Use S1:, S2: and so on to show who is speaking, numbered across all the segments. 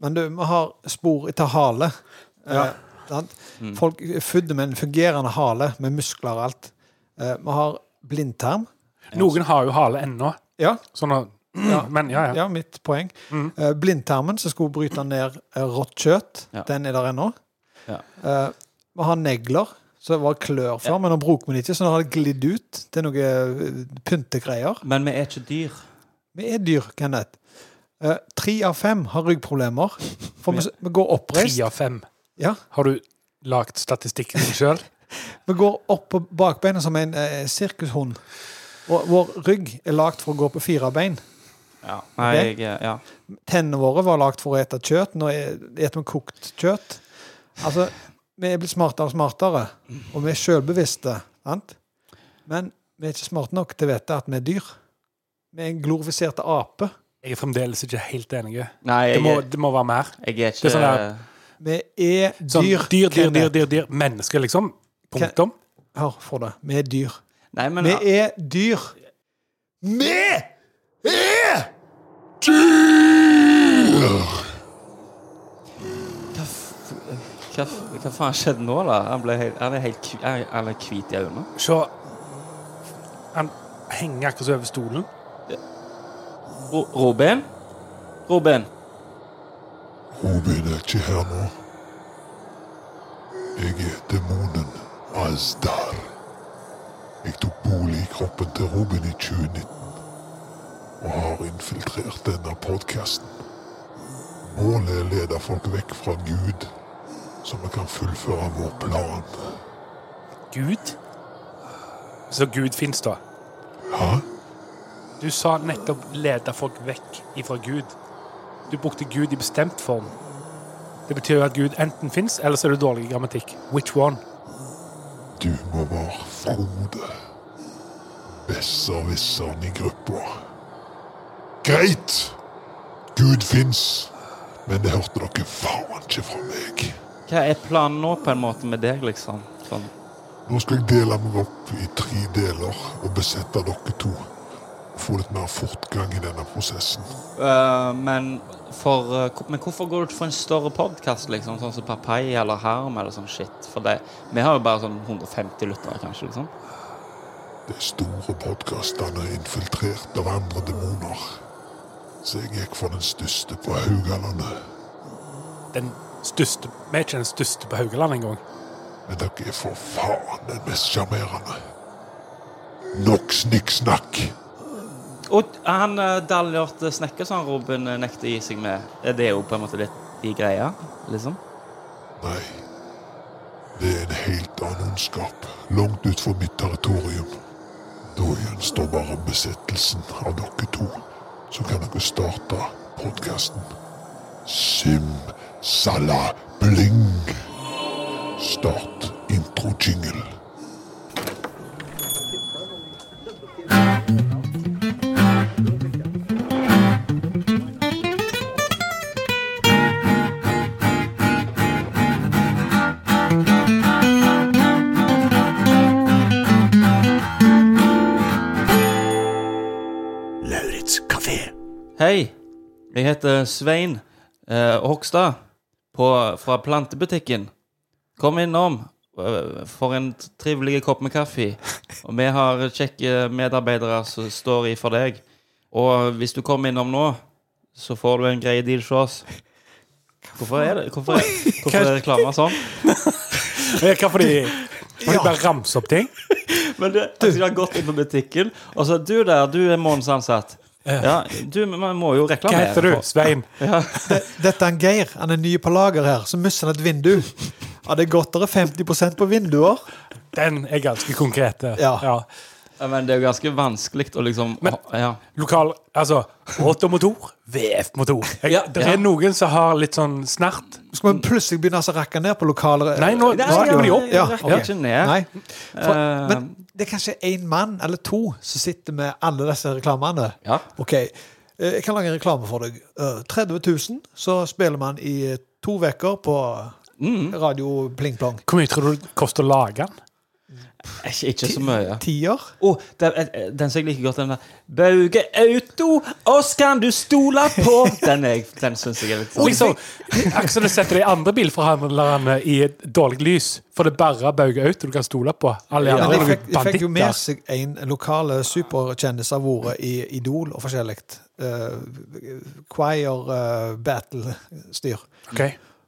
S1: Men du, vi har spor etter hale. Eh, sant?
S2: Mm.
S1: Folk er født med en fungerende hale, med muskler og alt. Eh, vi har blindtarm.
S3: Noen har jo hale ennå,
S1: Ja,
S3: sånn at Men ja, Mm. ja.
S1: ja mitt poeng. Eh, blindtarmen, som skulle bryte ned eh, rått kjøtt,
S2: Ja.
S1: den er der ennå.
S2: Ja.
S1: Eh, vi har negler, som var klør før, men nå bruker vi det ikke, så nå har det glidd ut til noe eh, pyntegreier.
S2: Men vi er ikke dyr.
S1: Vi er dyr, Kenneth. Eh, tre av fem har ryggproblemer. For vi, vi går
S3: tre
S1: oppreist.
S3: av fem.
S1: Ja.
S3: Har du lagd statistikken sjøl?
S1: Vi går opp på bakbeina som en eh, sirkushund. Og vår rygg er lagd for å gå på fire bein.
S2: Ja. Nei,
S1: Ok.
S2: jeg, ja.
S1: Tennene våre var lagd for å ete kjøtt. Nå spiser vi kokt kjøtt. Altså, vi er blitt smartere og smartere, og vi er sjølbevisste. Sant? Men vi er ikke smarte nok til å vite at vi er dyr. Vi er en glorifiserte ape.
S3: Jeg er fremdeles ikke helt enig.
S2: Nei,
S3: Det
S2: jeg,
S3: må,
S2: er-
S3: det må være mer.
S2: jeg er
S3: er
S2: ikke
S3: sånn der-
S1: Vi er
S3: Sånn,
S1: dyr.
S3: dyr, dyr, dyr,
S1: Kenneth.
S3: dyr, dyr. Mennesker, liksom. Punktum.
S1: Hør for det. Vi er dyr.
S2: Nei, men
S1: Vi er dyr. Vi er
S2: hva, f- hva, f- hva faen skjedde nå, da? Han, ble helt, han er helt kvi- han er- han er hvit i øynene.
S3: Se Han henger akkurat så over stolen.
S2: Ro- Robin? Robin?
S4: Robin er ikke her nå. Jeg er demonen Azdar. Jeg tok bolig i kroppen til Robin i 2019 og har infiltrert denne podkasten. Målet er å lede folk vekk fra Gud, så vi kan fullføre vår plan.
S3: Gud? Så Gud fins, da?
S4: Hæ?
S3: Du sa nettopp 'lede folk vekk ifra Gud'. Du brukte Gud i bestemt form. Det betyr jo at Gud enten fins, eller så er det dårlig grammatikk. Which one?
S4: Du må være Frode. Besserwisseren i gruppa. Greit! Gud fins, men det hørte dere faen ikke fra meg.
S2: Hva er planen nå, på en måte, med deg, liksom? Sånn.
S4: Nå skal jeg dele meg opp i tre deler og besette dere to. Og få litt mer fortgang i denne prosessen.
S2: Eh, men, for, eh, hvor- men hvorfor går du ikke for en større podkast, liksom? Sånn som Papai eller Harm eller sånn shit? For det, vi har jo bare sånn 150 lyttere, kanskje, liksom.
S4: De store podkastene er infiltrert av andre demoner. Så jeg gikk for den største på Haugalandet.
S3: Den største Vi er ikke den største på Haugaland engang.
S4: Men dere er for faen den mest sjarmerende. Nok snikksnakk.
S2: Og han eh, daljerte snekker som Robin eh, nekter å gi seg med. Eh, Det er jo på en måte litt de greia, liksom.
S4: Nei. Det er en helt annen ondskap. Langt utenfor mitt territorium. Da gjenstår bare besettelsen av dere to. Så kan dere starte podkasten. Sim sala bling. Start intro-jingle.
S5: Lauritz kafé.
S2: Hei, jeg heter Svein eh, Hogstad på, fra Plantebutikken. Kom innom eh, for en trivelig kopp med kaffe. Og vi har kjekke medarbeidere som står i for deg. Og hvis du kommer innom nå, så får du en grei deal fra oss. Hvorfor er det Hvorfor er, hvorfor er det reklame sånn?
S3: Men Hva fordi Må de bare ramse opp ting?
S2: Men du, altså, du har gått inn på butikken, og så Du der, du er månedsansatt. Ja, du man må jo
S3: Hva
S2: reklamere.
S3: heter du? Svein?
S1: Dette er en Geir. Han er ny på lager her. Så mister han et vindu. Ja, det er godt dere er 50 på vinduer.
S3: Den er ganske konkret. eh.
S1: Ja.
S2: Ja, Men det er jo ganske vanskelig å liksom ja.
S3: Lokal Altså, automotor, VF-motor.
S2: Ja,
S3: Det
S2: ja.
S3: er noen som har litt sånn snert.
S1: Skal vi plutselig begynne å rakke ned på lokale
S3: Nei, nå
S2: Nei,
S3: snakker vi
S2: ja,
S3: de opp.
S2: jeg
S1: Ja,
S2: rekker
S1: ok.
S2: ikke ned.
S1: Nei. For,
S2: Eh,
S1: men det er kanskje én mann eller to som sitter med alle disse reklamene.
S2: Ja.
S1: OK, eh, jeg kan lage en reklame for deg. Eh, 30 000, så spiller man i
S2: Mm.
S1: to uker på radio Pling Plong.
S3: Hvor mye tror du det koster å lage den?
S2: Ikke, ikke så mye.
S1: Tier?
S2: Å, den, eh, den som jeg liker godt, den der Bauge Auto, oss kan du stole på! Den, er, jeg- den syns jeg er litt sånn.
S3: Liksom, akkurat som du setter de andre bilforhandlerne i et dårlig lys, for det er bare Bauge Auto du kan stole på. Alle
S1: Men
S3: andre
S1: jeg
S3: er
S1: fikk,
S3: noen
S1: jeg fikk jo med
S3: banditter.
S1: seg en lokal superkjendis av ordet i Idol og forskjellig. eh, choir eh, battle-styr.
S3: Ok.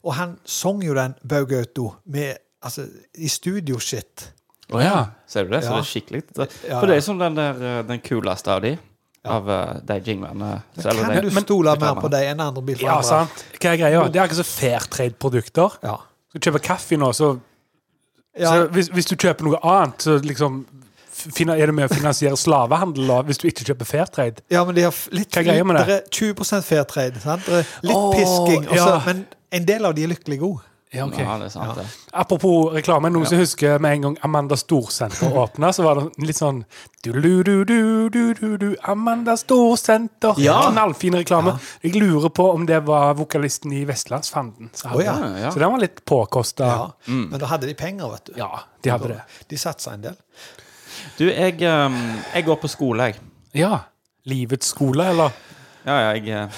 S1: Og han sang jo den Baugauto med altså, i studio-shit.
S2: Å ja. Ser du det? Så
S1: Ja.
S2: det er skikkelig.
S1: Ja.
S2: For det er som den der eh, den kuleste av de.
S1: Ja.
S2: Av eh, de jinglene.
S1: Kan du stole mer på deg enn andre
S3: Ja,
S1: bilforhandlere?
S3: sant. Hva er greia? Det er ikke så fairtrade-produkter.
S1: Ja.
S3: Skal du kjøpe kaffe nå, så,
S1: Ja,
S3: så hvis, hvis du kjøper noe annet, så liksom f- fina- er det med å finansiere slavehandel da, hvis du ikke kjøper fairtrade?
S1: ja, men de har f- litt,
S3: Hva er greia med det?
S1: litt dere- 20 fair trade. Sant? Dere- Litt
S3: Åh,
S1: pisking, og så-
S3: ja.
S1: men en del av de er lykkelig gode.
S3: Ja,
S2: Ja, det er sant, det.
S3: Apropos reklame, noen som husker med en gang Amanda Storsenter åpna, så var det litt sånn du-du-du-du-du-du, Amanda Storsenter.
S2: Ja.
S3: Knallfin reklame. Jeg lurer på om det var vokalisten i Vestlandsfanden. som hadde
S1: Å, ja.
S3: den.
S2: Ja, ja.
S3: Så den var litt påkosta.
S1: Ja. Men da hadde de penger, vet du.
S3: Ja, de hadde det.
S1: De satsa en del.
S2: Du, jeg, eh, jeg går på skole, jeg.
S3: Ja. Livets skole, eller?
S2: Ja, ja, jeg eh,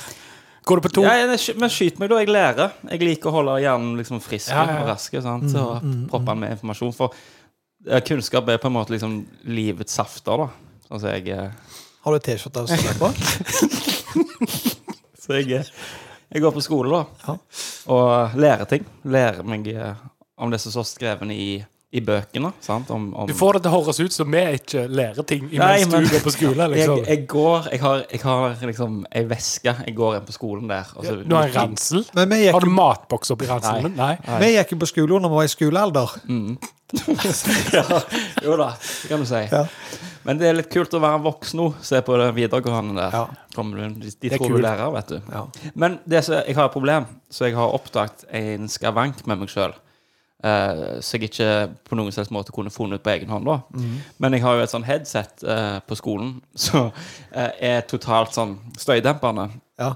S3: Går du på to?
S2: Ja, jeg- sky- men skyt meg, da. Jeg lærer. Jeg liker å holde hjernen liksom frisk
S3: Ja, ja, Mm, ja.
S2: og rask. Sant? Så proppe den med informasjon. For eh, kunnskap er på en måte liksom livets safter, da. Sånn som jeg eh,
S1: Har du T-skjorte å stå på?
S2: Så jeg, eh, jeg går på skole, da.
S1: Ja.
S2: Og lærer ting. Lærer meg eh, om det som står skrevet i, i bøkene. Sant? Om, om
S3: Du får det til å høres ut som vi ikke lærer ting
S2: Nei,
S3: imens
S2: men-
S3: du går på skole. liksom.
S2: jeg, jeg går Jeg har, jeg har liksom ei veske. Jeg går inn på skolen der. Og så,
S3: du har en ransel.
S1: Men vi
S3: Har
S1: gikk,
S3: du matboks oppi ranselen? din? Nei.
S1: vi gikk jo på skole når vi var i skolealder.
S2: Mm. ja, jo da, det kan du si.
S1: Ja.
S2: Men det er litt kult å være voksen nå. Se på det videregående der.
S1: Ja.
S2: Kommer du, de de
S3: er
S2: tror
S3: kult.
S2: du lærer, vet du.
S1: Ja.
S2: Men det som jeg har et problem, så jeg har oppdaget en skavank med meg sjøl. så jeg ikke på noen slags måte kunne funnet ut på egen hånd. da
S1: Mhm.
S2: Men jeg har jo et sånn headset eh, på skolen som eh, er totalt sånn støydempende.
S1: Ja.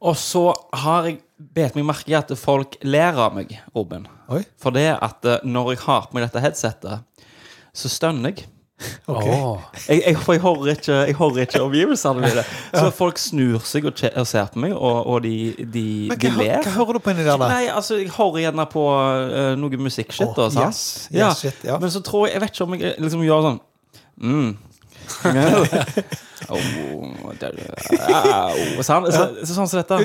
S2: Og så har jeg bet meg merke i at folk ler av meg, Robin.
S1: Oi.
S2: For det at eh, når jeg har på meg dette headsetet, så stønner jeg.
S1: Ok.
S3: Åh.
S2: Jeg, jeg, for jeg hører ikke, jeg hører ikke omgivelsene mine. Så folk snur seg og, kje- og ser på meg, og, og de, de,
S1: Men
S2: de
S1: hva,
S2: ler.
S1: hva hører du på inni der, da?
S2: Nei, altså, jeg hører gjerne på eh, noe musikkshit.
S1: Å,
S2: da, sant?
S1: yes, yes, shit, ja.
S2: Men så tror jeg Jeg vet ikke om jeg liksom gjør sånn mm. Au, der, au, sant? Så, så, sånn som dette.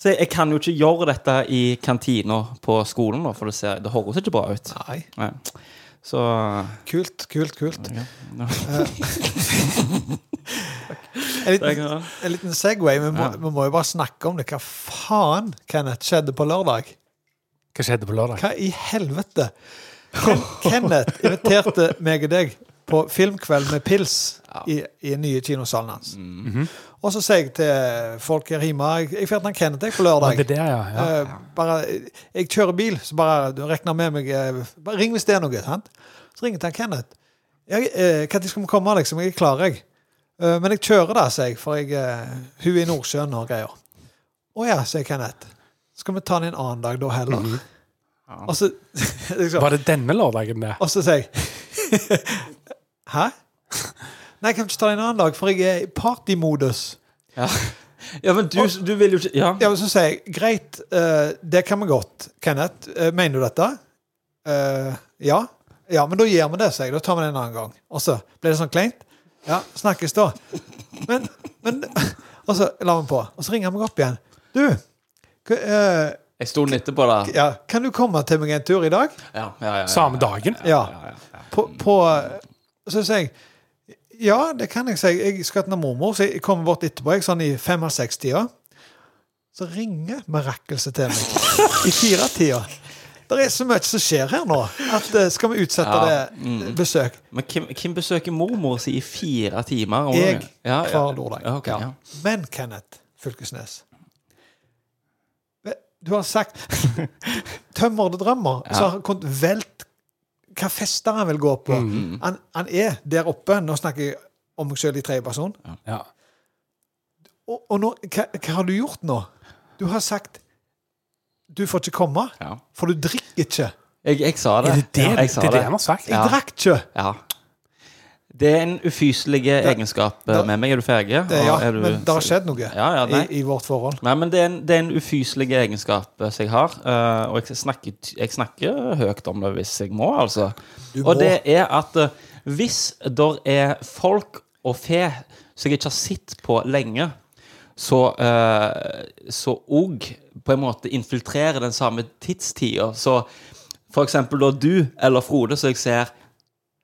S2: Så jeg, jeg kan jo ikke gjøre dette i kantina på skolen, da, for det, ser, det høres ikke bra ut.
S1: Nei.
S2: Nei. Så
S1: Kult, kult, kult.
S2: ja.
S1: En liten, en liten Segway. Vi må, vi må jo bare snakke om det. Hva faen, Kenneth, skjedde på lørdag?
S3: Hva skjedde på lørdag?
S1: Hva i helvete? Ken, Kenneth inviterte meg og deg på filmkveld med pils i, i den nye kinosalen hans.
S2: Mm.
S3: Mhm.
S1: Og så sier jeg til folk her hjemme Jeg, jeg fjerner Kenneth jeg på
S3: Var det
S1: lørdag.
S3: der, ja. ja.
S1: Eh, bare, jeg kjører bil, så bare du regner med meg eh, bare Ring hvis det er noe. Sant? Så ringer jeg til Kenneth. Jeg, eh, Når skal vi komme, liksom? Jeg er klar, jeg. Eh, men jeg kjører da, sier jeg, for jeg, eh, hun er i Nordsjøen og greier. Å ja, sier Kenneth. Skal vi ta den en annen dag da heller?
S3: Mhm.
S1: Og så liksom,
S3: Var det denne lørdagen, det?
S1: og så sier jeg Hæ? Nei, jeg kan ikke ta det en annen dag, for jeg er i partymodus.
S2: Ja. ja, men du, du vil jo ikke Ja.
S1: Ja, men Så sier jeg greit, eh, det kan vi godt. Kenneth, eh, mener du dette? Eh, ja. Ja, men da gjør vi det, sier jeg. Da tar vi det en annen gang. Og så ble det sånn kleint. Ja, snakkes da. Men, men Og så la vi på. Og så ringer vi opp igjen. Du, k eh,
S2: Jeg sto den etterpå, da.
S1: ja, kan du komme til meg en tur i dag?
S2: Ja, ja, ja, ja.
S3: Samme dagen?
S1: Ja. På, på Så sier jeg Ja, det kan jeg si. Jeg skal til mormor, så jeg kommer bort etterpå. Jeg, sånn i fem av seks-tida. Så ringer Mirakel seg til meg i fire-tida. Det er så mye som skjer her nå, at eh, skal vi utsette
S2: Ja,
S1: det besøk?
S2: Men hvem, hvem besøker mormor si i fire timer? om
S1: Jeg
S2: dagen? ja, ja.
S1: hver lørdag.
S2: Ja, ok, ja.
S1: Men Kenneth Fylkesnes Du har sagt tømmer det drømmer, så har han kunnet velt hva fester han vil gå på.
S2: Mm,
S1: Han, han er der oppe. Nå snakker jeg om meg sjøl i tredje person.
S3: Ja.
S1: Og, og nå, hva, hva har du gjort nå? Du har sagt du får ikke komme,
S2: Ja.
S1: for du drikker ikke.
S2: Jeg, jeg sa det.
S6: Er det det,
S2: Ja, jeg sa
S6: det, er det han har sagt?
S1: Jeg
S2: Ja.
S1: drakk ikke.
S2: Ja. Det er en ufyselig egenskap eh,
S1: da-
S2: med meg. Er du ferdig?
S1: Det, ja,
S2: Og er du,
S1: men det har skjedd noe
S2: Ja, ja, nei.
S1: i, i vårt forhold.
S2: Nei, men det er en, det er en ufyselig egenskap eh, som jeg har. eh, og jeg snakker, ty- jeg snakker høyt om det hvis jeg må, altså.
S1: Du må.
S2: Og det er at eh, hvis der er folk og fe som jeg ikke har sett på lenge, så eh, så òg på en måte infiltrerer den samme tidstida. Så for eksempel da du eller Frode, som jeg ser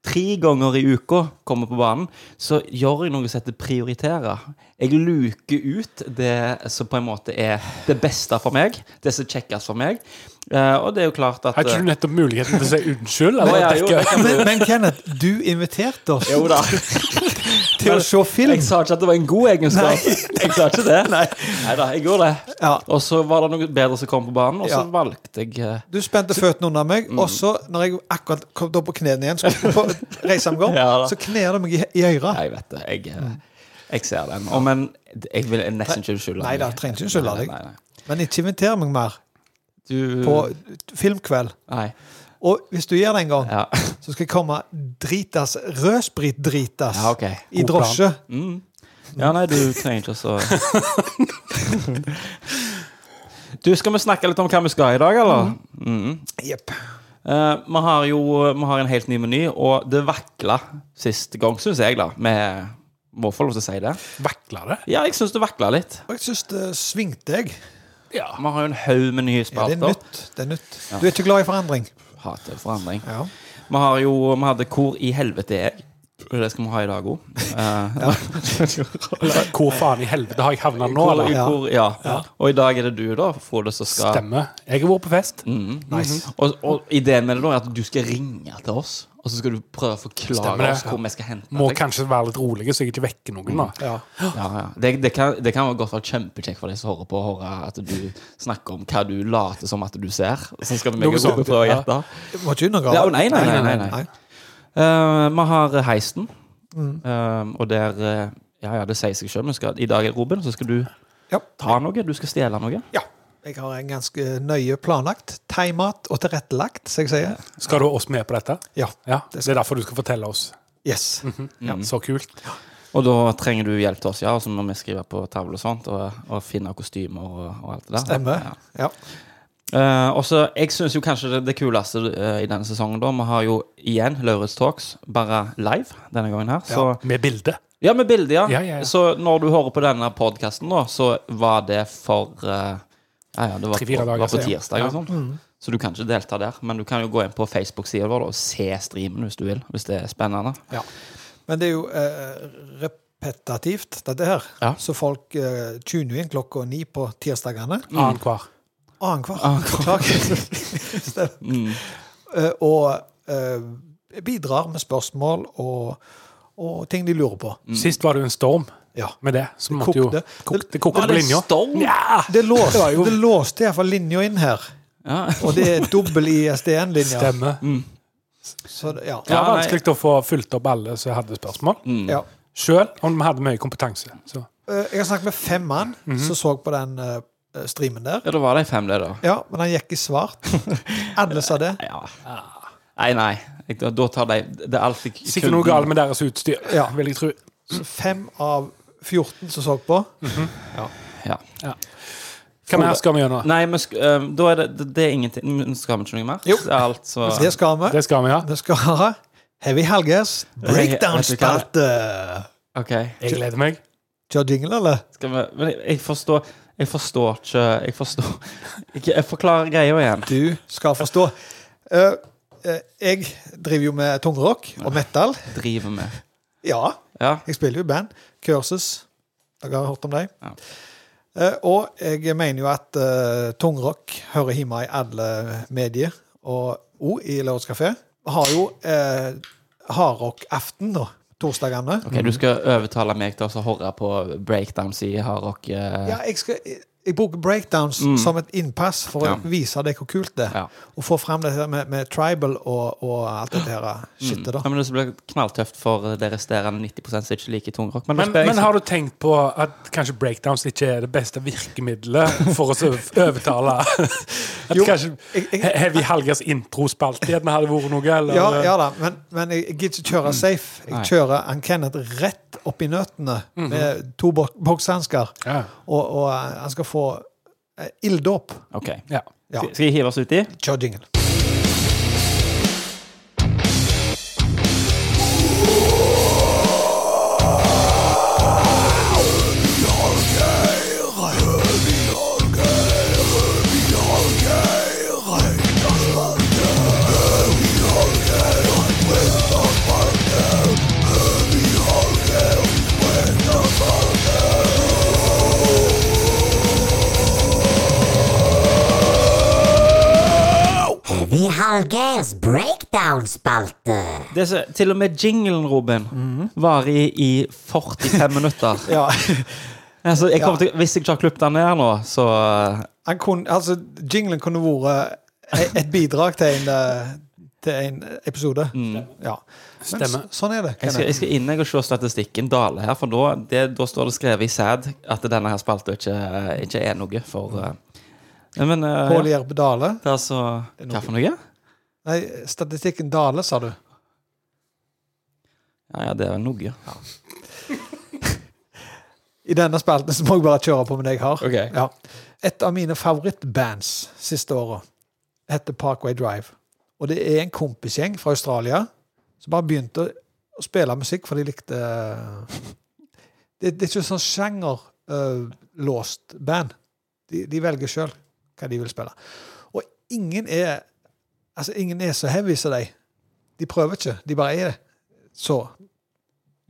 S2: tre ganger i uka kommer på banen, så gjør jeg noe som heter prioritere. Jeg luker ut det som på en måte er det beste for meg, det som er kjekkest for meg. Eh, og det er jo klart at eh,
S6: Har ikke du nettopp muligheten til å si unnskyld?
S2: Å,
S6: Eller
S2: ja, jo, det
S6: dekke?
S2: kan du.
S1: Men, men Kenneth, du inviterte oss
S2: Jo da.
S1: til å se film.
S2: Jeg sa ikke at det var en god egenskap. Jeg sa ikke det. Nei da, jeg gjorde det.
S1: Ja.
S2: Og så var det noe bedre som kom på banen, og så
S1: Ja.
S2: valgte jeg eh,
S1: Du spente føttene under meg, og
S2: Mm.
S1: så, når jeg akkurat kom opp på knærne igjen, skulle på reiseomgang,
S2: Ja da.
S1: så kner det meg i, i øret.
S2: Jeg vet det. Jeg, eh, jeg ser den. Og, men jeg vil nesten ikke unnskylde.
S1: Nei da, trenger ikke unnskylde deg.
S2: Nei, nei, nei.
S1: Men ikke inviter meg mer
S2: Du
S1: på filmkveld.
S2: Nei.
S1: Og hvis du gjør det en gang,
S2: Mm. Ja.
S1: så skal jeg komme dritas, rødsprit-dritas,
S2: ja, OK.
S1: i
S6: God plan.
S1: drosje.
S2: Mm. Ja, nei, du trenger ikke å så Du, skal vi snakke litt om hva vi skal i dag, eller? Mm.
S1: Jepp.
S2: Eh, vi har jo vi har en helt ny meny, og det vakla sist gang, syns jeg, da. Med må få lov til å si det.
S6: Vakla det?
S2: Ja, jeg syns det vakla litt.
S1: Og jeg syns det svingte, jeg.
S2: Ja. Vi har jo en haug med nye
S1: Ja, det er
S2: spalter.
S1: nytt. Det er nytt. Du er ikke glad i forandring?
S2: Hater forandring.
S1: Ja.
S2: Vi har jo Vi hadde Hvor i helvete er jeg? Og Det skal vi ha i dag Eh, òg.
S6: Eller hvor faen i helvete har jeg havna nå?
S2: Hvor,
S6: Eller?
S1: Ja.
S2: hvor, ja. Og i dag er det du, da, Frode, som skal
S6: Stemmer. Jeg har vært på fest.
S1: Nice.
S2: Mhm. Og, og ideen med det da er at du skal ringe til oss, og så skal du prøve å forklare
S6: Stemmer det.
S2: oss hvor vi skal hente
S6: Må
S2: deg.
S6: kanskje være litt rolig, så jeg ikke vekker noen. da
S1: Ja.
S2: Ja, ja. Det, det, kan, det kan godt være kjempekjekt for de som hører på, å høre at du snakker om hva du later som at du ser. Og så skal vi
S6: Noe
S2: begge
S6: sånt,
S2: to prøve å
S6: ja.
S2: gjette.
S1: Det Må ikke undergrave.
S2: Ja, nei, nei, nei, nei, nei. Eh, vi har heisten,
S6: Mm.
S2: Eh, og der eh, Ja, ja, det sier seg sjøl. I dag, Robin, så skal du
S1: Ja.
S2: ta noe. Du skal stjele noe.
S1: Ja. Jeg har en ganske nøye planlagt, timet og tilrettelagt, som jeg sier.
S6: Skal du ha oss med på dette?
S1: Ja.
S6: Ja, Det er derfor du skal fortelle oss.
S1: Yes.
S2: Mm.
S6: Ja, så kult.
S2: Og da trenger du hjelp til oss, ja. Og så må vi skrive på tavle og sånt, og, og finne kostymer og, og alt det der.
S1: Stemmer. Ja.
S2: Eh, og så, Jeg syns kanskje det, det kuleste eh, i denne sesongen da, Vi har jo igjen Lauritz Talks, bare live denne gangen her. Så,
S6: Med bilde.
S2: ja. med bilde, ja.
S6: Ja, ja, ja.
S2: Så når du hører på denne podkasten, så var det for eh, ja, ja, Det var,
S6: Tre-fire
S2: på-
S6: dager
S2: var på
S6: siden.
S2: tirsdag.
S6: Ja. Mm.
S2: eller sånn. Så du kan ikke delta der. Men du kan jo gå inn på Facebook-sida vår da, og se streamen hvis du vil. Hvis det er spennende.
S1: Men det er jo eh, repetativt, dette her.
S2: Ja.
S1: Så folk eh, tuner inn klokka ni på tirsdagene.
S6: Annenhver.
S1: Annenhver. Beklager. Stemmer.
S2: Mm.
S1: Eh, og eh, bidrar med spørsmål og, og ting de lurer på.
S6: Sist var det jo en storm
S1: Ja.
S6: med det. Så måtte jo
S1: kokte.
S6: Kok- Det kokte
S2: Var
S6: på
S2: det
S6: linja.
S2: storm?
S6: Ja!
S1: Det låste, det låste iallfall linja inn her.
S2: Ja.
S1: Og det er dobbel ISDN-linje.
S6: Stemmer.
S1: Så det- ja. Mm.
S6: Det var
S2: Ja, nei.
S6: vanskelig å få fulgt opp alle som hadde spørsmål.
S1: ja.
S6: Sjøl om vi hadde mye kompetanse. Så.
S1: Eh, Jeg har snakket med fem mann som så på den eh, streamen der.
S2: Ja, da var de fem, det, da.
S1: Ja, men han gikk i svart. Alle sa det.
S2: Ja. Nei, nei. Jeg, da, da tar de Det er alltid
S6: Ah. Sikkert noe galt med deres utstyr,
S1: Ja.
S6: vil jeg tro.
S1: Så fem av 14 som så på.
S2: Ja.
S6: Hva mer skal vi gjøre nå?
S2: Nei, men sk eh, da er det, det, det er ingenting. Men Skal vi ikke noe mer?
S1: Jo.
S2: Det er alt så
S1: Det skal vi.
S6: Det skal vi ha.
S1: Vi skal ha Heavy Helges breakdown-spalte.
S2: OK.
S6: Jeg gleder meg.
S1: Kjør jingle, eller?
S2: Skal vi Men jeg, jeg forstår Jeg forstår ikke Jeg forstår ikke, Jeg forklarer greia igjen.
S1: Du skal forstå. Eh, eh, jeg driver jo med tungrock og metal.
S2: Driver med
S1: Ja,
S2: Ja.
S1: jeg spiller jo i band. Curses. Dere har hørt om dem?
S2: Ja.
S1: Eh, og jeg mener jo at eh, tungrock hører hjemme i alle medier, og òg i Lørdags Café. Vi har jo eh, hardrock-aften, da. Torsdagene.
S2: OK, du skal overtale meg til å høre på breakdowns i hardrock. eh,
S1: Ja, jeg skal, jeg, jeg bruker breakdowns
S2: Mm.
S1: som et innpass for
S2: Ja.
S1: å vise deg hvor kult det er.
S2: Ja.
S1: Og få fram det her med, med tribal og, og alt det her shitet, da.
S2: Ja, men det blir knalltøft for det resterende 90 som ikke liker tungrock. Men, da
S3: Men,
S2: spør jeg
S3: men har du tenkt på at kanskje breakdowns ikke er det beste virkemidlet for å så overtale At
S1: Jo,
S3: kanskje
S1: jeg- jeg-
S3: He- Heavy Helgers introspalte gjerne hadde vært noe? Eller,
S1: Ja, ja da, men, men jeg jeg gidder ikke kjøre safe.
S2: Mm. Nei. Mhm.
S1: Jeg kjører han Kenneth rett opp i nøttene med to bok bokshansker,
S3: Ja.
S1: og, og eh, han skal få eh, ilddåp.
S2: Ok.
S3: Ja.
S1: Ja.
S2: Skal- Skal jeg hive oss uti?
S1: Kjør jingle.
S7: Heavy Hallgeirs breakdown-spalte.
S2: Det er så, til og med jinglen, Robin, varer i, i 45 minutter.
S1: Mhm. Ja.
S2: altså, jeg kommer til, hvis jeg ikke har klippet den ned nå, så eh,
S1: Han kunne, altså, jinglen kunne vært e- et bidrag til en, eh, til en episode. Ja. Men
S3: Stemmer.
S1: s- sånn er det.
S2: Mm. jeg skal, jeg
S1: Kenneth.
S2: skal inn jeg og se statistikken dale her, for da, det, da står det skrevet i sæd at denne her spalta ikke, ikke er noe for eh, Nei, Men eh,
S1: Pål
S2: ja.
S1: Jerpe Dale.
S2: Det er altså Hva for noe?
S1: Nei, statistikken Dale, sa du.
S2: Ja, ja, det er noe.
S1: I denne spalten så må jeg bare kjøre på med det jeg har.
S2: Ok.
S1: Ja. Et av mine favorittbands siste året heter Parkway Drive. Og det er en kompisgjeng fra Australia som bare begynte å- å spille musikk for de likte eh, Det, det er ikke sånn sjangerlåst band. De, de velger sjøl hva de vil spille. Og ingen er altså ingen er så heavy som de. De prøver ikke. De bare er det. Så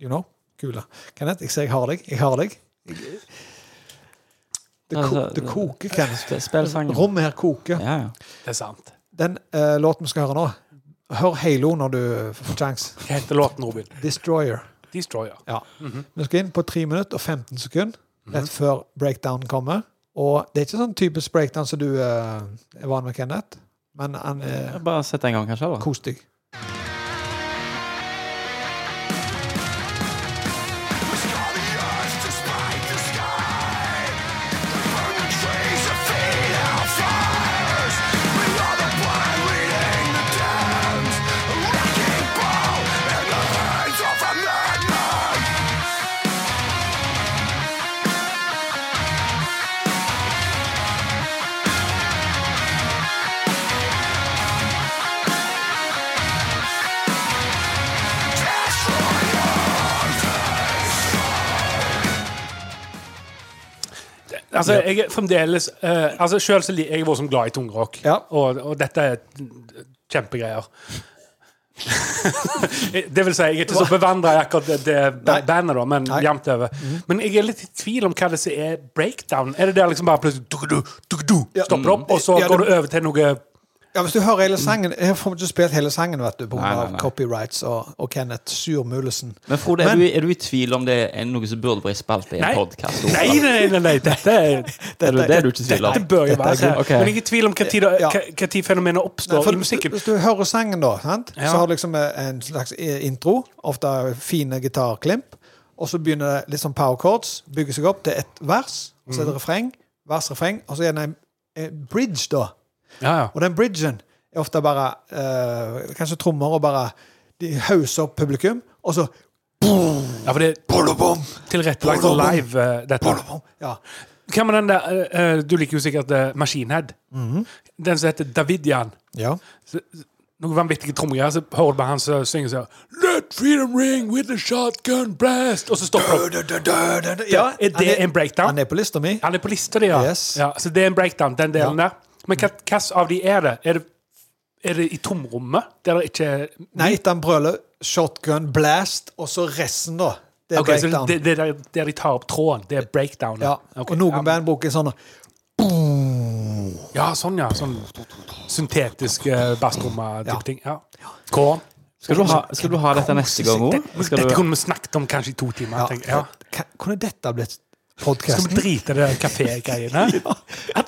S1: you know, kule. Kenneth, jeg ser jeg har deg. Jeg har deg. Det, ko
S2: Altså,
S1: det koker, Kenneth.
S2: Sp- Spill sangen.
S1: Rommet her koker.
S2: Ja, ja.
S3: Det er sant.
S1: Den eh, låten vi skal høre nå Hør Halo når du får kjangs.
S3: Hva heter låten, Robin?
S1: Destroyer.
S3: Destroyer.
S1: Ja.
S2: Mhm.
S1: Vi skal inn på 3 minutter og 15 sekunder rett før breakdown kommer. Og det er ikke sånn typisk breakdown som du eh, er vant med, Kenneth. Men han er
S2: Bare sett en gang, kanskje? Eller?
S1: Kos deg.
S3: Altså, jeg er fremdeles eh, altså, Selv så li- jeg har vært som glad i tungrock,
S1: Ja.
S3: og, og dette er kjempegreier. det vil si, jeg er ikke så bevandra i akkurat det, det ba- bandet, da, men jevnt over.
S1: Mhm.
S3: Men jeg er litt i tvil om hva det som er breakdown. Er det der liksom bare plutselig tuk-du, tuk-du, stopper det opp, og så
S1: Ja,
S3: går
S1: det-
S3: du over til noe
S1: Ja, Hvis du hører hele sangen Jeg får ikke spilt hele sangen vet du,
S2: Nei, nei,
S1: pga.
S2: nei.
S1: copyrights og, og Kenneth Surmulesen.
S2: Men Frode, er,
S1: Men-
S2: du, er du i tvil om det er noe som burde vært spilt i en
S3: Nei.
S2: podkast?
S3: Nei, nei, nei, nei, nei dette er
S2: Er det det du ikke tviler
S3: dette
S2: om?
S3: bør jo
S1: Dette er
S3: være sånn.
S2: gull. Ok.
S3: Men jeg er i tvil om hva tid,
S1: Ja.
S3: hva- hva tid fenomenet
S1: For
S3: oppstår i
S1: hvis, du-
S3: musikken.
S1: hvis du hører sangen, da, sant?
S3: Ja.
S1: så har du liksom eh, en slags eh, intro, ofte fine gitarklimp, og så begynner det litt sånn power chords, bygger seg opp til et vers, og så
S3: Mm.
S1: er det refreng, vers, refreng, og så er det en, en bridge, da.
S3: Ja, ja.
S1: Og den bridgen er ofte bare eh, Kanskje trommer og bare De hauser opp publikum, og så
S3: ja, for det er tilrettelagt og live, eh, dette.
S1: Ja.
S3: Hvem er den der eh, eh, Du liker jo sikkert eh, Machine Head.
S1: Mhm.
S3: Den som heter Davidian.
S1: ja.
S3: Noen vanvittige trommegreier. Så hører du bare han som synger sånn Let freedom ring with a shotgun blast! Og så stopper det.
S1: Ja,
S3: Er det
S1: han
S3: en breakdown?
S1: Han er på lista mi.
S3: Han er på lista di, ja.
S1: Yes.
S3: ja. Så det er en breakdown, den delen
S1: Ja.
S3: der. Men hva- hva av de er det? Er det, er det i tomrommet? Der det ikke er
S1: Nei, etter han brøler 'shotgun blast', og så resten, da. Det er
S3: Ok, så
S1: breakdown.
S3: det, det er der, der de tar opp tråden. Det er breakdownet.
S1: ja.
S3: Ok,
S1: og noen
S3: ja.
S1: band bruker sånn
S3: Ja, sånn, ja. Sånn syntetisk uh, basstrommer-type
S1: Ja.
S3: ting. Ja. Korn.
S2: Skal du ha, skal du ha dette neste gang òg?
S3: Dette, dette kunne vi snakket om kanskje i to timer.
S1: ja.
S3: tenker jeg. Ja.
S1: Ka- Kunne dette blitt
S3: Skal vi
S1: podkasten.
S3: drite i det kafégreiene?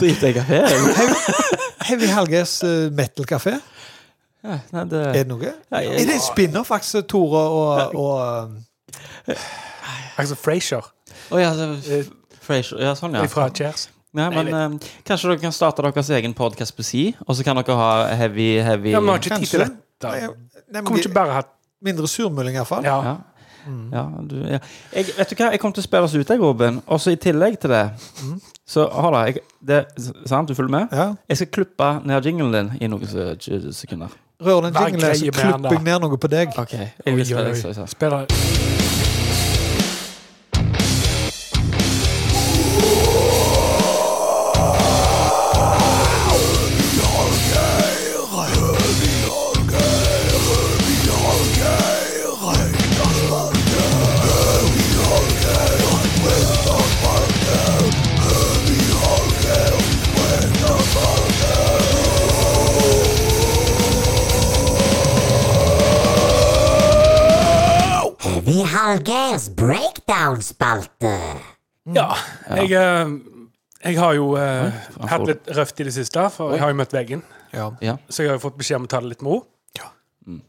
S2: Driter jeg i kafé? jeg?
S1: Heavy Helges eh, Metal Café.
S2: Ja, nei, det,
S1: Er det noe?
S2: Ja, jeg-
S1: Er det en spinner, faktisk, Tore og, og
S3: Altså Frasier
S2: Å ja, det, Frasier. Ja, sånn, ja.
S3: fra Cheers.
S2: Nei, men eh, kanskje dere kan starte deres egen podkast på si, og så kan dere ha heavy, heavy
S3: Ja, men har ikke tid
S1: Kanskje.
S3: til dette.
S1: Nei, nei, men
S3: Kommer
S1: de-
S3: ikke bare hatt
S1: Mindre surmuling, iallfall.
S3: ja.
S2: Ja.
S3: Mm.
S2: Ja, du, ja. Jeg, vet du hva, jeg kommer til å spille oss ut, jeg, Robin. Og så i tillegg til det
S3: Mm.
S2: Så hold da. Jeg, det, sant, du følger med?
S1: Ja.
S2: Jeg skal klippe ned jinglen din i noen se- 20 sekunder.
S1: Rør den
S3: Vær
S1: jinglen, der,
S3: grei
S1: så
S3: med han, da.
S1: klipper jeg ned noe på deg.
S2: Ok, jeg
S3: Oi,
S2: vil spille
S3: oi,
S2: deg, så jeg sa.
S3: Spiller
S4: Heavy Hallgeirs Breakdown-spalte.
S1: Mm.
S3: Ja. Jeg, eh, jeg har jo eh,
S2: han
S3: hatt
S2: får-
S3: litt røft i det siste, for jeg har jo møtt veggen.
S1: Ja.
S2: Ja.
S3: Så jeg har jo fått beskjed om å ta det litt med ro.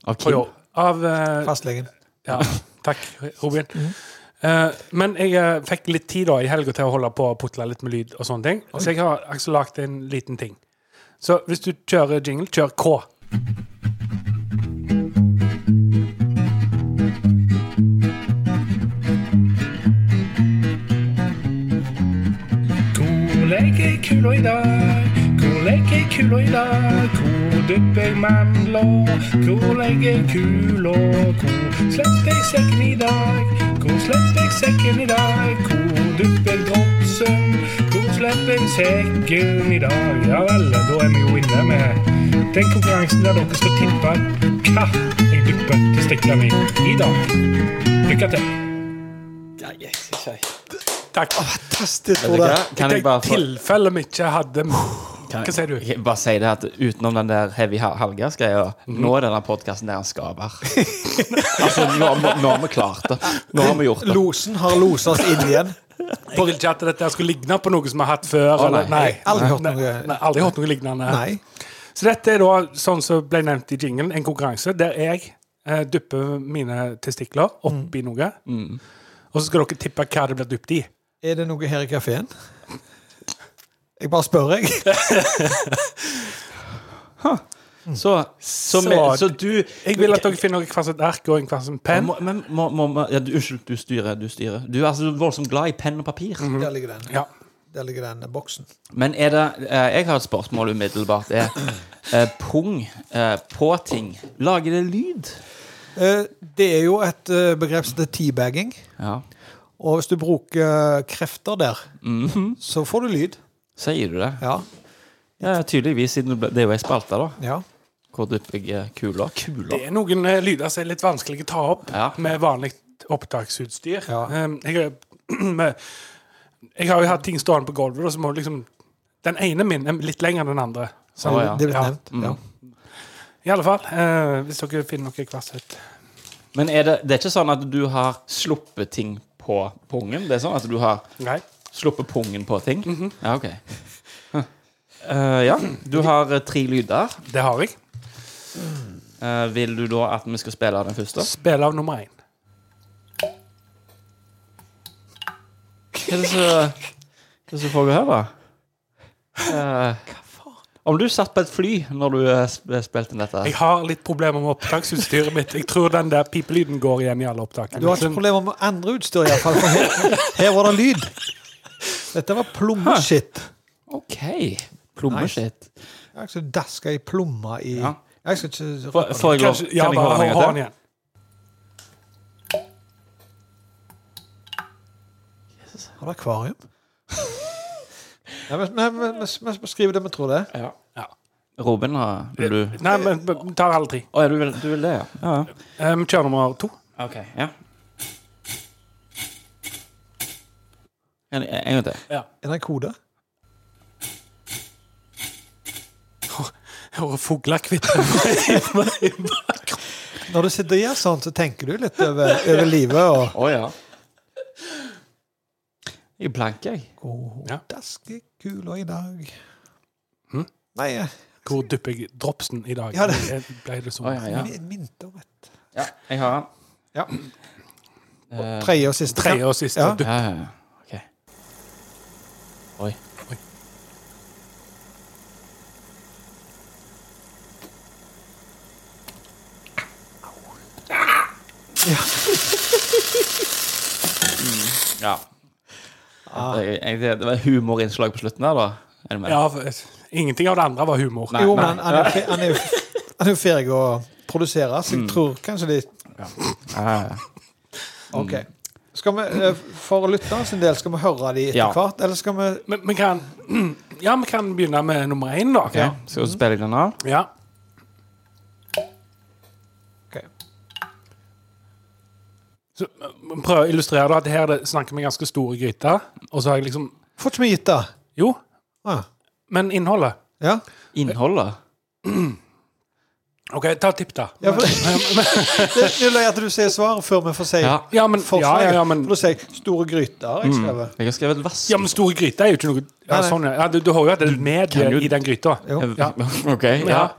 S2: Av
S3: På
S2: Kim.
S3: jobb. Av eh,
S1: Fastlegen.
S3: Ja, takk, Robin. Eh, men jeg eh, fikk litt tid da i helga til å holde på å putle litt med lyd. og sånne ting Så jeg har altså lagd en liten ting. Så hvis du kjører jingle, kjør K.
S8: Hvor legger kula i dag? Hvor legger kula i dag? Hvor dypper jeg mandler? Hvor legger kula? Hvor slipper jeg sekken i dag? Hvor slipper jeg sekken i dag? Hvor dypper jeg dropsen? Hvor slipper jeg sekken i dag? Ja vel, da er vi jo inne med den konkurransen der dere skal tippe hva jeg dypper til stikla mi i dag. Lykke til.
S3: Takk.
S1: Fantastisk,
S2: Vet du
S1: Tore.
S2: hva? Kan
S3: I
S2: jeg bare få
S3: tilfelle vi ikke hadde
S2: kan
S3: Hva sier du?
S2: Jeg bare si det at utenom den der heavy halvgass-greia,
S3: Mhm.
S2: nå er denne podkasten der han skal være. altså, nå, har vi- nå har vi klart det. Nå har vi gjort det.
S1: Losen har loset oss inn igjen.
S3: Jeg vil ikke at dette skulle ligne på noe som vi har hatt før.
S2: nei.
S3: eller, nei.
S1: Jeg har aldri hørt
S3: Nei,
S1: noe-
S3: nei, aldri hørt noe lignende.
S1: Nei.
S3: Så dette er da, sånn som ble nevnt i jinglen, en konkurranse der jeg eh, dypper mine testikler oppi noe. Og så skal dere tippe hva det blir dypt i.
S1: Er det noe her i kafeen? Jeg bare spør, jeg.
S2: Så, så, vi,
S3: Så-
S2: så du
S3: Jeg vil at dere finner hver sitt ark og hver sin penn.
S2: må, men, må, må, må, ja, du, Unnskyld, du styrer. Du styrer Du er altså voldsomt glad i penn og papir.
S1: Der ligger den.
S3: Ja.
S1: Der ligger den boksen.
S2: Men er det eh, Jeg har et spørsmål umiddelbart. Er eh, pung eh, på ting Lager det lyd?
S1: Eh, Det er jo et eh, begrep som heter teabagging.
S2: Ja.
S1: Og hvis du bruker krefter der, så får du lyd.
S2: Mhm. Sier du det?
S1: Ja.
S2: Ja, tydeligvis, siden du ble- det er jo ei spalte, da.
S1: ja.
S2: Hvor eh, dypper jeg kula? Kula?
S3: Det er noen eh, lyder som er litt vanskelig å ta opp
S2: Ja.
S3: med vanlig opptaksutstyr.
S1: Ja.
S3: Um, jeg, er- med, jeg har jo hatt ting stående på gulvet, og så må du liksom Den ene min er litt lenger enn den andre. Så,
S2: Å, ja.
S1: Det blir
S3: Ja.
S1: nevnt. Ja.
S3: I alle fall, eh, hvis dere finner noe hvert sitt.
S2: Men er det, det er ikke sånn at du har sluppet ting på pungen? Det er sånn at du har
S3: Nei.
S2: sluppet pungen på ting?
S3: Mhm.
S2: Ja, OK. Huh. Eh, ja, du har eh, tre lyder.
S3: Det har jeg.
S2: Eh, vil du da at vi skal spille den første?
S3: Spill av nummer én.
S2: Hva er det som- hva er det som foregår her, da? Eh, om du satt på et fly når du eh, sp- spilte inn dette
S3: Jeg har litt problemer med opptaksutstyret mitt. Jeg tror den der pipelyden går igjen i alle opptakene.
S1: Du har ikke problemer med andre utstyr, iallfall. For her, her var det lyd. Dette var plommeshit.
S2: OK. Plommeshit.
S1: Jeg har ikke daska i plomma i
S2: Ja.
S1: Jeg skal ikke
S2: Får får jeg lov?
S3: Kanskje, ja,
S2: Kan jeg
S3: bare
S2: høre den
S3: ha den
S2: en gang til?
S3: igjen.
S1: Har du akvarium? Nei, men- nei, men Vi beskriver det vi tror det. er.
S3: Ja.
S2: Robin, har- vil du Å
S3: Eh, Nei, men men vi tar alle tre.
S2: ja, du vil, du vil det, ja? ja.
S3: Eh, Vi kjører nummer to.
S2: ja. OK. Ja. En, en gang til.
S1: Er det en kode?
S3: Jeg hører fuglekvitter.
S1: Når du sitter og gjør sånn, så tenker du litt over, over livet og
S2: Å ja. Jeg er blank, jeg.
S6: Ja.
S1: Daskekula i dag.
S6: Hm?
S1: Nei, jeg
S6: Hvor dupper jeg dropsen i dag?
S1: Ja, det-
S6: Jeg Ble det sånn?
S2: Å, ja, ja.
S1: jeg minte om et
S2: ja. Jeg har den.
S1: Ja.
S2: Eh,
S1: Tredje og siste.
S6: Tredje og siste
S1: Ja.
S6: dupp.
S2: ja, ja, ja. OK. Oi.
S6: Oi.
S2: Mm, ja. Jeg, jeg, det var humorinnslag på slutten her, da. Er det med?
S6: Ja, for, ingenting av det andre var humor.
S2: Nei.
S1: Jo, men han er, fe- han er, jo f- han er jo ferdig å produsere, så
S6: Mm.
S1: jeg tror kanskje de
S2: Ja, Ah, ja, ja.
S1: OK. Skal vi, eh, for lytterne sin del, skal vi høre de etter
S2: Ja.
S1: hvert, eller skal vi
S6: Men vi kan, ja, vi kan begynne med nummer én, da.
S2: Ok, Skal vi spille den av?
S6: Ja.
S1: OK.
S6: Så, eh, prøv å illustrere da, at her det snakker vi ganske store gryter. Og så har jeg liksom
S1: Får ikke vi gitt det?
S6: Jo,
S1: Ah,
S6: men innholdet.
S1: ja.
S2: Innholdet?
S6: OK, ta og tipp, da.
S1: ja for, det er nødvendig at du sier svaret før vi får si
S2: Ja.
S6: Ja, men, ja,
S1: forslaget.
S6: ja, ja, men, Mm.
S1: For da sier jeg 'store gryter', har jeg skrevet.
S2: Jeg har skrevet vask.
S6: ja, men store gryter er jo ikke noe ja,
S1: Nei, nei.
S6: sånn, ja. Ja, du, du har jo hatt et medie
S2: kan jo-
S6: i den gryta.
S1: Jo.
S6: Ja.
S2: OK. Ja.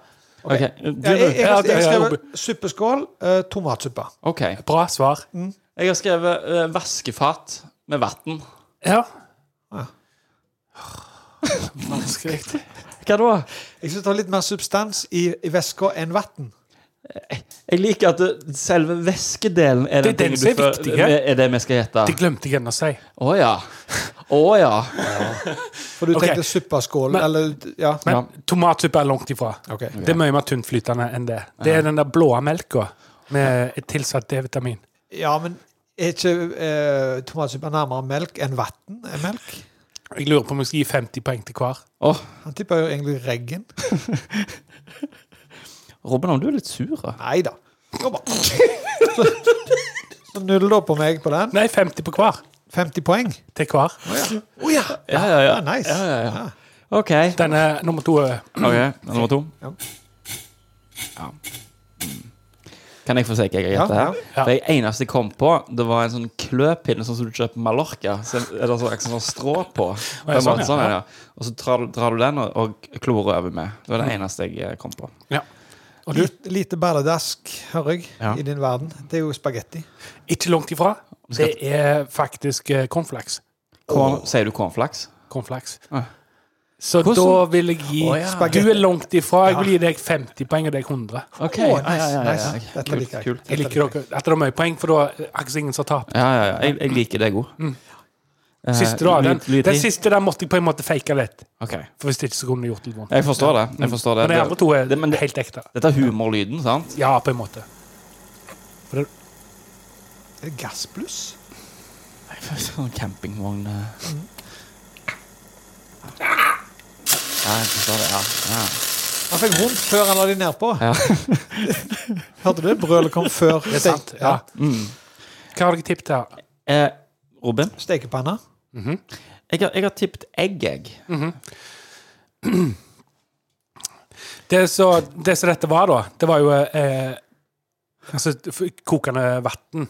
S2: Ok,
S1: Ja, jeg, jeg,
S2: Du,
S1: har-
S6: Ja,
S1: jeg har
S6: ja, ja,
S1: skrevet 'suppeskål', eh, tomatsuppe.
S2: OK.
S6: Bra svar.
S2: Jeg har skrevet eh, vaskefat med vann.
S6: Ja.
S1: Ja.
S6: Vanskelig.
S2: Hva da?
S1: Jeg syns det var litt mer substans i, i væska enn vann.
S2: Jeg liker at eh, selve væskedelen er,
S6: Det er
S2: den
S6: den
S2: tingen du
S6: som er
S2: fø-
S6: viktig, ja.
S2: er- Er det vi skal gjette.
S6: Det glemte jeg ennå å si.
S2: Å ja. Å ja.
S1: For du
S6: Ok.
S1: tenkte suppeskål,
S6: Men-
S1: eller Ja.
S6: Men
S2: Ja.
S6: tomatsuppe er langt ifra.
S1: Ok.
S6: Det er mye mer tyntflytende enn det. Det er den der blå melka med tilsatt D-vitamin.
S1: ja, men er ikke eh, tomatsuppe nærmere melk enn vann er melk?
S6: Jeg lurer på om jeg skal gi 50 poeng til hver.
S2: Åh,
S1: Han tipper jo egentlig reggen.
S2: Robin, om du er litt sur, da?
S1: Nei da. Så, så null da på meg på den.
S6: Nei, 50 på hver.
S1: 50 poeng.
S6: Til hver.
S1: Å ja!
S2: Ja, ja, ja.
S1: Ja, nice.
S2: Ja, ja, ja. OK.
S6: Denne nummer to er
S2: Ok, Nummer to.
S1: Ja.
S2: Ja. Mm. Kan jeg få se hva jeg har gjettet her?
S6: Ja.
S2: Det eneste jeg kom på, det var en sånn kløpinne sånn som du kjøper på Mallorca. Så er det sånn, ikke sånn strå på. På en
S6: sånn,
S2: måte,
S6: ja.
S2: sånn, ja. Og så drar, du- drar du den og, og klorer over med. Det var
S6: Mm.
S2: det eneste jeg eh, kom på.
S6: ja. Og du,
S1: Lite, lite balledask, hører jeg,
S2: Ja.
S1: i din verden. Det er jo spagetti.
S6: ikke langt ifra. Det er faktisk eh, cornflakes.
S2: Korn, Sier du cornflakes?
S6: cornflakes.
S2: Ah.
S6: Så
S2: Hvordan-
S6: da vil jeg gi
S2: Å, ja.
S6: Spagetti. Du er langt ifra. Jeg vil gi deg 50 poeng og deg 100.
S2: OK.
S1: Å,
S2: ja, ja, ja, ja.
S1: nice, nice. Dette liker jeg.
S2: Kult, kult.
S6: Jeg liker dere. at det er mye poeng, for da er det ingen som har tapt.
S2: Ja, ja, ja. Jeg, jeg liker det god. Eh,
S6: Mm. Siste da, den,
S2: lyd- lyd
S6: den
S2: i.
S6: siste der måtte jeg på en måte fake litt.
S2: Ok.
S6: For hvis ikke så kunne jeg gjort litt vondt.
S2: Jeg forstår det. Jeg forstår det.
S6: Men de andre to er
S2: det, men det
S6: helt ekte.
S2: dette er humorlyden, sant?
S6: Ja, på en måte. For det,
S1: Er det gassbluss?
S2: Sånn campingvogn eh. Ja, jeg forstår det. Ja. ja.
S1: Han fikk vondt før han la de nedpå.
S2: Ja.
S1: Hørte du? Brølet kom før
S6: det er sant.
S1: steik-
S6: Ja. Hva har dere tippet her?
S2: Eh, Mm. Robin,
S1: stekepanna.
S2: jeg har, jeg har tippet egg, jeg.
S6: Det som det som dette var, da, det var jo eh, altså, f- kokende vann.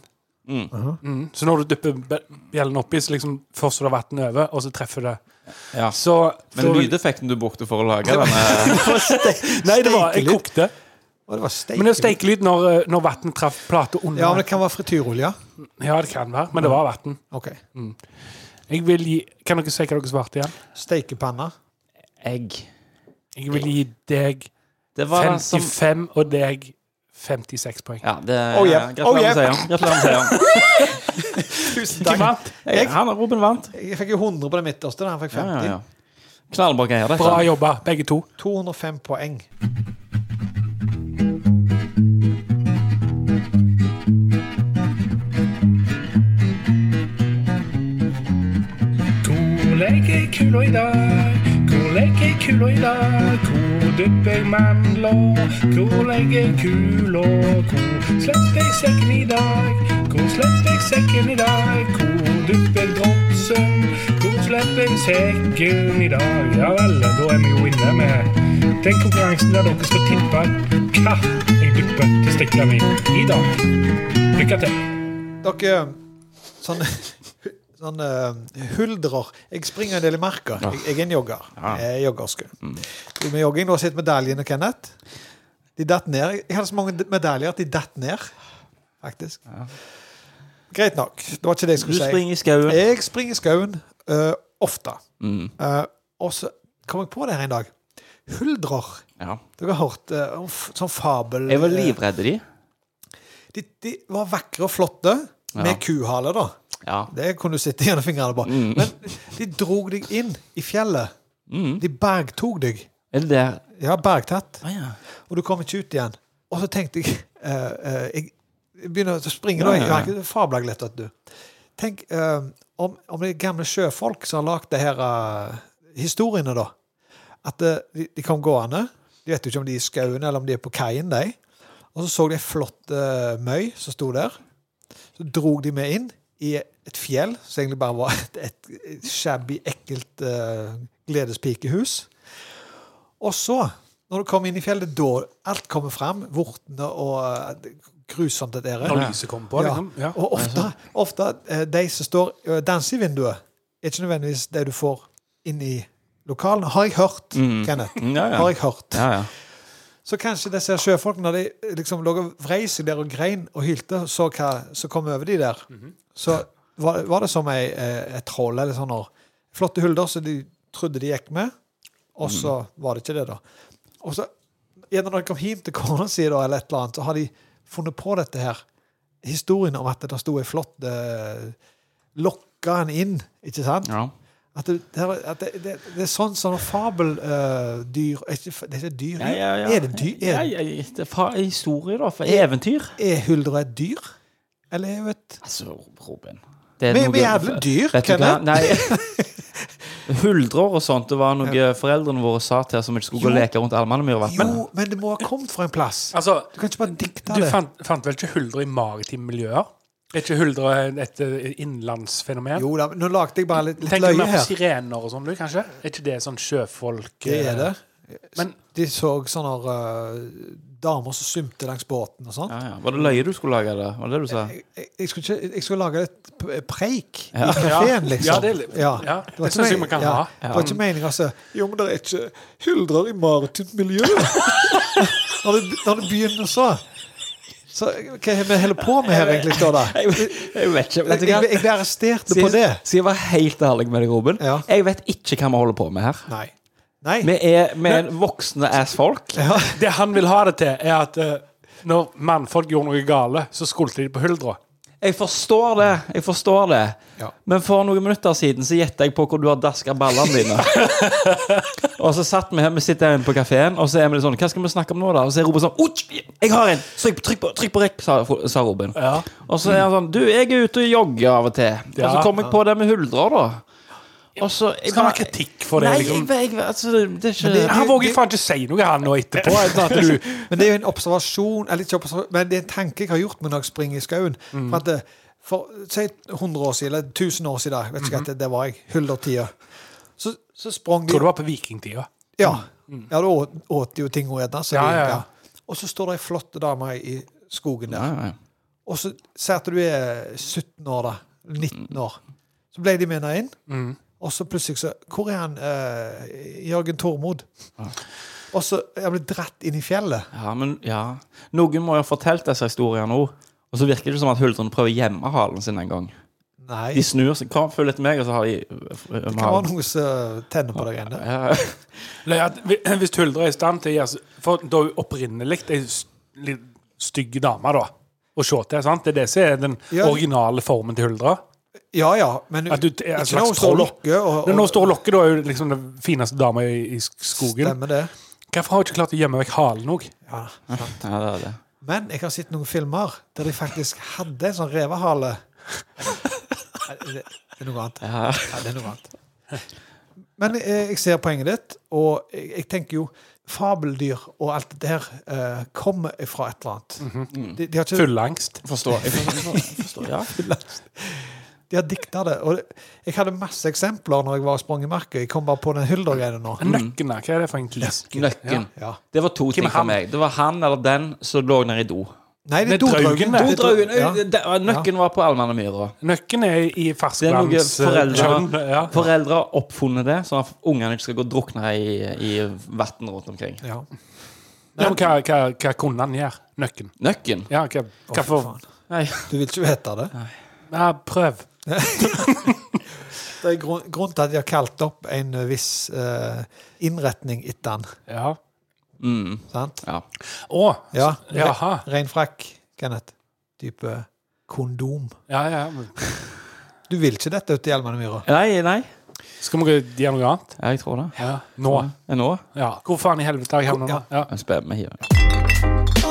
S2: Mm.
S6: Mm. Så når du dypper be- bjellen oppi, så liksom først er det vann over, og så treffer det.
S2: Ja.
S6: Så
S2: Men
S6: så-
S2: lydeffekten du brukte for å lage denne
S6: Nei, det var Jeg kokte.
S1: Og det var steik.
S6: Men det er steikelyd når, eh, når vann traff plata under.
S1: Ja, men det kan være frityrolje.
S6: Ja, det kan være, men det var vann.
S1: Ok.
S6: Jeg vil gi Kan dere si hva dere svarte igjen?
S1: Stekepanna.
S2: Egg.
S6: Jeg vil gi deg
S2: Det var den som
S6: 55 og deg 56 poeng.
S2: Ja, det
S1: Oh,
S2: ja,
S1: yeah. Oh,
S2: Gratulerer med
S1: yeah.
S2: seieren. Gratulerer med seieren.
S1: Tusen
S6: Hvem vant?
S2: Jeg- Han og Robin vant.
S1: Jeg fikk jo 100 på det midterste. da Han fikk
S2: Ja,
S1: 50.
S2: ja, ja. Knallbra greier, dette.
S6: Bra jobba, begge to.
S1: 205 poeng.
S3: Hvor leker kula i dag? Hvor leker kula i dag? Hvor dypper jeg mandler? Hvor legger kula? Hvor sletter jeg sekken i dag? Hvor sletter jeg sekken i dag? Hvor dypper jeg dropsen? Hvor sletter jeg sekken i dag? Ja vel, da er vi jo inne med den konkurransen der dere skal tippe hva jeg dypper til stikkene mine i dag. Lykke til.
S1: Dere um, sånn, sånne eh, huldrer. Jeg springer en del i marka. Jeg, jeg er en jogger.
S2: Ja.
S1: Jeg er joggerske. Du Med jogging, du har sett medaljen og Kenneth. De datt ned. Jeg hadde så mange medaljer at de datt ned, faktisk. Greit nok. Det var ikke det jeg
S2: Du
S1: skulle si. Eh.
S2: springer i skauen.
S1: Jeg springer i skauen eh, ofte.
S2: Mm.
S1: Eh, og så kom jeg på det her en dag. Huldrer.
S2: Ja.
S1: Dere har hørt eh, om f sånn fabel... eh,
S2: Jeg var livredd de.
S1: De, de var vakre og flotte, med
S2: Ja.
S1: kuhale, da.
S2: Ja.
S1: Det kunne du sitte gjennom fingrene på. Men de drog deg inn i fjellet.
S2: Mm.
S1: De bergtok deg.
S2: Er det der?
S1: Ja, bergtatt.
S2: Å ja.
S1: Og du kom ikke ut igjen. Og så tenkte jeg eh, eh, Jeg begynner å springe,
S2: Ja,
S1: da.
S2: ja,
S1: Jeg
S2: ja.
S1: har ikke fabla lett at du Tenk eh, om, om det er gamle sjøfolk som har lagd det her eh, historiene, da. At eh, de, de kom gående. De vet jo ikke om de er i skauen eller om de er på kaien, de. Og så så de ei flott eh, møy som sto der. Så drog de med inn i et fjell som egentlig bare var et, et, et shabby, ekkelt eh, gledespikehus. Og så, når du kommer inn i fjellet, da alt kommer fram. Vortene og eh, grusomt det der
S6: Når lyset kommer på,
S1: Ja.
S6: liksom. Ja.
S1: Og ofte, ofte eh, de som står og danser i vinduet, er ikke nødvendigvis det du får inn i lokalene. Har jeg hørt, Kenneth.
S2: Mm, ja, ja.
S1: Har jeg hørt.
S2: Ja, ja.
S1: Så kanskje disse sjøfolkene, når de eh, liksom lå og vrei seg der og grein og hylte, og så hva som kom over de der, så var, var det som ei, eh, et troll eller sånn og flotte hulder som de trodde de gikk med, og så var det ikke det, da. Og så, gjerne når de kom hjem til kona si, da, eller et eller annet, så har de funnet på dette her, historien om at det sto ei flott eh, Lokka han inn, ikke sant?
S2: ja.
S1: At, det, det, er- at det, det, det er sånn sånn fabeldyr er ikke, Det er ikke dyr?
S2: Ja, ja, ja.
S1: Er det dyr? Er,
S2: Ja, ja, ja. Det er fra historie, da. Fra eventyr.
S1: Er huldra et dyr? Eller er hun et
S2: Altså, Robin det
S1: Vi- vi er jævlig dyr,
S2: Vet du hva?
S1: Kenneth.
S2: Nei. Huldrer og sånt, det var noe foreldrene våre sa til oss om vi ikke skulle gå og leke rundt Almanemyrvatnet.
S1: Jo, men det må ha kommet fra en plass.
S6: Altså,
S1: Du kan ikke bare dikte
S6: du
S1: det.
S6: fant, fant vel ikke huldre i maritime miljøer? Er ikke huldre et eh, innlandsfenomen?
S1: Jo da, men nå lagde jeg bare litt, litt
S6: Tenker
S1: løye
S6: mer på
S1: her.
S6: sirener og sånn, du, kanskje? Er ikke det sånn sjøfolk
S1: Det er det.
S6: Men-
S1: de så sånne øh, damer som svømte langs båten og sånn.
S2: Ja, ja. Var det løye du skulle lage? Det? Var det det du sa?
S1: Jeg, jeg, skulle ikke, jeg skulle lage et p- preik
S2: Ja.
S1: i kafeen,
S6: Ja,
S1: liksom.
S6: det er litt- ja, det
S1: var ikke
S6: synes jeg
S1: men-
S6: man kan
S1: ja,
S6: ha.
S1: Det var ikke meninga altså. Jo, men det er ikke huldrer i maritimt miljø. når, det, når det begynner så Så hva er det vi holder på med her, egentlig, står det?
S2: Jeg, jeg vet ikke.
S1: Jeg, jeg, jeg ble arrestert på det.
S2: Skal jeg være helt ærlig med deg, Robin?
S1: Ja.
S2: Jeg vet ikke hva vi holder på med her.
S1: Nei. Nei.
S2: Vi er, vi er voksne ass folk.
S1: eh, Ja.
S6: Det han vil ha det til, er at eh, når mannfolk gjorde noe gale, så skulte de på huldra.
S2: Jeg forstår det. jeg forstår det
S1: Ja.
S2: Men for noen minutter siden så gjetta jeg på hvor du har daska ballene dine. og så satt vi her, vi sitter her inne på kafeen, og så er vi litt sånn Hva skal vi snakke om nå, da? Og så er Robin sånn «Oi, Jeg har en! Trykk, trykk på, trykk på rekk, sa, sa Robin.
S6: Ja.
S2: Og så er han sånn Du, jeg er ute og jogger av og til. Og så
S6: Ja.
S2: kom jeg på det med huldrer, da. Og så jeg
S6: Skal han ha
S2: bare-
S6: kritikk for det?
S2: Nei,
S6: liksom?
S2: jeg, jeg, altså, det er ikke
S1: det-
S6: Han våger faen ikke si noe, han nå etterpå. uten At du,
S1: Men det er jo en observasjon, eller ikke observasjon, men det er en tanke jeg har gjort meg når jeg springer i skauen.
S6: Mm.
S1: For at det, for si 100 år siden, eller 1000 år siden, vet
S6: Mm-hmm.
S1: ikke at det, det var jeg, huldertida, så, så sprang de
S6: tror det var på vikingtida.
S1: Ja, ja du åt, åt jo ting og gjerne. så
S6: Ja,
S1: de-
S6: ja, ja.
S1: Og så står det ei flott dame i skogen der.
S2: Nei, nei.
S1: Og så si at du er 17 år, da. 19 år. Så ble de med henne inn.
S6: Mm.
S1: Og så plutselig så Hvor er han eh, Jørgen Tormod? Og så er han blitt dratt inn i fjellet.
S2: Ja, men ja. Noen må jo ha fortalt disse historiene nå. Og så virker det som at huldrene prøver å gjemme halen sin en gang.
S1: Nei.
S2: De snur seg, kom, følg etter meg, og så har de øh,
S1: Det kan være noe som tenner på deg ennå.
S2: Ja,
S6: Eller at vi- Hvis huldra er i stand til å gjøre s- For da er hun opprinnelig ei s- litt stygg dame, da. Å se til, sant? Det er det som er den
S1: Ja.
S6: originale formen til huldra.
S1: Ja ja, men
S6: At du er en
S1: ikke
S6: slags
S1: når hun står og
S6: troll.
S1: lokker og,
S6: Når hun
S1: og
S6: står og lokker, da er hun liksom den fineste dama i, i skogen.
S1: stemmer det.
S6: Hvorfor har hun ikke klart å gjemme vekk halen òg?
S1: Ja.
S2: ja det er det.
S1: Men jeg har sett noen filmer der de faktisk hadde en sånn revehale. Nei, Det det er noe annet.
S2: Ja.
S1: Ja, det er noe annet. Men eh, jeg ser poenget ditt, og jeg, jeg tenker jo fabeldyr og alt det der eh, kommer fra et eller annet.
S6: Mhm.
S1: de, de har ikke
S6: Fullangst.
S2: Forstår. Jeg forstår, jeg forstår. Ja.
S1: De har dikta det. Og det- jeg hadde masse eksempler når jeg var og sprang i marka. Jeg kom bare på den Hulder-greia nå.
S6: Nøkken, da. Hva er det for en list?
S2: Mm. Nøkken.
S1: Ja.
S2: Det var to
S6: er
S2: ting for
S6: han?
S2: meg. Det var han eller den som lå nede i do.
S1: Nei, det er
S6: Med
S1: Dodraugen.
S6: draugen, det.
S2: Dodraugen.
S1: Ja.
S2: øy, det- ah, Nøkken var på Allmennmyra.
S6: Nøkken er i
S2: Det er noe foreldre,
S6: ferskvannskjønn. Ja.
S2: foreldre har oppfunnet det, så at ungene ikke skal gå og drukne i, i vann rundt omkring.
S1: Ja.
S6: Ja, men hva, hva, hva kunne han gjøre? Nøkken?
S2: Nøkken?
S6: Ja, hva,
S1: Å,
S6: hva for
S1: faen.
S2: Nei.
S1: Du vil ikke vite det?
S6: ja, Prøv.
S1: Det er grunn, grunn til at de har kalt opp en eh, viss eh, innretning etter han.
S6: Ja.
S2: Mm,
S1: Sant?
S2: ja.
S6: Å!
S1: Ja.
S6: Jaha.
S1: Ren frakk, Kenneth. Type kondom.
S6: Ja, ja. men
S1: Du vil ikke dette ute i Elmanemyra?
S2: Nei, nei.
S6: Skal vi gå- gjøre noe annet?
S2: Ja, jeg tror det.
S6: Ja. Nå?
S2: Er det Nå?
S6: Ja. Hvor faen i helvete har jeg havna nå? Ja.
S2: Jeg spør meg her.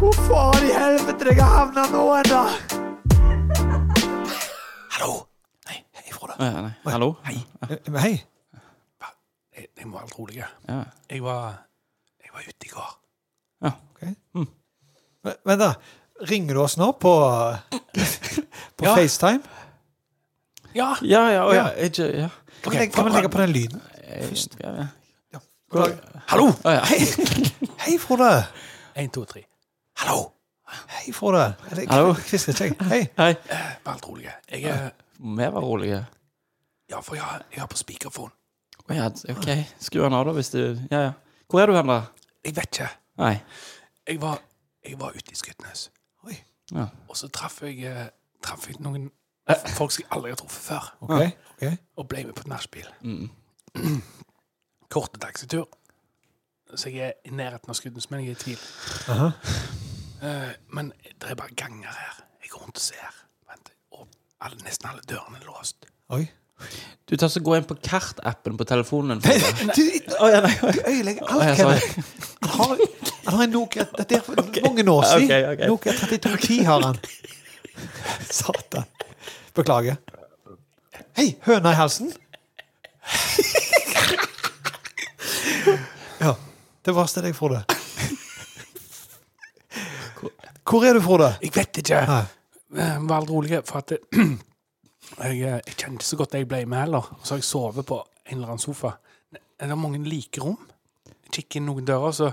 S1: Hvor faen i helvete jeg har havna nå ennå?
S2: Nei, nei. Hallo?
S1: Hei.
S6: Jeg, jeg må være litt rolig.
S2: Ja.
S6: Jeg var, jeg var ute i går.
S1: Men- Vent, da. Ringer du oss nå på, på
S6: Ja.
S1: FaceTime?
S6: Ja!
S2: Ja, ja, å, ja. Ikke, ja.
S1: Kan vi legge, kan vi legge på den lyden?
S2: Først. Ja, ja.
S1: God dag.
S6: Hallo!
S2: Å, ja.
S1: Hei, Frode.
S6: Én, to, tre.
S1: Hallo. Hei, Frode. Er det-
S2: Hallo.
S1: Kvisker ikke jeg? Hei.
S2: Hei.
S6: Vær litt rolig. Jeg er
S2: Vi var rolige.
S6: Ja, for jeg har, jeg har på speakerphone.
S2: Å, ja, OK. Skru den av, da, hvis du Ja, ja. Hvor er du hen, da?
S6: Jeg vet ikke.
S2: Nei.
S6: Jeg var, jeg var ute i Skudenes.
S1: Oi.
S2: Ja.
S6: Og så traff jeg, eh, traff jeg noen folk som jeg aldri har truffet før.
S1: Ok, ok.
S6: Og ble med på et nachspiel.
S2: Mm.
S6: Kort taxitur. Så jeg er i nærheten av Skudenes, men jeg er i tvil.
S1: Aha.
S6: Eh, men det er bare ganger her. Jeg går rundt og ser. Vent, og alle, nesten alle dørene er låst.
S1: Oi.
S2: Du tar så gå inn på kartappen på telefonen din. for-
S1: Du, du ødelegger
S2: Å,
S1: alt,
S2: ja,
S1: Kenneth.
S2: sorry.
S1: Han har, han har en Nokia Dette er for mange år siden.
S2: Ok, ok.
S1: Nokia 3210 har han. Satan. Beklager. Hei, høna i halsen. Ja. Det varsler deg, Frode. Hvor er du, Frode?
S6: Jeg vet ikke!
S1: Nei.
S6: Eh, Vær litt rolig, for at det, jeg, eh, jeg kjente ikke så godt jeg ble med heller. Og så har jeg sovet på en eller annen sofa. Er det mange like rom? Jeg kikker inn noen dører, så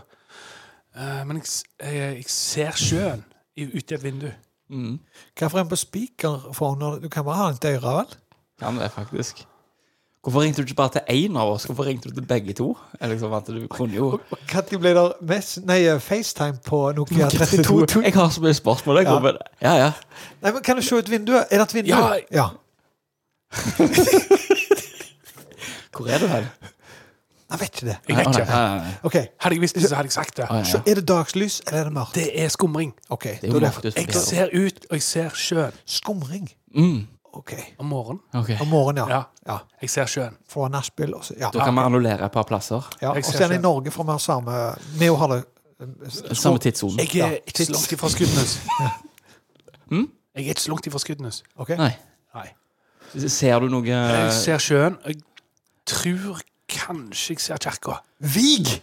S6: eh, Men jeg, s- jeg, jeg ser sjøen i- ute i et vindu.
S2: Mm.
S1: Hvorfor er han på speakerphone? Du kan bare ha den til øret, vel?
S2: Kan det, faktisk. Hvorfor ringte du ikke bare til én av oss? Hvorfor ringte du til begge to? Eh, Liksom at du kunne jo
S1: Når ble det mess- nei, eh, FaceTime på Nokia 3210?
S2: Jeg har så mye spørsmål. Jeg
S1: Ja.
S2: kommer. Ja, ja.
S1: Nei, men Kan du se ut vinduet? Er det et vindu?
S6: Ja.
S2: Hvor er du hen?
S1: Jeg vet ikke det.
S6: Jeg vet
S2: Nei,
S6: ikke.
S2: nei, nei, nei.
S1: Ok,
S6: Hadde jeg visst det, så hadde jeg sagt det.
S2: Å, ja,
S1: Så
S2: ja.
S1: er det dagslys, eller er det mørkt?
S6: Det er skumring.
S1: Ok,
S2: Det
S1: da
S2: er jo
S1: er
S2: mørkt
S1: det
S2: ute.
S6: Jeg ser ut, og jeg ser sjøen
S1: skumring.
S2: Mm.
S1: Ok.
S6: om morgenen.
S2: Ok.
S1: Om morgenen, ja.
S6: Ja,
S1: ja.
S6: jeg ser sjøen.
S1: Fra nachspiel og så Ja.
S2: Da kan vi annullere et par plasser.
S1: ja. Og
S6: Jeg
S1: så
S6: ser
S1: er det i
S6: selv.
S1: Norge, for vi har samme Vi òg har det
S2: Samme tidssone.
S6: Jeg er
S1: Ja,
S6: ikke så
S1: tids.
S6: langt ifra Skudenes. Jeg er ikke så langt ifra Skudenes.
S1: Ok?
S2: Nei.
S6: Nei.
S2: Ser du noe
S6: Jeg ser sjøen. Jeg tror kanskje jeg ser kirka.
S1: Vig!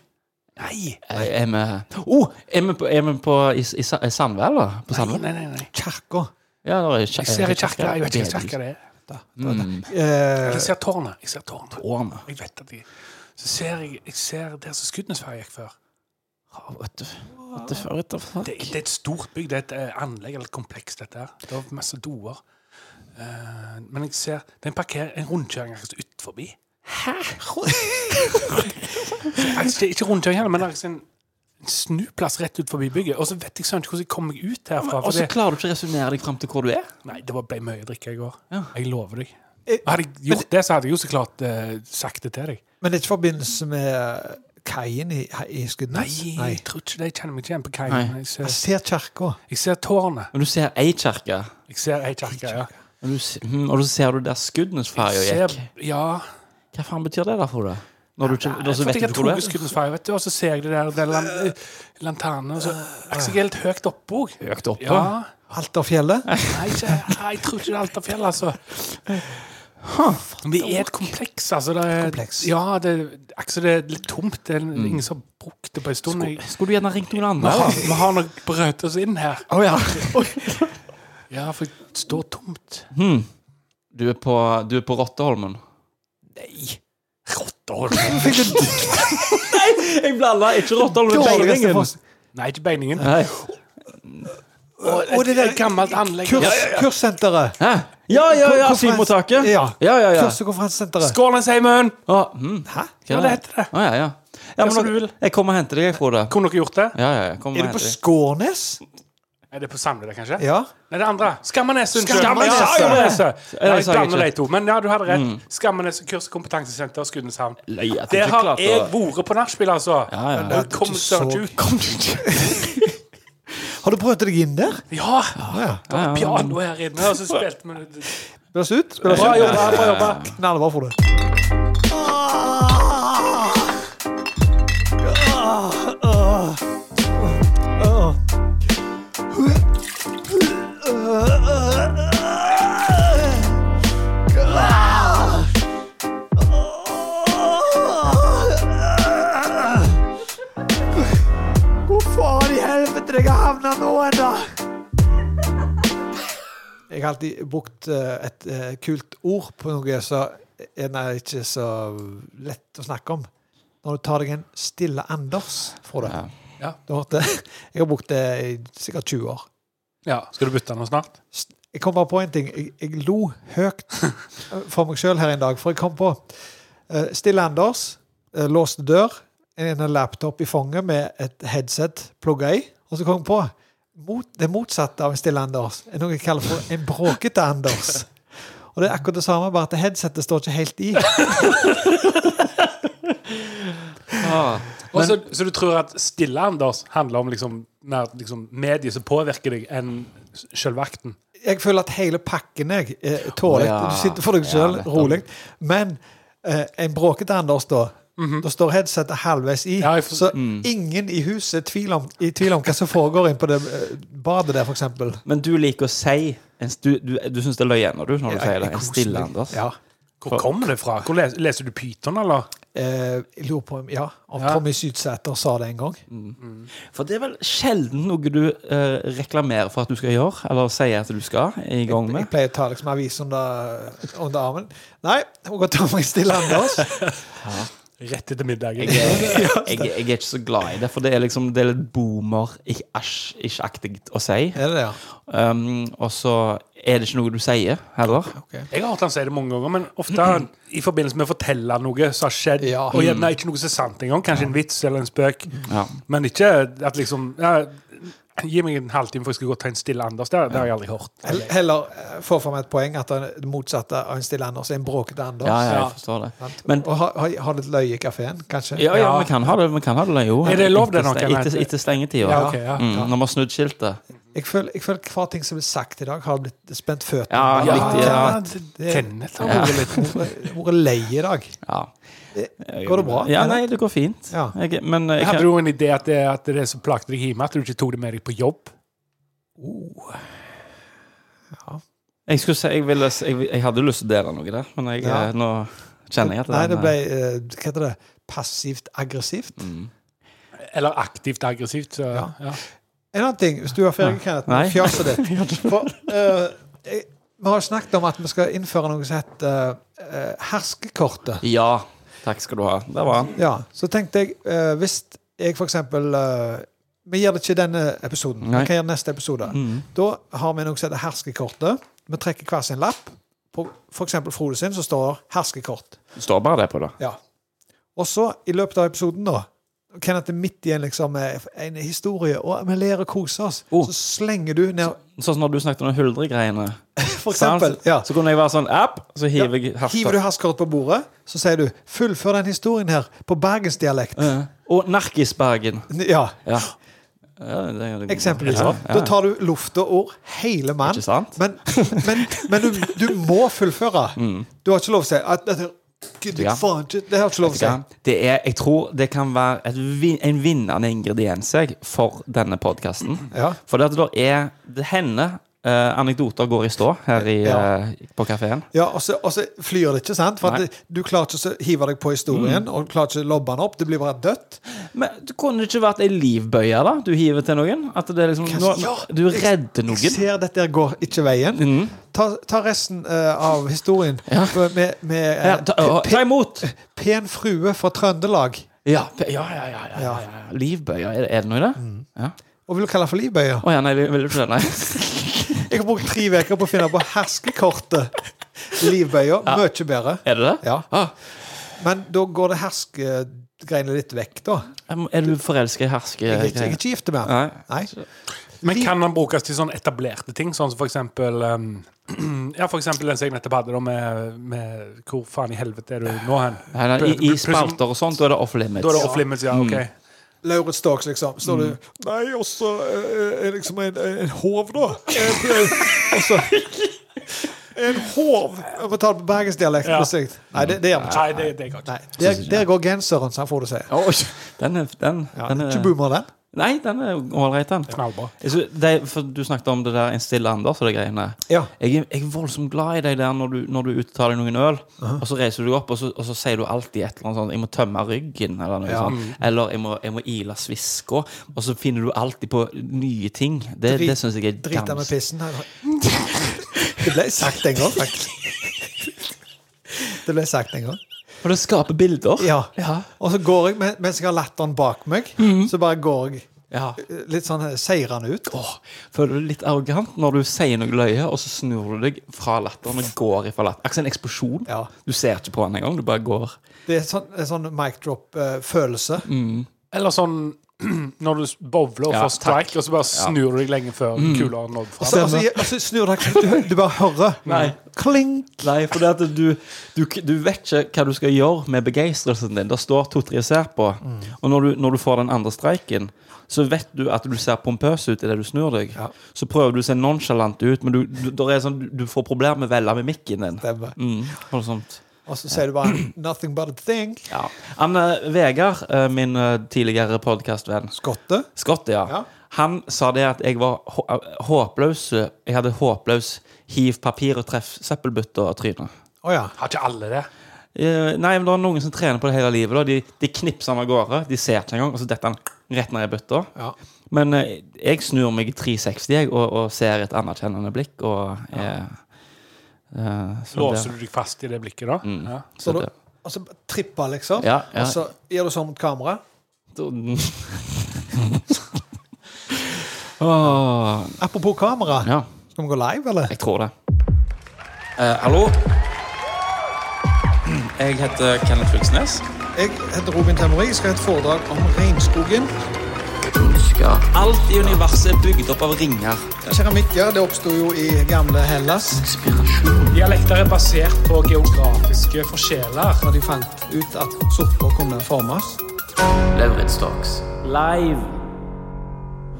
S6: Nei.
S2: Eh, Er vi oh, er vi på, er vi på i, i, Sa- i Sandve, eller? På eh,
S6: Nei,
S2: Sandve?
S6: nei, nei, nei.
S1: Kirka.
S2: Ja, der er
S6: Jeg ser i kirka. Jeg vet ikke hva kirka det er.
S2: Mm.
S1: Eh,
S6: Jeg ser tårnet. Jeg ser tårnet.
S2: Årene.
S6: Jeg vet at de Så ser jeg, jeg ser der som Skudenesferja gikk før.
S2: Ja, What the, what the, what the fuck?
S6: Det, det er et stort bygg. Det er et eh, anlegg eller et kompleks, dette her. Det er masse doer. Eh, men jeg ser Det er en, parker, en rundkjøring akkurat utenfor. Hæ? det er ikke rundkjøring heller, men det er faktisk en, en snuplass rett utenfor bygget. Og så vet jeg søren ikke hvordan jeg kom meg ut herfra.
S2: Og
S6: For
S2: så
S6: det,
S2: klarer du ikke å resonnere deg fram til hvor du er?
S6: Nei, det var- ble mye drikke i går.
S2: Ja.
S6: Jeg lover deg.
S1: Eh,
S6: Hadde jeg gjort det, så hadde jeg jo så klart eh, sagt det til deg.
S1: men det er ikke forbindelse med eh, kaien i, i Skudenes?
S6: Nei, jeg tror ikke det. Jeg kjenner meg ikke igjen på kaien.
S2: Nei.
S6: Jeg
S1: Jeg
S6: ser,
S1: ser kirka.
S6: jeg ser tårnet.
S2: Men du ser ei kirke,
S6: Jeg ser ei kirke, ja.
S2: og, du se- mm, og så ser du der Skudenesferja
S6: Jeg
S2: gikk.
S6: ser- Ja.
S2: Hva faen betyr det der for deg? Når du ikke da så vet du
S6: Fordi jeg har
S2: ikke hvor du
S6: tatt
S2: er?
S6: skuddensfeil, vet du, og så ser jeg det der, det lan eh, lanterne, og så Jeg er helt høyt oppe òg.
S2: Høyt oppe?
S6: Ja.
S1: Alterfjellet.
S6: Nei, ikke, nei, jeg tror ikke det er Altafjell, altså. Vi er et kompleks, Mm. altså. Det er,
S1: Kompleks.
S6: Ja, det, er- altså, det er litt tomt. Det er ingen som har brukt det på en stund. Jeg,
S2: Skulle du gjerne ringt noen
S6: vi,
S2: andre?
S6: har, vi har nok brøt oss inn her.
S9: Å ja.
S6: Ja, for det står tomt.
S2: Hmm. Du er på, du er på Rotteholmen.
S9: Nei.
S6: Rotteholmen.
S2: Jeg blanda ikke Rotteholmen
S6: Dårligste foss- Nei, ikke Beiningen.
S2: Nei.
S6: Og, det der gammelt anlegg.
S1: Kurs, kurssenteret!
S2: Hæ? Ja, ja, ja,
S1: Konferanse-
S2: asylmottaket.
S1: Ja.
S2: ja, ja. ja.
S1: Kurs- og konferansesenteret.
S6: Skålandsheimen!
S2: Å, hmm.
S1: Hæ?
S2: Hva
S6: Ja, det heter det.
S2: Å, ja, ja. ja
S6: som
S2: men,
S6: du
S2: nå-
S6: vil.
S2: jeg kommer og henter deg, Frode.
S6: Kunne dere gjort det?
S2: Ja, ja, ja. Kom og
S1: Er du på
S2: henter deg.
S1: Skånes?
S6: Er det på Samle, det, kanskje?
S1: Ja.
S6: Nei, det andre. Skammernes. Unnskyld.
S2: Skammernes,
S6: Ja, Skammerneset.
S2: Ja,
S6: Nei,
S2: jeg
S6: Jeg
S2: sa ikke.
S6: blander de to. Men ja, du hadde rett. Skammernes kurs- og kompetansesenter Skudeneshavn.
S2: Nei, jeg tror
S6: Der
S2: ikke
S6: har
S2: klart å-
S6: jeg vært på nachspiel, altså.
S2: Ja, ja, ja.
S6: Og Kom
S1: så-
S6: søren ikke sånn ut.
S9: Kom du ikke
S1: Har du prøvd deg inn der?
S6: Ja!
S2: Ja, ja, ja.
S6: Piano her inne, og så spilte vi
S1: Spilles ut? Spilles
S6: Bra
S1: ut?
S6: jobba, bra jobba.
S1: Knallbra, Frode.
S2: Ah.
S1: Hvor faen i helvete jeg har havna nå ennå? Jeg har alltid brukt eh, et eh, kult ord på noe som er nei, ikke så lett å snakke om. Når du tar deg en stille Anders, Frode.
S2: Ja.
S6: Ja.
S1: Du har hørt det? Jeg har brukt det i sikkert 20 år.
S6: Ja, Skal du bytte nå snart?
S1: Jeg kom bare på en ting. Jeg, jeg lo høyt eh, for meg sjøl her en dag, for jeg kom på eh, Stille Anders, eh, låste dør, en laptop i fanget med et headset plugga i, og så kom jeg på mot, det motsatte av en Stille Anders er noe jeg kaller for en bråkete Anders. Og det er akkurat det samme, bare at headsetet står ikke helt i.
S2: Ah.
S6: Og så, så du tror at Stille Anders handler om liksom, mer, liksom mediet som påvirker deg, enn selve akten?
S1: Jeg føler at hele pakken jeg eh, tåler.
S2: Å, ja.
S1: Du sitter for deg
S2: Ja,
S1: sjøl,
S2: nettopp.
S1: rolig. Men eh, en bråkete Anders, da. Da står headsetet halvveis i,
S6: Mhm. Ja, jeg mm. for-
S1: så ingen i huset er tvil om, i tvil om hva som foregår inne på det eh, badet der, f.eks.
S2: Men du liker å si en stu, Du, du syns det er løye når du, når du sier det. En stille Anders.
S1: Ja.
S6: Hvor kommer det fra? Hvor les, leser du Pyton, eller?
S1: Eh, jeg lurer på om, ja, om
S6: Ja.
S1: Tommy Sydsæter sa det en gang.
S2: For det er vel sjelden noe du eh, reklamerer for at du skal gjøre, eller sier at du skal i gang
S1: Jeg
S2: med.
S1: pleier å ta liksom avis under, under armen. Nei, hun går Tommy Stille Anders.
S6: Rett etter middagen.
S2: Jeg, jeg, jeg er ikke så glad i det, for det er liksom Det er litt boomer-ish-aktig å si.
S1: Er det det, ja?
S2: Um, og så er det ikke noe du sier heller.
S6: Jeg har hørt han si det mange ganger, men ofte i forbindelse med å fortelle noe som har skjedd,
S1: Ja.
S6: og gjerne ikke noe som er sant engang, kanskje en vits eller en spøk,
S2: Ja.
S6: men ikke at liksom ja, Gi meg en halvtime for jeg skal gå og ta en Stille Anders. Det, det har jeg aldri hørt.
S1: Hell- Heller eh, få fram et poeng at det motsatte av en Stille Anders er en bråkete Anders.
S2: Ja, ja,
S6: Ja.
S2: jeg forstår det.
S1: Sant?
S2: Men-
S1: og ha, ha, ha litt løye i kafeen, kanskje?
S2: Ja, ja,
S6: Ja.
S2: vi kan ha det. Vi kan ha det da, jo.
S6: Er det lov, det,
S2: Etter-
S6: noen heter?
S2: Etter, etter stengetida.
S6: Ja, ok, ja.
S2: Mm, når vi har snudd skiltet.
S1: Jeg føler, jeg føler hver ting som blir sagt i dag, har blitt spent føttene.
S2: Ja, litt, ja.
S1: Det-
S6: Kenneth har vært litt
S1: Vært vært lei i dag.
S2: Ja.
S1: Går det bra?
S2: Ja, nei, det går fint.
S1: Ja.
S2: Jeg, men jeg
S6: Hadde
S2: kan,
S6: du en idé at det, at det er det som plagte deg hjemme, at du ikke tok det med deg på jobb?
S2: jeg skulle si jeg, ville, s- jeg, jeg hadde lyst til å dele noe der, men jeg,
S1: Ja.
S2: eh, nå kjenner jeg at
S1: Nei, det
S2: den,
S1: ble
S2: eh,
S1: eh, Hva heter det? Passivt aggressivt?
S2: Mm.
S6: Eller aktivt aggressivt? Så, ja.
S1: En annen ting, hvis du er ferdig, Kenneth,
S2: Nei.
S1: med fjaset ditt For, eh, jeg, Vi har snakket om at vi skal innføre noe som heter eh, herskekortet.
S2: eh, Ja. Takk skal du ha. Der var han.
S1: Ja, så tenkte jeg eh, Hvis jeg for eksempel eh, Vi gjør det ikke i denne episoden.
S2: Nei.
S1: Vi kan gjøre det neste episode.
S2: Mm.
S1: Da har vi noe som heter herskekortet. Vi trekker hver sin lapp. På for eksempel Frode sin så står det 'herskekort'.
S2: Det står bare det på det.
S1: Ja. Og så, i løpet av episoden, da Kenneth er midt i en, liksom, eh, en historie, og vi ler og koser oss.
S2: Oh.
S1: Så slenger du ned
S2: Sånn som når du snakket om de huldregreiene.
S1: For eksempel.
S2: Sant?
S1: Ja.
S2: Så kunne jeg være sånn app, så hiver jeg
S1: Hiver du
S2: hersker.
S1: herskekort på bordet, så sier du 'fullfør den historien her' på bergensdialekt.
S2: Eh, Og Narkisbergen.
S1: Ja.
S2: Ja. Ja, det er jo det-
S1: Eksempelvis.
S2: Ja,
S1: Da
S2: ja.
S1: tar du lufta og hele mann.
S2: Ikke sant?
S1: Men, men, men du, du må fullføre. Du har ikke lov å si at dette gidder
S2: Mm. Ja.
S1: jeg faen ikke. Det har jeg ikke lov å si.
S2: Vet du hva? Det er, jeg tror det kan være et, vin- en vinnende ingrediens jeg, for denne podkasten.
S1: Ja.
S2: For det, at det er, det hender eh, anekdoter går i stå her i,
S1: Ja.
S2: eh, på kafeen.
S1: Ja, og så, og så flyr det ikke, sant? For
S2: Nei. Mm.
S1: at det- du klarer ikke å hive deg på historien, og du klarer ikke å lobbe den opp. Det blir bare dødt.
S2: Men det kunne det ikke vært ei livbøye da, du hiver til noen? At det er liksom, nå,
S1: Ja,
S2: Du redder
S1: Jeg
S2: noen.
S1: ser dette her går ikke veien.
S2: Mm.
S1: Ta, ta resten eh, av historien For med, med eh,
S2: Ja, ta, å, ta imot!
S1: Pen frue fra Trøndelag.
S2: Ja, ja, ja. ja, ja, ja, ja. Livbøye, er, er det noe i det?
S1: Mm.
S2: Ja.
S1: Og vil du kalle det for livbøyer?
S2: Å ja, nei, vil du ikke det? Nei.
S1: Jeg har brukt tre uker på å finne på herskekortet. Livbøyer. Mye bedre.
S2: Er det det?
S1: Ja.
S2: Ah,
S1: Men da går det herskegreiene litt vekk, da.
S2: er du forelska i herske...
S1: Jeg er ikke, jeg er ikke gift med han.
S2: Nei.
S1: Nei.
S6: Men kan den brukes til sånn etablerte ting, sånn som for eksempel um, Ja, for eksempel den som jeg nettopp hadde, da, med, med Hvor faen i helvete er du nå hen?
S2: Nei, nei, i, I spalter og sånt, da er det off limits.
S6: Da er det off
S1: mm.
S6: limits, ja. OK.
S1: Lauritz Stokes, liksom. Står du Nei, og så eh, er liksom en, en håv, da. Eh, En, og så altså. En håv! Jeg må ta det på bergensdialekt.
S6: Ja.
S1: på sikt. Nei, det, det gjør vi ikke.
S6: Nei, det, det går ikke.
S1: Nei. Der, der går genseren, sånn får du si.
S2: Oi, den er, den,
S1: Ja,
S2: den
S1: ikke
S2: er
S1: boomer, den.
S2: Nei, den er ålreit, den.
S6: Knallbra.
S2: Jeg synes- de- for Du snakket om det der En stille Anders og de greiene.
S1: Ja.
S2: Jeg, er- jeg er voldsomt glad i deg der når du, når du uttar deg noen øl, og så reiser du deg opp, og så, og så sier du alltid et eller annet sånn 'Jeg må tømme ryggen', eller noe sånt. Eller jeg må, 'Jeg må ile sviska', og så finner du alltid på nye ting. Det,
S1: Drit-
S2: det syns jeg er
S1: Drita med
S2: gams.
S1: pissen. Her. Det ble sagt en gang, faktisk. Det ble sagt en gang.
S2: For det skaper bilder.
S1: Ja. Mm. Og så går jeg, men- mens jeg har latteren bak meg, så bare går jeg
S2: Ja.
S1: eh, litt sånn eh, seirende ut.
S2: Åh, føler du deg litt arrogant når du sier noe løye, og så snur du deg fra latteren og går ifra latteren? Akkurat som en eksplosjon.
S1: Ja.
S2: Du ser ikke på den engang, du bare går.
S1: Det er sånn, en sånn mic drop-følelse.
S2: Mm.
S6: Eller sånn når du bowler og
S2: Ja,
S6: får strike, og så bare snur du deg lenge før
S1: Mm.
S6: kula har nådd
S1: Og så,
S6: fram.
S1: og så- og så Altså, snur du deg, du bare hører.
S2: Nei.
S1: Kling!
S2: Nei, for det at du, du, du vet ikke hva du skal gjøre med begeistrelsen din. Det står to-tre ser på.
S1: Mm.
S2: Og når du, når du får den andre streiken, så vet du at du ser pompøs ut idet du snur deg.
S1: Ja.
S2: Så prøver du å se nonchalant ut, men du, du, der er sånn, du, du får problemer med vella med mikken din.
S1: Stemmer.
S2: Mm, noe sånt.
S1: Og så sier du bare 'nothing but a thing'.
S2: Ja. Han, eh, Vegard, eh, min eh, tidligere podkastvenn,
S1: Skottet.
S2: Scott, ja.
S1: Ja.
S2: Han sa det at jeg var hå- håpløs. Jeg hadde håpløs hiv, papir og treff søppelbøtter av trynet.
S1: Å ja.
S6: Har ikke alle det?
S2: Eh, nei, men det er noen som trener på det hele livet. Da. De, de knipser han av gårde. De ser ikke engang, og så detter han rett ned i bøtta.
S1: Ja.
S2: Men eh, jeg snur meg i 360 jeg, og, og ser et anerkjennende blikk. Og, eh, eh, så
S6: Låser
S2: det-
S6: du deg fast i det blikket da? Ja.
S1: Så
S2: så
S1: du,
S2: det-
S1: og så tripper, liksom.
S2: Ja, ja.
S1: Og så gjør du sånn mot kamera.
S2: Åh,
S1: Apropos kamera.
S2: ja,
S1: Skal vi gå live, eller?
S2: jeg tror det. Eh, hallo? Jeg heter Kenneth Fylkesnes.
S1: Jeg heter Robin Temmerig. Jeg skal ha et foredrag om regnskogen.
S2: Alt i universet er bygd opp av ringer.
S1: Keramikker det oppsto jo i gamle Hellas.
S3: Dialekter er basert på geografiske forskjeller.
S1: Når de fant ut at sopper kunne formes.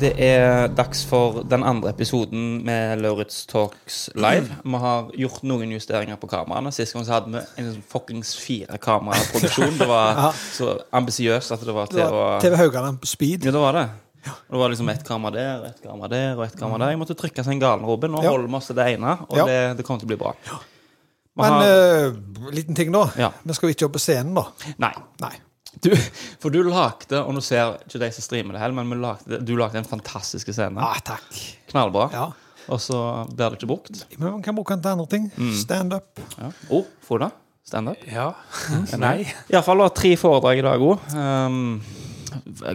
S2: Det er dags for den andre episoden med Lauritz Talks live.
S1: Mm.
S2: Vi har gjort noen justeringer på kameraene. Sist gang så hadde vi en sånn fuckings fire kameraproduksjon. Det var så ambisiøst at det var til
S1: Det
S2: å
S1: var TV Haugaland på speed.
S2: Ja, det var det. Og det var liksom ett kamera der, ett kamera der og ett kamera der. Jeg måtte trykke seg en galen, Robin. Nå
S1: Mm. Ja.
S2: holder vi oss til det ene, og
S1: Ja.
S2: det, det kommer til å bli bra. Vi
S1: Men
S2: har,
S1: eh, liten ting, da.
S2: Ja.
S1: Vi skal jo ikke opp på scenen, da.
S2: nei.
S1: Nei.
S2: Du, for du lagde, og nå ser ikke de som streamer det heller, men vi lagde, du lagde en fantastisk scene.
S1: Ah, takk.
S2: Knallbra.
S1: Ja.
S2: Og så blir det ikke brukt.
S1: Men man kan bruke den til andre ting. Standup.
S2: Ja. Oh, Frode. Standup.
S6: ja. Mm. Nei.
S2: Iallfall har tre foredrag i dag òg. Um,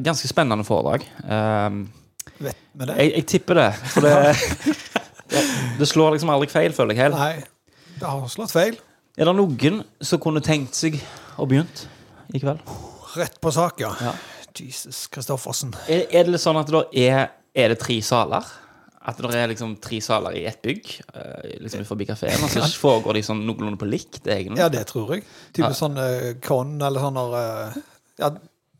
S2: ganske spennende foredrag. Um,
S1: Vet vi det?
S2: jeg, jeg tipper det, for det, det, det slår liksom aldri feil, føler jeg helt.
S1: Nei. Det har slått feil.
S2: Er det noen som kunne tenkt seg å begynt i kveld?
S1: Rett på sak, ja.
S2: Ja.
S1: Jesus Christoffersen.
S2: Er, er det litt sånn at det da er, er det tre saler? At det er liksom tre saler i ett bygg eh, liksom forbi kafeen? Og så foregår de sånn noenlunde på likt, egentlig?
S1: Ja, det tror jeg. Type sånn eh, Con eller sånn eh, Ja,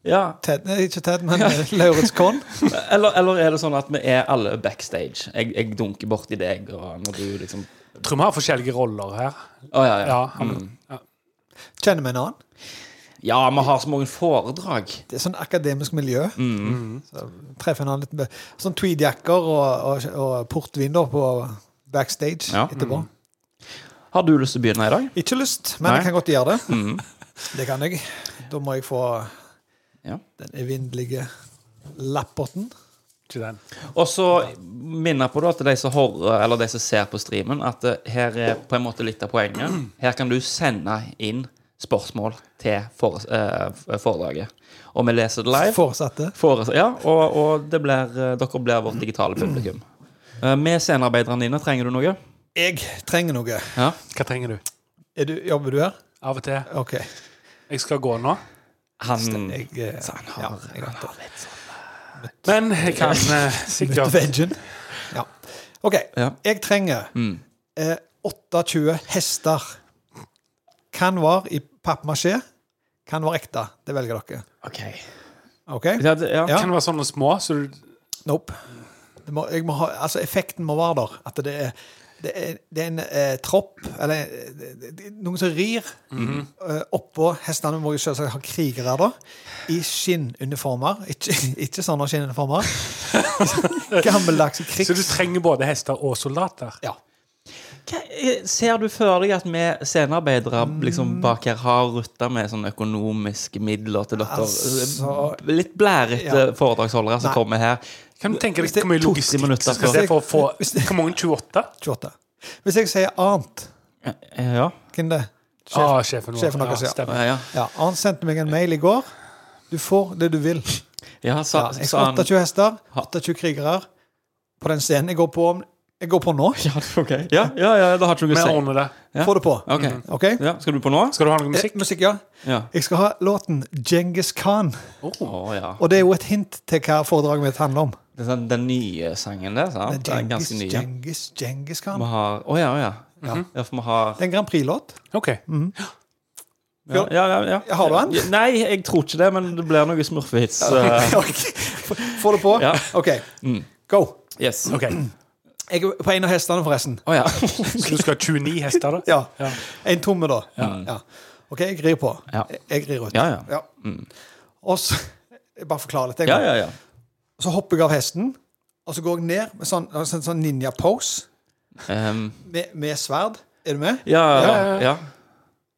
S2: Ja.
S1: Ted Nei, ikke Ted, men eh, Lauritz Con.
S2: Eller, eller er det sånn at vi er alle backstage? Jeg, jeg dunker borti deg, og når du liksom
S6: Tror vi har forskjellige roller her.
S1: Mm.
S2: Å, ja, ja.
S6: Ja, han,
S1: Kjenner vi en annen?
S2: Ja, vi har så mange foredrag.
S1: Det er sånn akademisk miljø. Så treffer en annen litt med- Sånn tweedjakker og, og, og portviner på backstage
S2: Ja.
S1: etterpå.
S2: Har du lyst til å begynne i dag?
S1: Ikke lyst, men
S2: Nei. Mhm.
S1: jeg kan godt gjøre det. Det kan jeg. Da må jeg få
S2: Ja.
S1: den evinnelige lapperten.
S6: Ikke den.
S2: Og så minner på da til de som hører, eller de som ser på streamen, at eh, her er på en måte litt av poenget. Her kan du sende inn spørsmål til fore, eh, foredraget. Og vi leser det live.
S1: Foresatte.
S2: Fore, ja, og, og det blir, eh, dere blir vårt digitale publikum. Eh, Med scenearbeiderne dine, trenger du noe?
S1: Jeg trenger noe.
S2: Ja.
S6: Hva trenger du?
S1: Er du, jobber du her?
S6: Av og til.
S1: OK.
S6: Jeg skal gå nå.
S2: Han
S1: Jeg, eh, ja, jeg vet det.
S6: Men jeg kan eh,
S1: Møtte
S6: sikkert
S1: veggen. Ja. OK.
S2: Ja. Mm.
S1: Jeg trenger eh, 28 hester. Kan være i pappmasjé, kan være ekte. Det velger dere.
S2: OK.
S1: OK?
S2: Ja, det, ja.
S1: Ja.
S6: kan være sånne små, så du
S1: Nope. Det må, jeg må ha, altså, effekten må være der. At det er det er, det er en eh, tropp, eller eh, det- det er noen som rir
S6: Mhm.
S1: eh, oppå hestene. Må jo selvsagt ha krigere, da. I skinnuniformer. Ikke, ikke sånne skinnuniformer. Gammeldagse krigs...
S6: Så du trenger både hester og soldater?
S1: Ja.
S2: Hva- eh, Ser du for deg at vi scenearbeidere
S1: Mm.
S2: liksom, bak her har rutta med sånne økonomiske midler til dere?
S1: Altså-
S2: Litt blærete
S1: Ja.
S2: foredragsholdere som
S1: Nei.
S2: kommer her.
S6: Kan du tenke
S1: Hvis
S6: deg
S1: det
S6: hvor mye
S2: to
S6: logistikk
S2: minutter
S6: som skal
S1: før-
S6: til for å få
S1: Hvis det-
S6: Hvor mange? 28?
S1: 28. Hvis jeg sier annet
S2: Eh, Ja.
S1: Hvem det? Sjef,
S6: Ah, sjefen vår.
S1: sjefen deres, ja.
S6: ja, stemmer.
S2: Ja,
S1: Ja, han sendte meg en mail i går. Du får det du vil.
S2: ja
S1: Ja,
S2: sa,
S1: jeg
S2: sa
S1: skal
S2: han
S1: 28 hester, 28 krigere på den scenen jeg går på, om- jeg går på nå.
S2: ja, ok. ja, ja, ja, da har ikke noe
S6: Vi
S2: å si.
S6: ordner det.
S2: Ja.
S1: Få det på. Mm.
S2: Ok.
S1: OK?
S2: Ja, skal du på nå?
S6: Skal du ha noe
S1: Eh,
S6: musikk?
S1: Musikk, ja.
S2: Ja.
S1: Jeg skal ha låten Genghis Khan.
S2: Å, ja.
S1: Og det er jo et hint til hva foredraget mitt handler om.
S2: Det er sånn, den nye sangen der, sant? Det er
S1: Genghis,
S2: ganske ny.
S1: Genghis, Genghis Khan.
S2: Vi har Å ja, å ja. Ja, for vi har
S1: Det er en Grand Prix-låt.
S6: OK.
S2: ja, ja, ja, ja.
S1: Har du den?
S2: Nei, jeg tror ikke det, men det blir noe smurfehits. eh,
S1: Ok. Få det på.
S2: Ja. Mm.
S1: OK. Go.
S2: Yes. Å
S6: ok
S1: Jeg er på en av hestene, forresten.
S2: ja.
S6: Så du skal ha 29 hester, da?
S1: Ja. En tomme, da. Mm. Ja. OK, jeg rir på.
S2: Ja.
S1: Jeg rir ut.
S2: Ja, ja.
S1: Og så Jeg bare forklarer litt. Jeg.
S2: Ja, ja, ja.
S1: Så hopper jeg av hesten, og så går jeg ned med sånn, sånn, sånn ninja-pose
S2: Ehm,
S1: med, med sverd. Er du med?
S2: ja,
S6: Ja,
S2: ja,
S6: ja, ja.
S2: ja.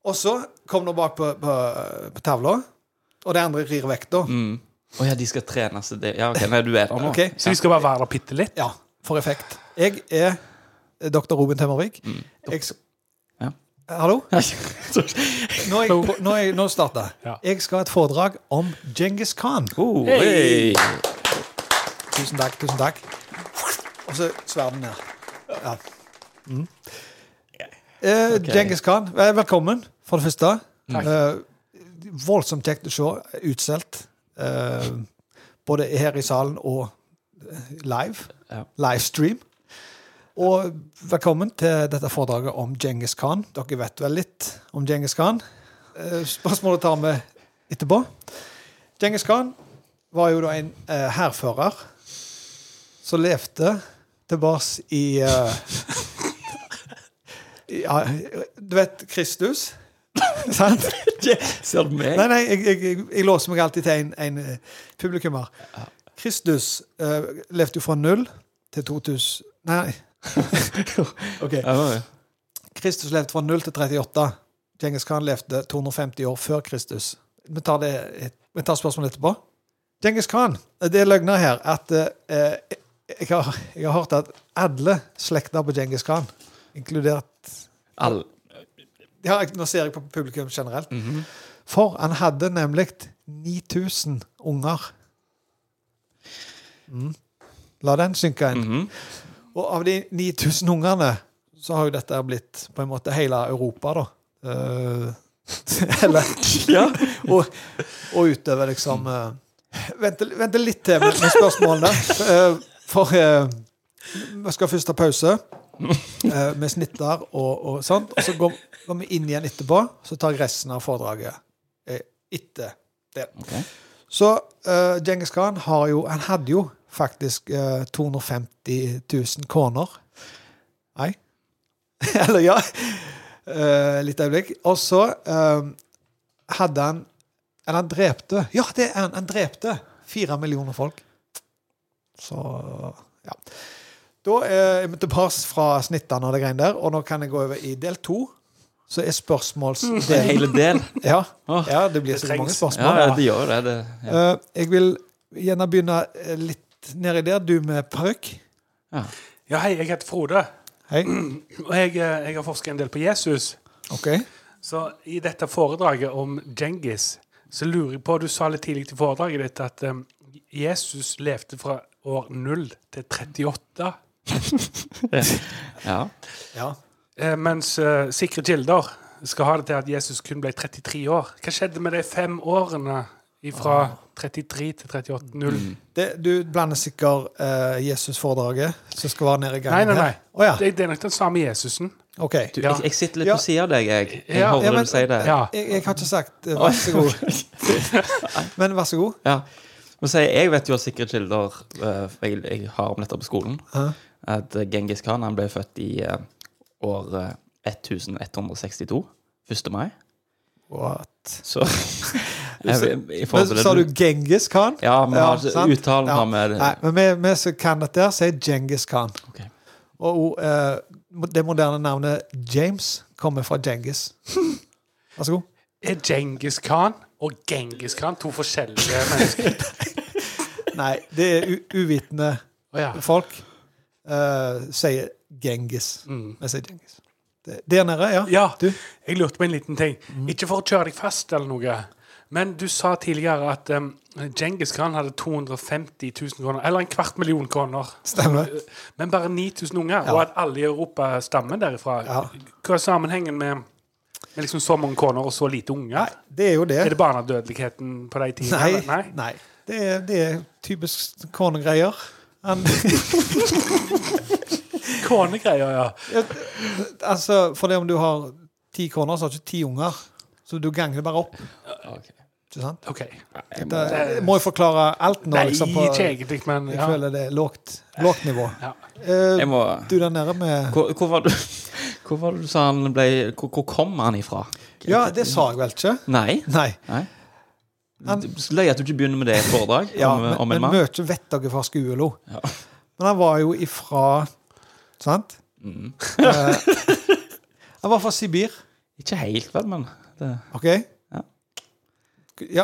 S1: Og så kommer du bak på, på, på tavla, og de andre rir vekk, da.
S2: Mm. Å ja, de skal trene seg det Ja, ok, nei, du er der nå.
S1: Ok.
S6: Så de skal bare være der bitte litt?
S1: Ja, for effekt. Jeg er dr. Robin Temmervik. Jeg s-
S2: Mm. Ja.
S1: Hallo? Nå, er jeg på, nå, er jeg, nå starter jeg.
S6: Ja.
S1: Jeg skal ha et foredrag om Genghis Khan.
S2: Oh, hey.
S6: Hey.
S1: Tusen takk, tusen takk. Og så sverden ned. Ja. Mm. Eh, Genghis Khan, eh, velkommen, for det første. Eh, voldsomt kjekt å se. Utsolgt. Eh, både her i salen og eh, live.
S2: Ja.
S1: Livestream. Og velkommen til dette foredraget om Genghis Khan. Dere vet vel litt om Genghis Khan? Eh, Spørsmålet tar vi etterpå. Genghis Khan var jo da en eh, hærfører som levde tilbake i eh, i- ja, Du vet Kristus? Sant?
S2: Ser du meg?
S1: Nei, nei, jeg, jeg, jeg, jeg låser meg alltid til en, en eh, publikummer. Kristus eh, levde jo fra null til 2000 Nei. ok.
S2: Ja, ja, ja.
S1: Kristus levde fra 0 til 38. Genghis Khan levde 250 år før Kristus. Vi tar, det, et- vi tar spørsmålet etterpå. Genghis Khan, det er løgner her at eh, jeg, har, jeg har hørt at alle slekter på Genghis Khan, inkludert
S2: All,
S1: ja, jeg- Nå ser jeg på publikum generelt. For han hadde nemlig 9000 unger. Mm. La den synke inn. Og av de 9000 ungene så har jo dette blitt på en måte hele Europa, da. Eh, eller
S2: ja.
S1: og, og utøve liksom eh, vente, vente litt til med, med spørsmålene. eh, for eh, vi skal først ta pause eh, med snitter og, og sånt. Og så går, går vi inn igjen etterpå, så tar jeg resten av foredraget eh, etter det.
S2: Ok.
S1: Så uh, Djengis Khan har jo, han hadde jo faktisk eh, 250 000 kroner. Nei? Eller ja. Eh, litt øyeblikk. Og så eh, hadde han Eller han drepte. Ja, det er han. Han drepte fire millioner folk. Så ja. Da er vi tilbake fra snittene og det greiene der, og nå kan jeg gå over i del to. Så er spørsmålsdelen
S2: Hele del.
S1: ja.
S2: Åh.
S1: ja, det blir så mange
S6: trengs.
S1: spørsmål.
S2: Ja, ja, det gjør jo det. det ja.
S1: Eh, jeg vil gjerne begynne eh, litt nedi der. Du med parykk.
S6: Ja, hei, jeg heter Frode,
S1: Hei.
S6: og jeg, eh, jeg har forsket en del på Jesus.
S1: OK.
S6: Så i dette foredraget om Djengis, så lurer jeg på Du sa litt tidlig i foredraget ditt at eh, Jesus levde fra år 0 til 38.
S2: ja.
S1: Ja.
S6: Eh, mens eh, sikre kilder skal ha det til at Jesus kun ble 33 år. Hva skjedde med de fem årene fra 33 til 38? Null?
S1: Det, du blander sikkert eh, Jesus-foredraget, som skal være nede i
S6: Nei,
S1: gangen
S6: nei, nei.
S1: her. Å ja.
S6: Det, det er nok den samme Jesusen.
S1: OK.
S2: Du,
S6: Ja.
S2: jeg, jeg sitter litt
S1: Ja.
S2: på sida av deg, jeg. Jeg
S6: Ja,
S1: ja,
S2: hører
S1: men-
S2: du si det.
S6: Ja.
S1: Jeg, jeg har ikke sagt eh, vær så god. Men vær så god.
S2: Ja. Men så jeg, jeg vet jo av sikre kilder eh, for jeg, jeg har om dette på skolen,
S1: Ja.
S2: at eh, Genghis Khan han ble født i eh, år eh, 1162. 1. mai.
S1: What?
S2: Så jeg, i forhold
S1: Men,
S2: til det
S1: sa du Genghis Khan?
S2: Ja, men
S1: Ja,
S2: altså,
S1: sant?
S2: uttalen
S1: Ja.
S2: har med
S1: Nei, men vi, vi som kan dette, her, sier Genghis Khan.
S2: Ok.
S1: Og eh, det moderne navnet James kommer fra Genghis. Vær så god.
S6: Er Djengis Khan og Genghis Khan to forskjellige mennesker?
S1: Nei, det er u uvitende
S6: Å ja.
S1: folk eh, sier Genghis.
S6: Mm.
S1: Vi sier Genghis. Det- Der nede, ja.
S6: ja.
S1: Du? Mm.
S6: Jeg lurte på en liten ting. Ikke for å kjøre deg fast eller noe, men du sa tidligere at um, Djengis Khan hadde 250 000 kroner, eller en kvart million kroner.
S1: Stemmer.
S6: Men bare 9000 unger, og at alle i Europa stammer derifra.
S1: Ja.
S6: Hva er sammenhengen med, med liksom så mange koner og så lite unger?
S1: Det er jo det.
S6: Er det barnedødeligheten på de tidene?
S1: Nei.
S6: eller?
S1: Nei. Det, er, det er typisk korngreier. Han-
S6: Konegreier, ja.
S1: altså, for det om du har ti korner, så har du ikke ti unger. Så du ganger det bare opp.
S2: Ok.
S1: Ikke sant?
S6: OK.
S1: Det, jeg må jo forklare alt nå,
S6: Nei,
S1: liksom. På,
S6: ikke egentlig, men
S1: jeg
S6: ja.
S1: føler det er lågt, lågt nivå.
S6: Ja.
S1: Eh,
S2: Jeg må
S1: du der nede med
S2: hvor, hvor var du Hvor var det du sa han ble Hvor, hvor kom han ifra?
S1: Ja, det sa jeg vel ikke?
S2: Nei?
S1: Nei.
S2: Nei.
S1: Han-
S2: Du- så Løy at du ikke begynner med det i et foredrag
S1: Ja,
S2: om,
S1: men,
S2: om en
S1: men
S2: mann.
S1: mye vet dere fra skolen.
S2: Ja.
S1: Men han var jo ifra Sant?
S2: Mm.
S1: Eh, han var fra Sibir,
S2: Ikke helt, vel, men det,
S1: OK?
S2: Ja.
S1: Ja,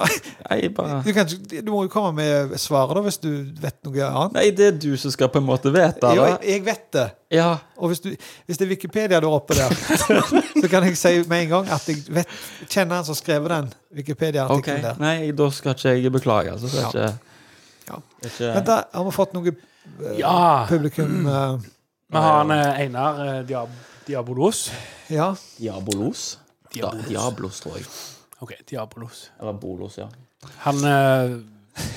S2: Nei, bare
S1: du, kan, ikke- du må jo komme med svaret, da, hvis du vet noe annet.
S2: Nei, det er du som skal på en måte vite
S1: Jo,
S2: det.
S1: jeg, jeg vet det.
S2: Ja.
S1: Og hvis, du, hvis det er Wikipedia der oppe der, så kan jeg si med en gang at jeg vet, kjenner han som skrev den
S2: OK.
S1: Wikipedia-artikkelen der.
S2: Nei, da skal ikke jeg beklage. Altså, så er
S1: Ja. Ja.
S2: ikke, det er
S1: Vent,
S2: ikke
S1: da har vi fått noe eh,
S6: Ja.
S1: publikum eh,
S6: Vi har han eh, Einar eh, Diab Diabolos.
S1: Ja.
S2: Diabolos? Da,
S6: Diabolos.
S2: Diablos, tror jeg.
S6: OK, Diabolos.
S2: Eller Bolos, ja.
S6: Han eh,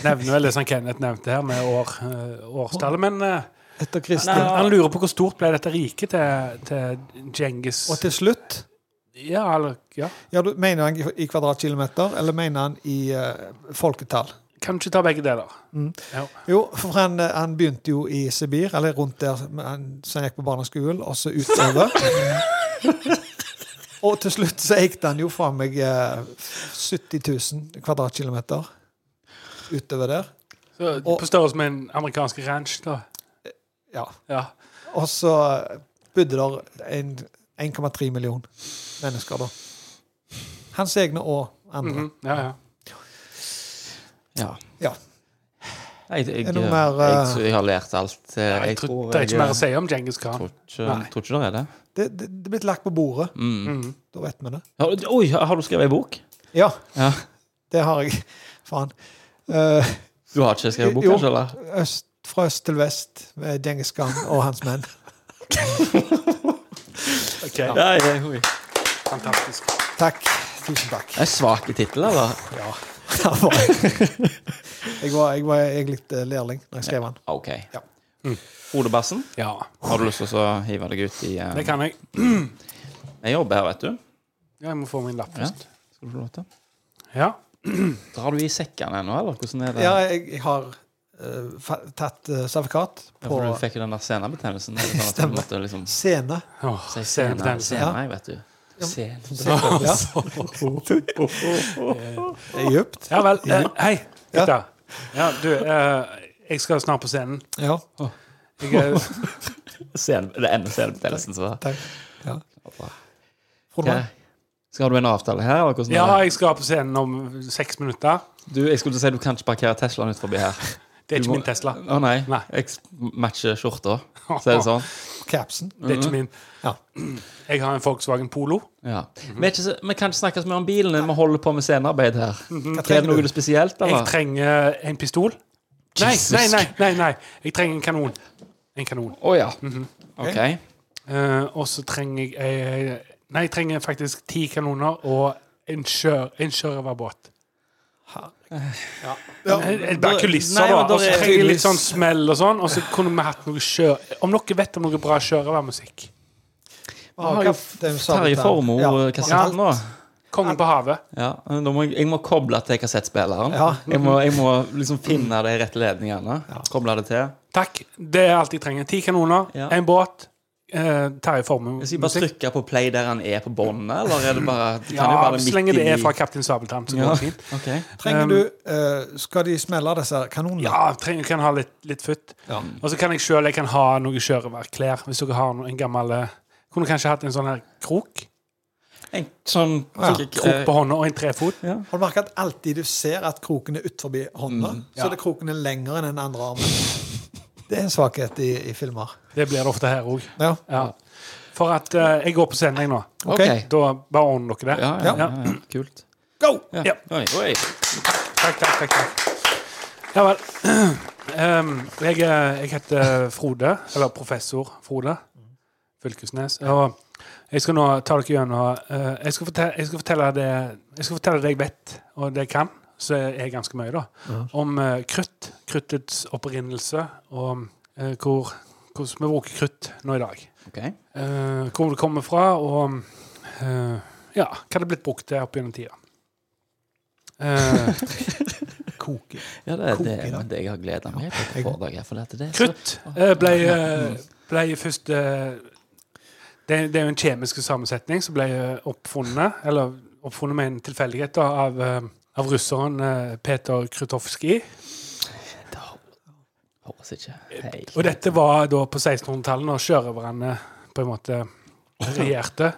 S6: nevner vel det som Kenneth nevnte her, med år, eh, årstallet, men eh,
S1: Etter
S6: han,
S1: Kristin.
S6: han lurer på hvor stort ble dette riket til, til Djengis
S1: Og til slutt
S6: Ja, eller ja.
S1: Ja, du Mener han i- i kvadratkilometer, eller mener han i eh, folketall?
S6: Kan du ikke ta begge deler? Ja.
S1: Jo, for han, eh, han begynte jo i Sibir, eller rundt der som han, så han gikk på barneskolen, og så utover. og til slutt så gikk han jo fra meg eh, 70 000 kvadratkilometer utover der.
S6: Så,
S1: Og-
S6: på størrelse med en amerikansk ranch, da.
S1: Ja.
S6: Ja.
S1: Og så bodde der en- 1,3 million mennesker, da. Hans egne og andre.
S6: Mhm. ja, ja.
S2: ja.
S1: Ja.
S2: Nei, jeg, jeg,
S1: Er det
S2: jeg,
S1: noe mer, eh,
S2: tror jeg har lært alt. eh,
S6: Jeg,
S2: Jeg
S6: tror,
S2: tror
S6: det er ikke mer å
S2: jeg
S6: si om Djengis Khan.
S2: Tror ikke,
S6: Nei.
S2: tror ikke det er det.
S1: Det, det, det er blitt lagt på bordet.
S2: Mm.
S6: Mhm.
S1: Da vet vi det.
S2: Har, oi, har du skrevet ei bok?
S1: Ja.
S2: Ja.
S1: Det har jeg. Faen. Eh,
S2: Du har ikke skrevet bok,
S1: Jo.
S2: kanskje? eller?
S1: øst, fra øst til vest med Djengis Khan og hans menn.
S6: Ok,
S2: Ja, ja, oi.
S6: Fantastisk.
S1: Takk. Tusen takk.
S2: Det er svake titler, da.
S1: Ja. det var Jeg Jeg var, jeg var egentlig litt eh, lærling når jeg skrev den.
S2: OK. Mm.
S1: Ja.
S2: Hodebassen,
S6: Ja,
S2: har du lyst til å hive deg ut i eh,
S6: det kan jeg.
S2: Jeg jobber her, vet du.
S6: Jeg må få min lapp
S2: Ja.
S6: først.
S2: Skal du få lov til?
S6: Ja.
S2: Drar du i sekkene ennå, eller? Hvordan er det?
S1: Ja, jeg, jeg har eh, fa tatt uh, sertifikat
S2: Ja,
S1: på
S2: for sånn du fikk jo den der senebetennelsen. Stemmer. Liksom,
S1: scene.
S6: Åh,
S2: si
S6: senebetennelse.
S2: sene, jeg vet du.
S6: Senebrenner.
S1: Egypt.
S6: Ja vel. eh, hei,
S1: Ja.
S6: gutta. Ja, du, eh, jeg skal snart på scenen.
S1: Ja,
S6: Jeg eh, er
S2: Sen, det ender senebetennelsen, så
S1: takk. Ja.
S2: Hva?
S1: Frode,
S2: Skal du ha en avtale her? Eller hvordan er
S6: Ja,
S2: det?
S6: jeg skal på scenen om seks minutter.
S2: Du, jeg skulle si du kan ikke parkere Teslaen ut forbi her.
S6: Det er
S2: Du
S6: ikke
S2: må-
S6: min Tesla.
S2: Å nei.
S6: Nei.
S2: Jeg s- matcher skjorta. Så er det sånn.
S1: capsen.
S6: Det er ikke min.
S1: Ja.
S6: Jeg har en Volkswagen Polo.
S2: Ja. Vi, er ikke, så- vi kan ikke snakke så mye om bilen. Vi holder på med scenearbeid her.
S6: Mhm.
S2: Er det
S1: trenger
S2: noe
S1: du?
S2: du spesielt,
S6: Jeg
S2: eller?
S6: trenger en pistol. Nei,
S2: Jesus.
S6: nei, nei, nei, nei. Jeg trenger en kanon. En kanon.
S2: Å ja. Mhm. OK.
S6: Eh, og så trenger jeg eh, Nei, jeg trenger faktisk ti kanoner og en kjør, en sjørøverbåt.
S1: Ja.
S6: Eh, eh, Bare kulisser,
S2: Nei,
S6: da.
S2: men da
S6: Og så
S2: er-
S6: trenger jeg litt sånn smell og sånn. Og så kunne vi hatt noe sjø... Om dere vet om noe bra sjørøvermusikk?
S1: har jo Terje
S2: Terje
S1: eh,
S2: Formoe-kassetten nå.
S6: Kongen på havet.
S2: Ja, men da må jeg, jeg må koble til kassettspilleren.
S1: Ja.
S2: Jeg, må, jeg må liksom finne de rette ledningene. Koble det til.
S6: Takk. Det er alt jeg trenger. Ti kanoner,
S2: Ja.
S6: en båt, eh, Terje
S2: Jeg skal jeg bare
S6: Formue-musikk.
S2: trykke på play der han er på båndet, eller er det bare det kan jo
S6: Ja,
S2: være
S6: så
S2: midt
S6: lenge det
S2: i-
S6: er fra Kaptein Sabeltann, så
S2: Ja.
S6: går det fint.
S2: Ok.
S1: Trenger du eh, Skal de smelle disse kanonene?
S6: Ja, jeg trenger, kan ha litt, litt futt.
S1: Ja.
S6: Og så kan jeg sjøl ha noe sjørøverklær. Hvis dere har noen, en gammel eh, Kunne kanskje hatt en sånn her krok.
S2: En sånn
S1: Ja.
S2: så-
S6: Krok på hånda og en trefot.
S1: Har du merket at alltid du ser at kroken er utenfor hånda, så er det kroken er lengre enn den andre armen? Det er en svakhet i, i filmer.
S6: Det blir det ofte her òg.
S1: Ja.
S6: Ja. For at eh, Jeg går på scenen, jeg nå.
S1: Ok.
S2: Ok.
S6: Da bare ordner dere det.
S2: Ja, ja, ja, ja. Kult.
S1: Go!
S2: Ja.
S6: Ja.
S2: Oi, oi.
S6: Takk, takk, takk. takk. Ja vel. Ehm, jeg, eh, jeg heter Frode, eller professor Frode Fylkesnes. Og jeg skal nå ta dere gjennom eh, jeg, skal fortelle, jeg skal fortelle det Jeg skal fortelle det jeg vet, og det jeg kan, så er ganske mye, da. Om eh, krutt, kruttets opprinnelse, og eh, hvor, hvordan vi bruker krutt nå i dag.
S2: Ok.
S6: Eh, hvor det kommer fra, og eh, ja, hva det er blitt brukt til opp gjennom tida. Eh,
S1: Koke.
S2: Ja, det er
S1: Koke,
S2: det,
S1: da.
S2: men det jeg har gleda meg til på dager. For dette, det er så-
S6: Krutt eh, ble, eh, ble først eh, det, det er jo en kjemisk sammensetning som ble eh, oppfunnet, eller oppfunnet med en tilfeldighet, da, av, eh, av russeren eh, Peter Krutowski.
S2: Det høres ikke helt
S6: Og dette var da på 1600-tallet, når sjørøverne på en måte regjerte.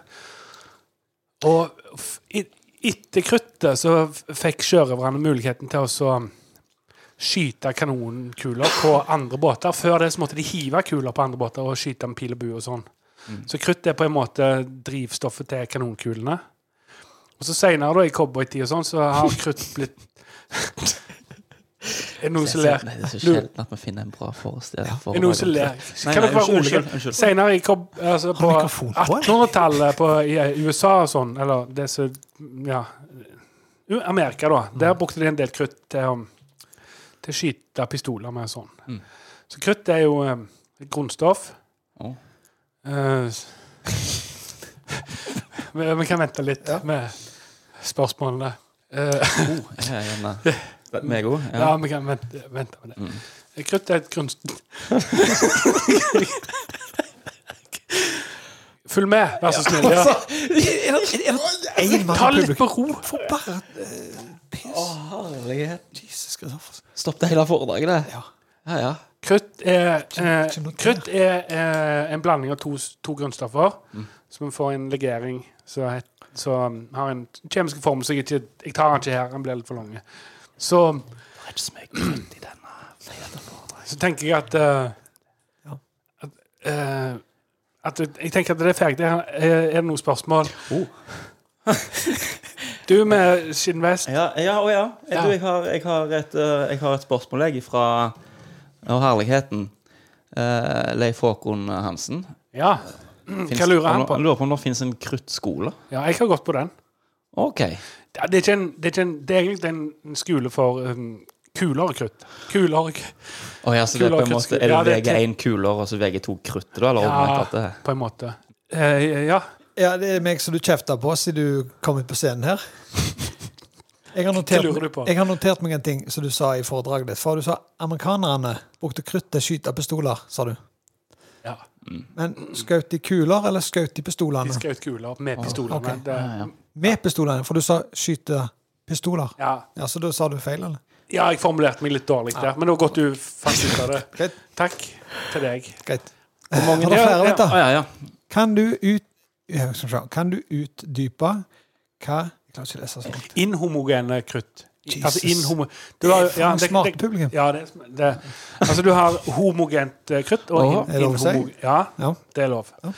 S6: Og f- i- etter kruttet så f- fikk sjørøverne muligheten til å så skyte kanonkuler på andre båter. Før det så måtte de hive kuler på andre båter og skyte med pil og bue og sånn.
S2: Mm.
S6: Så krutt er på en måte drivstoffet til kanonkulene. Og så seinere, da, i cowboytid og sånn, så har krutt blitt Er det noen som ler?
S2: Nei, Det er så
S6: Du-
S2: sjelden at vi finner en bra forestilling. for-
S6: er noen som ler.
S2: Nei,
S6: Kan
S2: nei,
S6: dere være
S2: unnskyld,
S6: rolige?
S2: unnskyld.
S6: Senere i kom, altså, på
S1: mikrofon på, eller?
S6: 1800-tallet på, i eh, USA og sånn, eller det som Ja. U- Amerika, da. Der brukte de en del krutt til, um, til å skyte pistoler med og sånn. Så krutt er jo um, et grunnstoff.
S2: Ja.
S6: Eh, s- vi, vi kan vente litt med spørsmålene. Eh,
S2: Ja, ja, nei. Vi er gode?
S6: Ja, Mm.
S2: Ja.
S6: vi kan vente, vente med det. Krutt er et kunst... Følg med, vær så snill. Ja.
S1: Én mann
S6: Ta
S1: i
S6: det litt
S1: publikum.
S6: på ro.
S1: Bare
S2: Herlighet.
S1: Jesus Christoffersen.
S2: Stopp det hele foredraget, det. Ja, ja.
S6: Krutt er, eh,
S1: Ikke noe til.
S6: krutt er eh, en blanding av to, s- to grunnstoffer.
S2: Mm.
S6: Så vi får en legering som het- som har en kjemisk form som jeg ikke Jeg tar den ikke her, den blir litt for lang. Så,
S2: Det er ikke så mye krutt i denne.
S6: så tenker jeg at eh,
S1: Ja.
S6: at, eh, at Jeg tenker at det er ferdig. Er, er det noen spørsmål?
S2: Oh.
S6: Du med skinnvest.
S2: Ja, ja, å ja.
S6: Ja.
S2: Du, jeg har, jeg har, et, eh, jeg har et spørsmål jeg fra Å, herligheten. Eh, Leif Håkon Hansen.
S6: Ja.
S2: Finnes-
S6: Mm, Hva lurer han på?
S2: lurer på om det finnes en kruttskole.
S6: ja, jeg har gått på den.
S2: OK.
S6: Ja, Det er, ikke en, det, er ikke en, det er egentlig en- en skole for um, kuler og krutt. Kuler og k-
S2: Å ja, så det er, på
S6: Kuler og
S2: en måte,
S6: kruttskole.
S2: er
S6: Ja,
S2: det
S6: det er
S2: VG1 kuler og så VG2 kruttet, da? Eller omvendt at det
S6: ja, på en måte. Eh, ja.
S1: Ja, det er meg som du kjefta på siden du kom ut på scenen her. Jeg har, notert,
S6: lurer du på?
S1: jeg har notert meg en ting som du sa i foredraget ditt. For du sa amerikanerne brukte krutt til å skyte pistoler, sa du.
S6: ja.
S1: Men skjøt de kuler, eller skjøt de
S6: De
S1: pistolene?
S6: skjøt kuler med
S1: Ah,
S6: pistolene.
S1: ok.
S6: Det,
S2: Ja, ja.
S1: Med pistolene, for du sa skyte pistoler.
S6: ja.
S1: Ja, Så da sa du feil, eller?
S6: ja, jeg formulerte meg litt dårlig der, men nå har godt du fant ut av det.
S1: Greit.
S6: Takk til deg.
S1: Greit. Har du flere,
S6: Ja,
S1: vet
S2: Å,
S1: du?
S2: ja, ja.
S1: Kan du ut... Ja, skal vi se. Kan du utdype hva Jeg klarer ikke å lese så langt.
S6: Inhomogene krutt.
S1: Jesus.
S6: Altså inhomo... Du
S1: Det
S6: har-
S1: er
S6: ja,
S1: faen
S6: det-
S1: smart
S6: det-
S1: publikum.
S6: Ja, det, det. Altså, du har homogent eh, krutt og
S2: Åh,
S6: in-
S1: er det lov å si?
S6: inhomo- Ja,
S1: Ja.
S6: det er lov.
S1: Ja.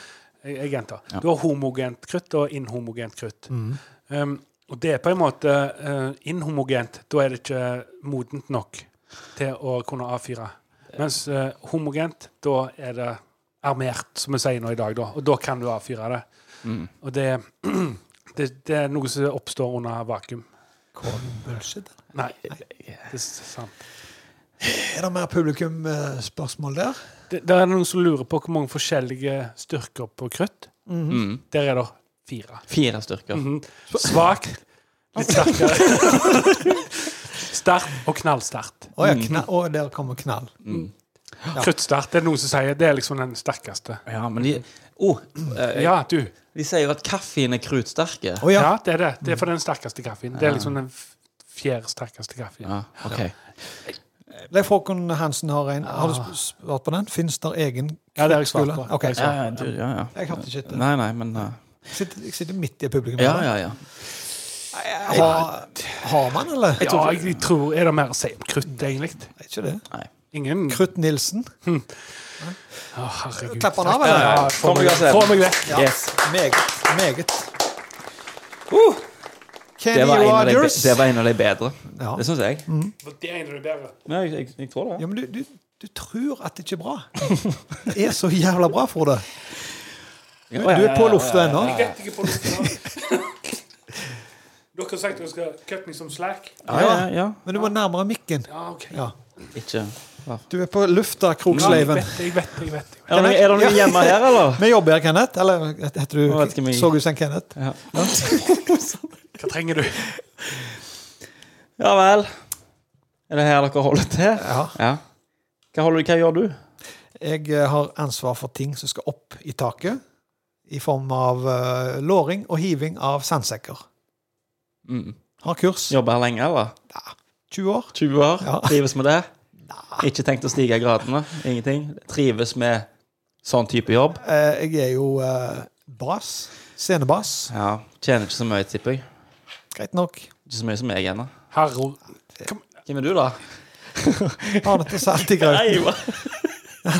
S6: Jeg, jeg gjentar.
S2: Ja.
S6: Du har homogent krutt og inhomogent krutt.
S1: Mm.
S6: Um, og det er på en måte eh, inhomogent. Da er det ikke modent nok til å kunne avfyre. Mens eh, homogent, da er det armert, som vi sier nå i dag, da. Og da kan du avfyre det.
S2: Mm.
S6: Og det, det, det er noe som oppstår under vakuum.
S1: Bullshit.
S6: Nei, det er sant.
S1: Er det mer publikumspørsmål der?
S6: Det, det er noen som lurer på hvor mange forskjellige styrker på krutt.
S2: Mm.
S6: Der er det fire.
S2: Fire styrker.
S6: Mhm. Svakt, litt sterkere. Sterkt og knallsterkt.
S1: Å
S2: Mm.
S1: ja, kna- å, der kommer knall.
S6: Kruttsterkt det er noen som sier det er liksom den sterkeste.
S2: Ja, men de oh, eh,
S6: Ja, du.
S2: De sier jo at kaffen er krutsterke.
S1: Å ja.
S6: Ja, det er det. Det er for den sterkeste kaffen. Det er liksom den f- fjerde sterkeste kaffen.
S2: Ja, ok.
S1: Leif Håkon Hansen har en. Har du
S2: Ah.
S1: sp- svart på den? Fins der egen
S6: Ja, det har jeg svart
S1: skole?
S6: på.
S1: Ok,
S6: Jeg
S2: Ja,
S1: så.
S2: ja, du, ja, ja.
S1: Jeg hørte ikke etter.
S2: Nei, nei, men eh,
S1: Jeg sitter, jeg sitter midt i publikum.
S2: Ja, ja, ja.
S1: Har, har man, eller?
S6: Ja, jeg tror Er det mer å si om krutt, egentlig?
S1: Er ikke det?
S2: Nei.
S6: Ingen
S1: Krutt Nilsen.
S2: Hm.
S6: Å, herregud.
S1: Klapper han av, eller?
S6: Ja, få
S2: Kom
S6: meg,
S2: igjen, Seb.
S6: få meg vekk.
S2: Yes.
S1: Meget. Meget.
S2: Uh, det,
S1: Kenny
S2: var en av de,
S1: Rogers.
S2: be- det var en av de bedre.
S1: Ja.
S2: Det syns jeg.
S6: Det er en av de bedre.
S2: Ja, jeg, jeg, jeg tror
S1: Ja, men du, du, du tror at det ikke er bra. Det er så jævla bra, Frode. Du, du er på lufta ennå.
S6: Jeg vet ikke på noe. Dere har sagt dere skal kutte meg som slack.
S2: Ja, ja, ja.
S1: Men du må nærmere mikken.
S6: Ja, ok.
S1: Ja.
S2: Ikke
S1: Du er på lufta, Kroksleiven.
S6: Jeg vet, jeg vet, jeg vet. Jeg vet.
S2: Er det noen- er det noen hjemme her, eller?
S1: Vi jobber her, Kenneth. Eller heter
S2: Jeg vet ikke om
S1: du
S2: jeg-
S1: Så ut som Kenneth?
S2: Ja.
S6: Hva trenger du?
S2: Ja vel. Er det her dere holder til?
S1: Ja.
S2: Ja. Hva, holder, hva gjør du?
S1: Jeg eh, har ansvar for ting som skal opp i taket. I form av eh, låring og hiving av sandsekker.
S2: Mm.
S1: Har kurs.
S2: Jobber her lenge, eller?
S1: 20 år.
S2: 20 år?
S1: Ja.
S2: Trives med det? Ikke tenkt å stige gradene? Ingenting? Trives med sånn type jobb?
S1: Eh, jeg er jo eh, bas. Scenebass.
S2: Ja. Tjener ikke så mye, tipper jeg.
S1: Greit nok.
S2: Ikke så mye som jeg ennå.
S6: Herro.
S2: Hvem er du, da?
S1: Arne til salt i grøten.
S2: hva?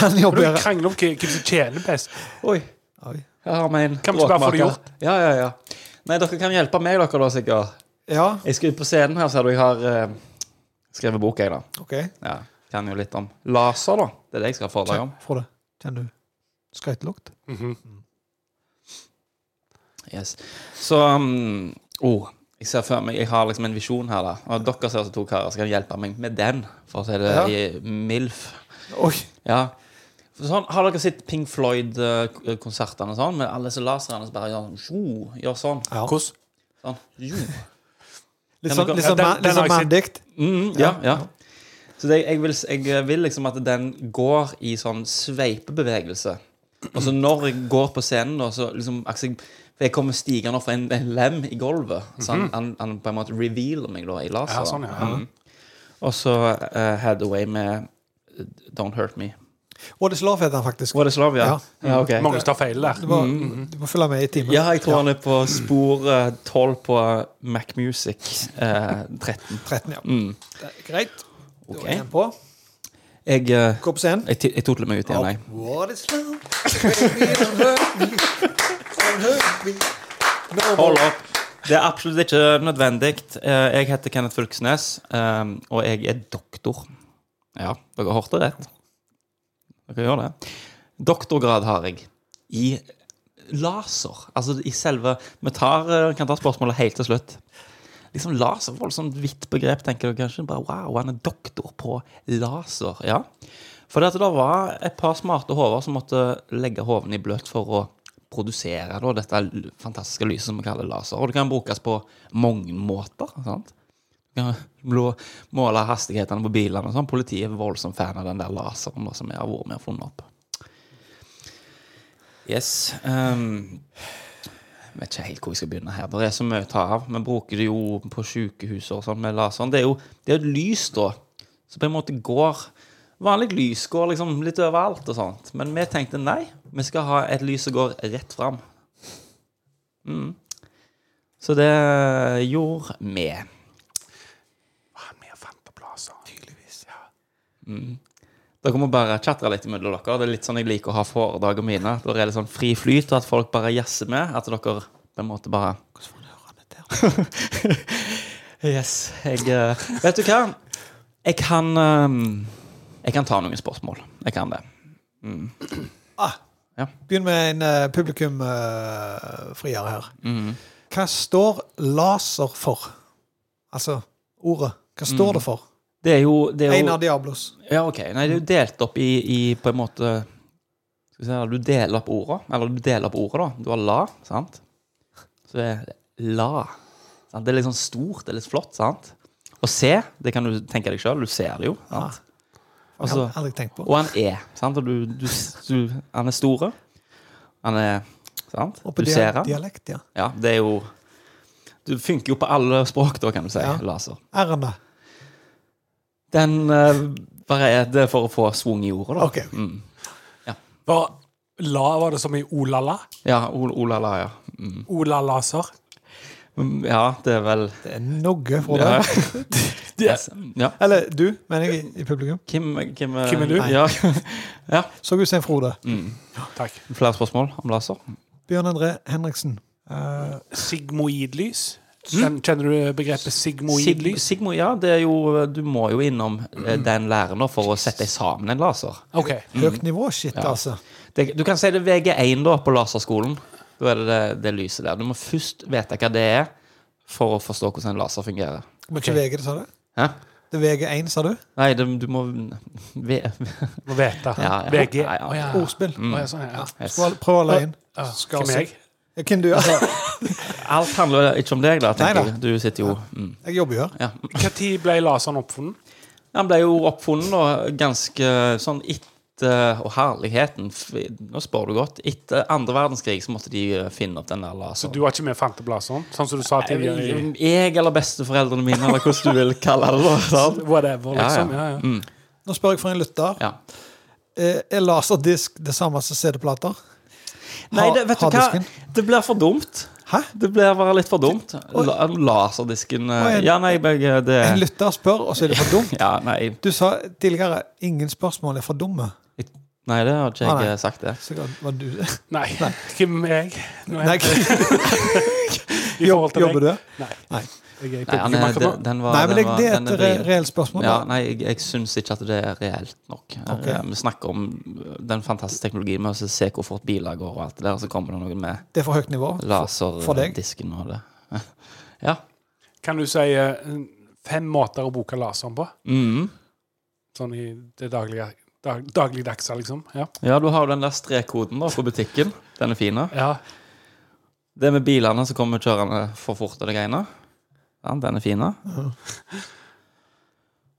S1: Han
S6: Du
S1: jobber her.
S6: krangler om hva hvem som tjener best.
S2: Oi,
S1: Oi.
S2: her har vi en
S6: Kan vi ikke bare få det
S2: bråkmaker. Ja, ja, ja. Nei, dere kan hjelpe meg, dere, da, sikkert.
S1: Ja,
S2: Jeg skal ut på scenen her, ser du. Jeg har eh, skrevet bok, jeg, da.
S1: OK.
S2: Ja, Kan jo litt om laser, da. Det er det jeg skal ha foredrag om.
S1: Frode, kjenner du skøytelukt?
S2: Yes. Så um, oh, Jeg ser for meg, jeg har liksom en visjon her, da. Og dere ser som to karer skal hjelpe meg med den, for å si det
S1: Ja.
S2: i MILF.
S1: Oi.
S2: Ja. For sånn, har dere sett Pink eh, Floyd-konsertene sånn, med alle disse laserne som bare gjør sånn sjo, Gjør sånn.
S1: Ja.
S6: Hvordan?
S2: sånn jo.
S1: Litt sånn, litt
S2: Kan dere-
S1: sånn,
S6: Ja,
S1: man-
S6: den-
S1: litt
S6: den har
S1: sånn
S6: jeg sett.
S1: mandikt.
S2: Mm, ja, ja. Så det, jeg, vil, jeg vil liksom at den går i sånn sveipebevegelse. Og så når jeg går på scenen, da, så liksom altså, jeg- For jeg kommer stigende opp fra en, en lem i gulvet. Så han, han, han på en måte revealer meg da i laser.
S6: Mhm. Ja, sånn, ja.
S2: da. Mm. Og så uh, Hathaway med eh, Don't Hurt Me.
S1: What is love heter han faktisk.
S2: Var det Slav, ja?
S1: Ja.
S2: ja ok.
S6: Mange tar feil der.
S1: Du må, du må følge med i timen.
S2: Ja, jeg tror han er på spor eh, 12 på Mac Music eh, 13.
S1: 13, ja.
S2: Mm.
S1: Det er Greit. Da
S2: Ok.
S1: er jeg på.
S2: Jeg, eh,
S1: Gå på scenen.
S2: jeg, ti- jeg totler meg ut igjen, jeg.
S1: What is love? Baby, don't hurt me. Don't hurt me. No more.
S2: Hold opp. Det er absolutt ikke nødvendig. Eh, Jeg heter Kenneth Fylkesnes, eh, og jeg er doktor. Ja, dere hørte rett. Dere gjør det. Doktorgrad har jeg i laser. Altså i selve Vi tar, eh, kan ta spørsmålet helt til slutt. Liksom laser var et sånt vidt begrep, tenker dere kanskje. Bare, wow, han er doktor på laser. Ja. For det, at det var et par smarte hoder som måtte legge hodene i bløt for å produsere da, dette l- fantastiske lyset som vi kaller laser. Og det kan brukes på mange måter. sant? Du kan blå- måle hastighetene på bilene. og sånn. Politiet er voldsomt fan av den der laseren da, som jeg har vært med og funnet opp. Yes. ehm, jeg vet ikke helt hvor jeg skal begynne her. Det er så mye å ta av. Vi bruker det jo på sykehuset og sånn med laseren. Det er jo det er et lys, da, som på en måte går Vanlig lys går liksom litt overalt og sånt. Men vi tenkte nei, vi skal ha et lys som går rett fram. Mm. Så det gjorde vi.
S6: Ah, mer fantoblaser. Tydeligvis. Ja.
S2: Dere må bare chatre litt mellom dere. Det er litt sånn jeg liker å ha foredragene mine. Da er det sånn fri flyt, og at folk bare jazzer med. At dere på en måte bare Yes. Jeg eh, Vet du hva? Jeg kan ehm, Jeg kan ta noen spørsmål. Jeg kan det. Mm.
S1: Ah, Begynn med en eh, publikumfrier her.
S2: Mm.
S1: Hva står laser for? Altså ordet. Hva står det for?
S2: Mm. Det er jo, det er jo
S1: Einar Diablos.
S2: Ja, ok. Nei, det er jo delt opp i, i på en måte Skal vi se, Du deler opp orda. Eller du deler opp ordet, da. Du har la, sant? Så det er la. Sant? Det er litt sånn stort, det er litt flott, sant? Og se, det kan du tenke deg sjøl. Du ser det jo.
S1: Ah,
S2: sant? Og
S1: Jeg
S2: så-
S1: har aldri tenkt på.
S2: altså- og han er, sant? Og du, du, du Han er store. Han er Sant?
S1: Og på
S2: Du ser
S1: dia
S2: han.
S1: dialekt, ja.
S2: Ja, det er jo Du funker jo på alle språk, da, kan du si.
S1: Ja.
S2: Laser.
S1: R-ene.
S2: Den eh, bare er det for å få svung i ordet, da.
S1: Ok.
S2: Mm.
S6: Var, la var det som i olala?
S2: Ja, ol- olala, ja. Mm.
S6: Olalaser?
S2: Mm, Ja, det er vel
S1: Det er noe for
S2: Ja.
S1: deg.
S2: Yes. ja.
S1: Eller du, mener jeg, i publikum.
S2: Kim, Kim, eh,
S6: Kim er du?
S2: Ja.
S1: Så ut som en Frode.
S6: Takk.
S2: Flere spørsmål om laser?
S1: Bjørn André Henriksen. Eh,
S6: Sigmoidlys? Kjenner, kjenner du begrepet
S2: Sig-
S6: sigmoidlys?
S2: Hmm? Sigmo, ja, det er jo, du må jo innom eh, den læren nå for å sette sammen en laser.
S6: OK.
S2: Mm.
S1: høyt nivå, shit, altså.
S2: Det, du kan si det er VG1 da, på laserskolen. Da er det, det det lyset der. Du må først vite hva det er, for å forstå hvordan en laser fungerer.
S1: Må ikke VG det, sa du?
S2: Hæ?
S1: Det er VG1, sa du?
S2: Nei, det, du må v,
S6: Må vite.
S2: Ja, ja.
S6: VG.
S2: Ja, ja. Mm.
S6: Å, ja.
S1: Ordspill.
S6: Å, ja, sånn, ja.
S2: yes.
S1: Prøv, prøv å leie inn.
S6: Ja,
S1: Skal
S6: Hvem er jeg?
S1: Ja, Hvem du er?
S2: Alt handler ikke om deg, da.
S1: Nei
S2: tenker
S1: da.
S2: jeg. Du sitter jo mm.
S1: Jeg jobber jo her.
S2: ja.
S6: Når ble laseren oppfunnet?
S2: Han ble jo oppfunnet da, ganske sånn etter Og herligheten, f- nå spør du godt. Etter andre verdenskrig så måtte de eh, finne opp den der
S6: Så
S2: laseren.
S6: du var ikke med fanteblaseren? Sånn som du sa tidligere? i-
S2: Jeg eller besteforeldrene mine, eller hvordan du vil kalle det. da, sant?
S6: Whatever,
S2: Ja,
S6: liksom. Ja,
S2: ja.
S6: ja.
S2: Mm,
S1: Nå spør jeg for en lytter.
S2: ja.
S1: Eh, Er laserdisk det samme som CD-plater?
S2: Nei, det, vet du hva?
S1: harddisken?
S2: Det blir for dumt.
S1: Hæ?
S2: Det blir bare litt for dumt. La, laserdisken eh,
S1: Oi.
S2: Ja, nei, begge det
S1: En lytter spør, og så er det for dumt?
S2: Ja, nei,
S1: Du sa tidligere ingen spørsmål er for dumme.
S2: nei, det har ikke
S1: Ah, nei.
S2: jeg eh, sagt, det.
S1: Så hva- hva du
S6: Nei. Hvem er jeg? Nå er
S1: Nei,
S6: jeg i
S1: jobb,
S6: forhold til
S1: jobber
S6: deg.
S1: du?
S6: Nei.
S1: Nei.
S6: Jeg er i
S2: Nei, han, er-
S6: publikum akkurat
S2: den,
S6: nå.
S2: den var,
S1: Nei, men
S2: den
S1: jeg,
S2: var,
S1: det er
S2: den
S1: et
S2: er vrien.
S1: re- reelt spørsmål.
S2: Ja,
S1: da.
S2: nei, jeg, jeg syns ikke at det er reelt nok.
S1: Ok.
S2: Eh, Vi snakker om eh, den fantastiske teknologien med å se hvor fort biler går, og alt det der, og så kommer det noen med
S1: Det er for høyt nivå. for deg?
S2: laserdisken og det. Ja.
S6: Kan du si eh, fem måter å bruke laseren på?
S2: Mhm.
S6: Sånn i det daglige dag, dagligdagse, liksom? Ja.
S2: ja, du har jo den der strekkoden da fra butikken. Den er fin. da.
S6: ja.
S2: Det med bilene som kommer kjørende for fort og det greiene. Ja, den er fin. da.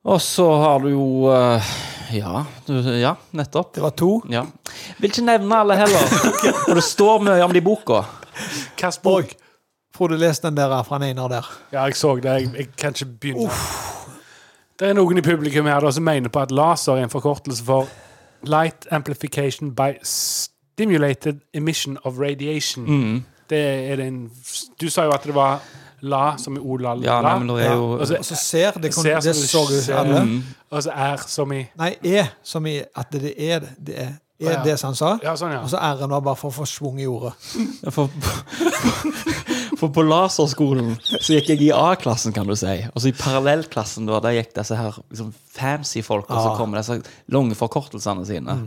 S2: Og så har du jo eh, Ja, du, ja nettopp.
S1: Det var to.
S2: Ja. Vil ikke nevne alle heller. Og det står mye om det i boka.
S6: Hvilken bok?
S1: Frode, les den der fra den ene der.
S6: Ja, jeg så det. Jeg, jeg kan ikke begynne. Det er noen i publikum her da, som mener på at laser er en forkortelse for Light Amplification by Stimulated Emission of Radiation.
S2: Mm.
S6: Det er det en, du sa jo at det var la, som i ola la.
S2: Ja, nei, men det er jo
S6: Og så
S1: Og Altså, så ser det kon-
S6: Ser som
S1: Det
S6: du
S1: så du
S6: ser.
S1: alle.
S6: og så er som i
S1: Nei, er som i at det er det. Det er,
S6: Ja.
S1: er det som han sa.
S6: Ja, sånn, ja.
S1: Og så R-en var bare for å få schwung i ordet.
S2: For, for på laserskolen så gikk jeg i A-klassen, kan du si. Og så i parallellklassen, da, der gikk disse her liksom, fancy folk, og så
S1: Ah. Mm.
S2: kommer disse lange forkortelsene sine.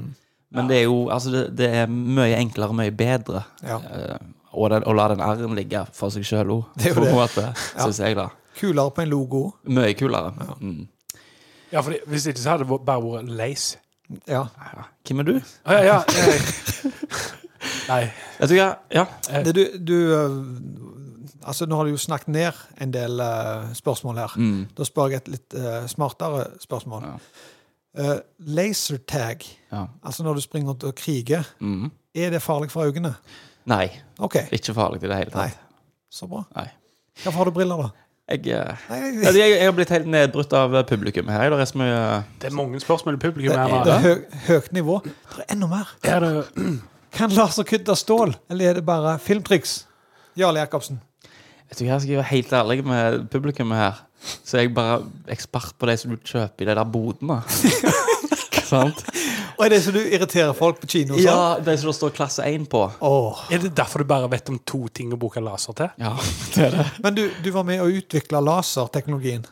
S2: Men det er jo altså, det, det er mye enklere og mye bedre
S1: Ja.
S2: eh, å den- å la den R-en ligge for seg sjøl òg,
S1: Det er jo
S2: på
S1: det.
S2: en måte, syns jeg, da.
S1: Kulere på en logo.
S2: Mye kulere. Mm.
S6: Ja, fordi Hvis ikke så hadde det bare vært leis.
S1: Ja.
S2: Hvem er du?
S6: Å, Ja, ja, jeg- Nei.
S2: Vet du hva? Ja.
S1: Det du, du eh, Altså, nå har du jo snakket ned en del eh, spørsmål her. Da spør jeg et litt eh, smartere spørsmål.
S2: Mm. Ja.
S1: Eh, laser tag,
S2: Ja.
S1: altså når du springer rundt og kriger, Er det farlig for øynene?
S2: mm. Nei,
S1: OK,
S2: ikke farlig i det hele tatt.
S1: så bra.
S2: Nei.
S1: Hvorfor har du briller, da?
S2: Jeg, eh,
S1: Nei,
S2: altså, jeg, jeg har blitt helt nedbrutt av eh, publikum her. Det er så mye
S6: Det er mange spørsmål i publikum.
S1: det,
S6: her
S1: det
S6: nå.
S1: er Eh, hø, høyt nivå. Det er enda mer.
S6: Er det,
S1: Kan Lars og kutte stål, eller er det bare filmtriks? Jarle Jacobsen.
S2: Vet du hva, Jeg skal være helt ærlig med publikum her. Så jeg er bare ekspert på de som du kjøper i de der bodene. Sant?
S1: Og er det så du irriterer folk på kino? sånn?
S2: Ja, de som det står klasse 1 på.
S1: Åh.
S6: er det derfor du bare vet om to ting å bruke laser til?
S2: Ja, det er det.
S1: Men du, du var med å utvikle laserteknologien.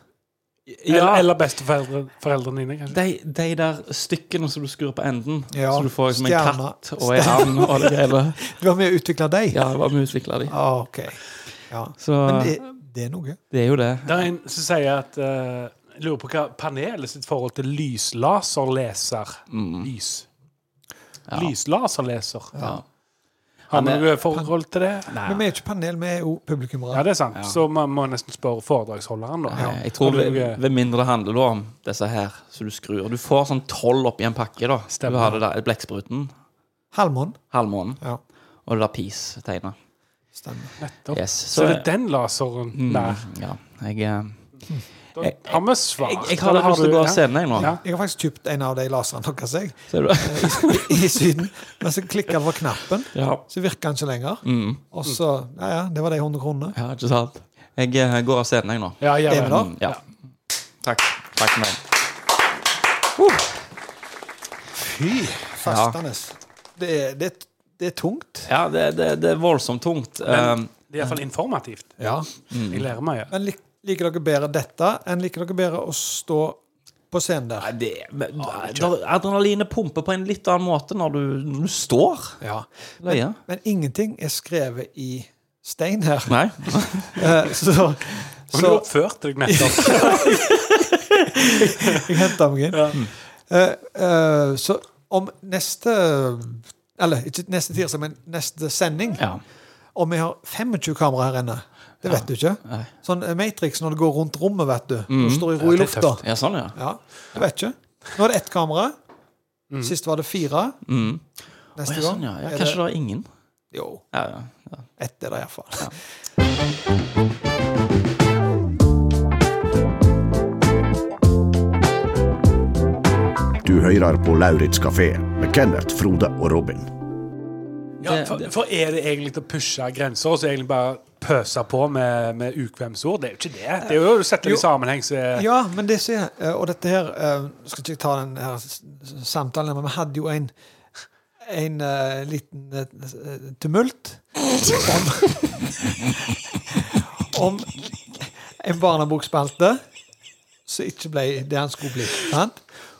S2: Ja,
S6: Eller, eller besteforeldrene foreldrene dine, kanskje?
S2: de, de der stykkene som du skrur på enden,
S1: Ja,
S2: så du får liksom en
S1: stjerner.
S2: katt og en and og det greiene.
S1: Du var med å utvikle deg?
S2: Ja, hva vi utvikler de?
S1: Ah, OK. Ja.
S2: Så
S1: Men det, det er noe.
S2: det er jo det.
S6: Det er en som sier at eh, jeg Lurer på hva panelet sitt forhold til lyslaserleser. Lys.
S2: Mm. Ja.
S6: Lyslaserleser.
S2: Ja.
S6: Har
S2: Han
S6: vi
S2: er-
S6: noe forhold til det? Nei.
S1: Men vi er ikke panel, vi er jo
S6: Ja,
S1: publikummere.
S6: det er sant. Så man må nesten spørre foredragsholderen, da.
S2: Nei, Jeg tror
S6: Har du
S2: ved,
S6: noe-
S2: ved mindre det handler da om disse her, så du skrur. Du får sånn tolv oppi en pakke, da.
S6: Stemmer.
S2: Du har det der blekkspruten,
S1: Halvmånen.
S2: halvmånen,
S1: Ja,
S2: og det der peace-tegnet.
S1: stemmer.
S6: Nettopp.
S2: Yes.
S6: Så er det den laseren
S2: Mm.
S6: der.
S2: Ja, jeg, eh,
S6: Da har vi svar.
S2: jeg, jeg har litt lyst til å gå av scenen, jeg nå.
S6: Ja.
S1: Jeg har faktisk kjøpt en av de laserne deres jeg,
S2: Ser du?
S1: i Syden. Men så klikka det på knappen,
S2: Ja.
S1: så virka den ikke lenger.
S2: Mm.
S1: Og så Ja, ja, det var de 100 kronene.
S2: ja, ikke sant? Jeg eh, går av scenen, jeg nå.
S6: Ja, ja,
S1: Er vi
S6: ja.
S1: da?
S2: Mm, Ja. Takk. Takk med.
S1: Fy! Fastende. Det, er- det, er- det er tungt.
S2: Ja, det, det, det er voldsomt tungt. Um, Mm.
S6: Det er iallfall informativt.
S1: Ja.
S6: Jeg lærer meg. ja.
S1: Men lik, liker dere bedre dette enn liker dere bedre å stå på scenen der?
S2: Nei, det, men, der- adrenalinet pumper på en litt annen måte når du, når du står.
S1: Ja.
S2: Løye.
S1: Men ingenting er skrevet i stein her.
S2: Nei.
S1: Eh, Så,
S6: Men du
S1: så
S6: oppførte deg nettopp.
S1: jeg henter meg inn.
S6: Ja.
S1: Eh, eh, Så om neste Eller ikke neste tirsdag, men neste sending
S2: Ja.
S1: Om vi har 25 kamera her inne, det vet du ikke.
S2: Nei.
S1: Sånn eh, Matrix når det går rundt rommet, vet du. Når du står i ro i
S6: Ja, det er
S1: lufta.
S6: tøft.
S2: ja, sånn, ja.
S1: Ja, du vet ikke. Nå er det ett kamera. Sist var det fire.
S2: Mm. Å,
S1: Neste
S2: ja,
S1: gang
S2: sånn, ja. ja
S1: er
S2: kanskje
S1: det
S2: det var ingen?
S1: Jo,
S2: Ja, ja. ja.
S1: ett er det iallfall.
S9: Du hører på Lauritz kafé med Kenneth, Frode og Robin.
S6: Ja, for, for er det egentlig å pushe grenser og så egentlig bare pøse på med, med ukvemsord? Det er jo ikke det. Det er jo å sette det
S1: Jo.
S6: i sammenheng. Så er,
S1: Ja, men det ser jeg. Eh, Og dette her eh, Skal ikke jeg ta den her s- s- samtalen, men vi hadde jo en en eh, liten eh, eh, tumult om, om en barnebokspalte som ikke ble det han skulle bli. Sant?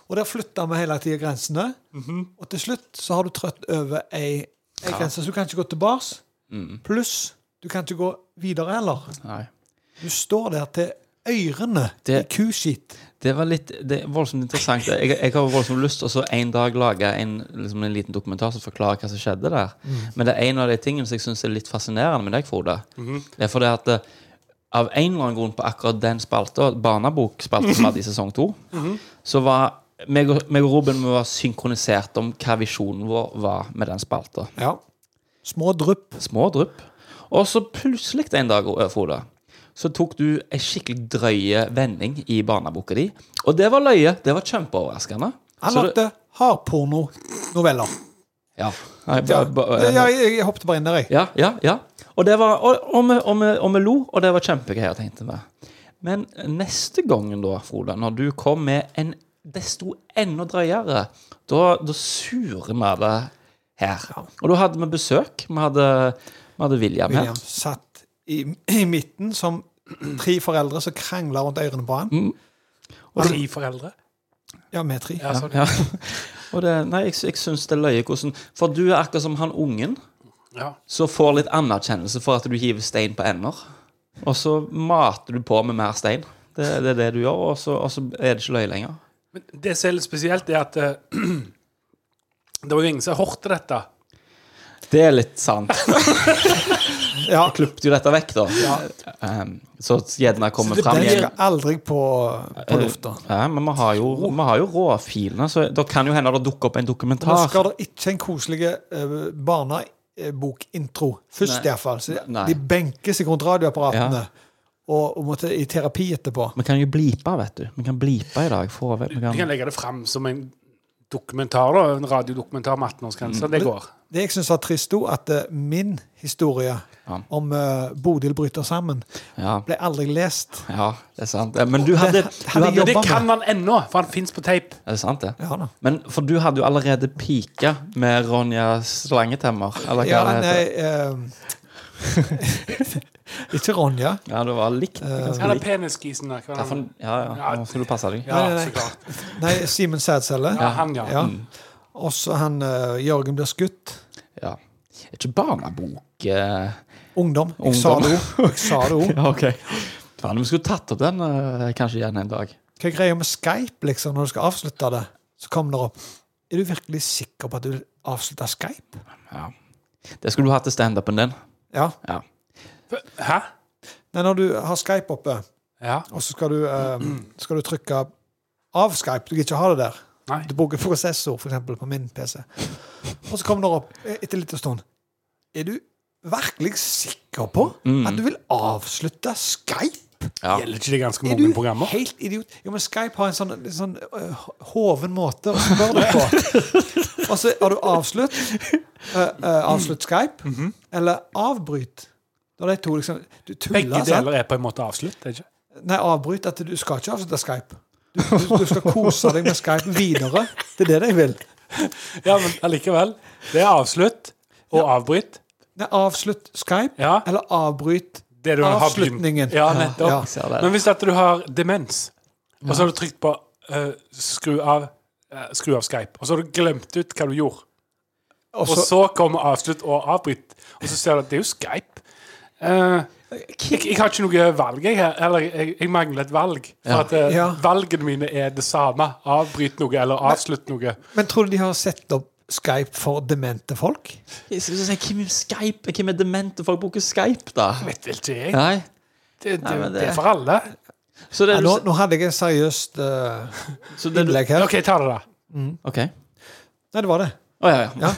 S1: Og der flytta vi hele tida grensene. Og til slutt så har du trøtt over ei, ei grense, så du kan ikke gå tilbake. Pluss du kan ikke gå videre heller.
S2: Nei.
S1: Du står der til ørene i
S2: Det-
S1: kuskitt.
S2: Det var litt det er voldsomt interessant. Jeg, jeg har voldsomt lyst til å så en dag lage en, liksom en liten dokumentar som forklarer hva som skjedde der. Men det er en av de tingene som jeg syns er litt fascinerende med deg, Frode. Det er fordi at eh, av en eller annen grunn på akkurat den spalta, barnebokspalta som vi hadde i sesong to, så var meg og, meg og Robin vi var synkronisert om hva visjonen vår var med den spalta.
S1: Ja. Små drypp.
S2: Små drypp. Og så plutselig en dag, Ø, Frode, så tok du en skikkelig drøye vending i barneboka di. Og det var løye. Det var kjempeoverraskende.
S1: Han
S2: Så det-
S1: lagde hardporno-noveller.
S2: Ja. Nei,
S1: Ja.
S2: ba, ba,
S1: Ja, jeg, jeg hoppet bare inn der, jeg.
S2: ja, ja, ja. Og, det var, og, og, vi, og, vi, og vi lo, og det var kjempegreier, tenkte vi. Men neste gangen, da, Frode, når du kom med en desto enda drøyere, da, da surer vi det her. Og da hadde vi besøk. Vi hadde, vi hadde William her.
S1: William satt i, i midten som tre foreldre som krangla rundt ørene på han.
S6: Tre foreldre.
S1: Ja, vi tre.
S6: Ja, sånn.
S2: Ja. Og det, nei, jeg, sy- jeg syns det er løye hvordan For du er akkurat som han ungen
S6: Ja.
S2: som får litt anerkjennelse for at du hiver stein på ender. Og så mater du på med mer stein. Det, det er det du gjør, og så, og så er det ikke løye lenger.
S6: Men det som er litt spesielt, er at eh, det var jo ingen som hørte dette.
S2: Det er litt sant.
S1: Ja.
S2: Klippet jo dette vekk, da. Ehm, så gjerne kommer fram
S1: Den
S2: igjen.
S1: skal aldri på, på lufta.
S2: Ja, men vi har jo, vi har jo råfilene, så det kan jo hende det dukker opp en
S1: Nå
S2: dokumentar.
S1: skal det ikke en koselig eh, barnebokintro. Først,
S2: Nei.
S1: iallfall.
S2: Nei.
S1: De benker seg rundt radioapparatene og, og måtte i terapi etterpå.
S2: Vi kan jo blipe, vet du. Vi kan blipe i dag. For, vi
S6: Du kan
S2: kan,
S6: legge det fram som en dokumentar, da, en radiodokumentar med 18-årsgrense. Det går.
S1: Det jeg syns var trist, òg, at eh, min historie
S2: Ja.
S1: om eh, Bodil bryter sammen,
S2: ja,
S1: ble aldri lest.
S2: ja, det er sant. Ja, Men du hadde, du
S1: hadde
S2: hadde
S6: Men det
S1: jobba
S6: kan han ennå, for han fins på tape.
S2: Er det sant, det?
S1: Ja da.
S2: Men for du hadde jo allerede pika med Ronja Slangetemmer, eller hva
S1: Ja,
S2: det
S1: nei
S2: heter.
S1: eh, Ikke Ronja.
S2: Ja, Eh, det var likt. ganske
S6: Eller
S2: likt.
S6: penisgisen der. hva
S2: Ja, for-
S6: han-
S2: Ja, ja. Nå skal du passe deg.
S6: Ja,
S1: Nei, nei, nei.
S6: så klart.
S1: Nei, Simen Sædcelle.
S6: Ja, han, ja.
S1: Ja. Også han eh, Jørgen blir skutt.
S2: Ja. Er Ikke barnebok eh,
S1: Ungdom. Jeg sa
S2: Ungdom.
S1: det òg. Jeg sa det òg.
S2: Ja, OK. Faen, vi skulle tatt opp den eh, kanskje igjen en dag.
S1: Hva er greia med Skype, liksom, når du skal avslutte det? Så kommer det opp. Er du virkelig sikker på at du vil avslutte Skype?
S2: Ja. Det skulle du hatt til standupen din.
S1: Ja.
S2: Ja.
S6: Hæ?
S1: Nei, når du har Skype oppe,
S6: Ja.
S1: og så skal du, eh, skal du trykke av Skype, du vil ikke ha det der.
S6: Nei.
S1: Du bruker prosessor, for eksempel, på min PC. Og så kommer det opp eh, etter litt stund. Er du virkelig sikker på
S6: Mm.
S1: at du vil avslutte Skype?
S2: Ja.
S6: Gjelder ikke det ganske
S1: Er
S6: mange
S1: du
S6: programmer?
S1: helt idiot? Jo, men Skype har en sånn, en sånn øh, hoven måte å spørre deg på. Og så har du avslutt. øh, øh, avslutt Skype.
S6: Mhm.
S1: Eller avbryt. Da er det to liksom Du tuller,
S6: Begge
S1: sant?
S6: deler er på en måte avslutt. er det ikke?
S1: Nei, avbryt at du skal ikke avslutte Skype. Du, du, du skal kose deg med Skype videre. Det er det jeg vil.
S6: Ja, men allikevel. Det er avslutt og avbryt.
S1: Nei, avslutt Skype,
S6: Ja.
S1: eller avbryt
S6: Det du har begynt-
S1: avslutningen.
S6: Ja, nettopp.
S1: Ja,
S2: Ser det.
S6: Men hvis at du har demens, og så har du trykt på eh, skru, av, eh, skru av Skype, og så har du glemt ut hva du gjorde,
S1: Og
S6: og
S1: så
S6: så kommer avslutt og avbryt, og så ser du at det er jo Skype. Eh, jeg, jeg har ikke noe valg, jeg her. Eller jeg, jeg mangler et valg. For at eh,
S1: Ja.
S6: valgene mine er det samme. Avbryt noe, eller avslutt noe.
S1: Men tror du de har satt opp Skype for demente folk?
S2: Jeg skulle si, Hvem er Skype? Hvem er demente folk bruker Skype, da?
S6: Vet vel ikke jeg.
S2: Nei.
S6: Det, det,
S2: Nei, men det-
S6: det er for alle.
S2: Så det,
S1: Ja,
S2: du-
S1: nå, nå hadde jeg et seriøst øh,
S2: så det, du-
S1: innlegg her.
S6: OK, ta det, da.
S2: OK.
S1: Nei, det var det.
S2: Å, ja, ja.
S1: Ja.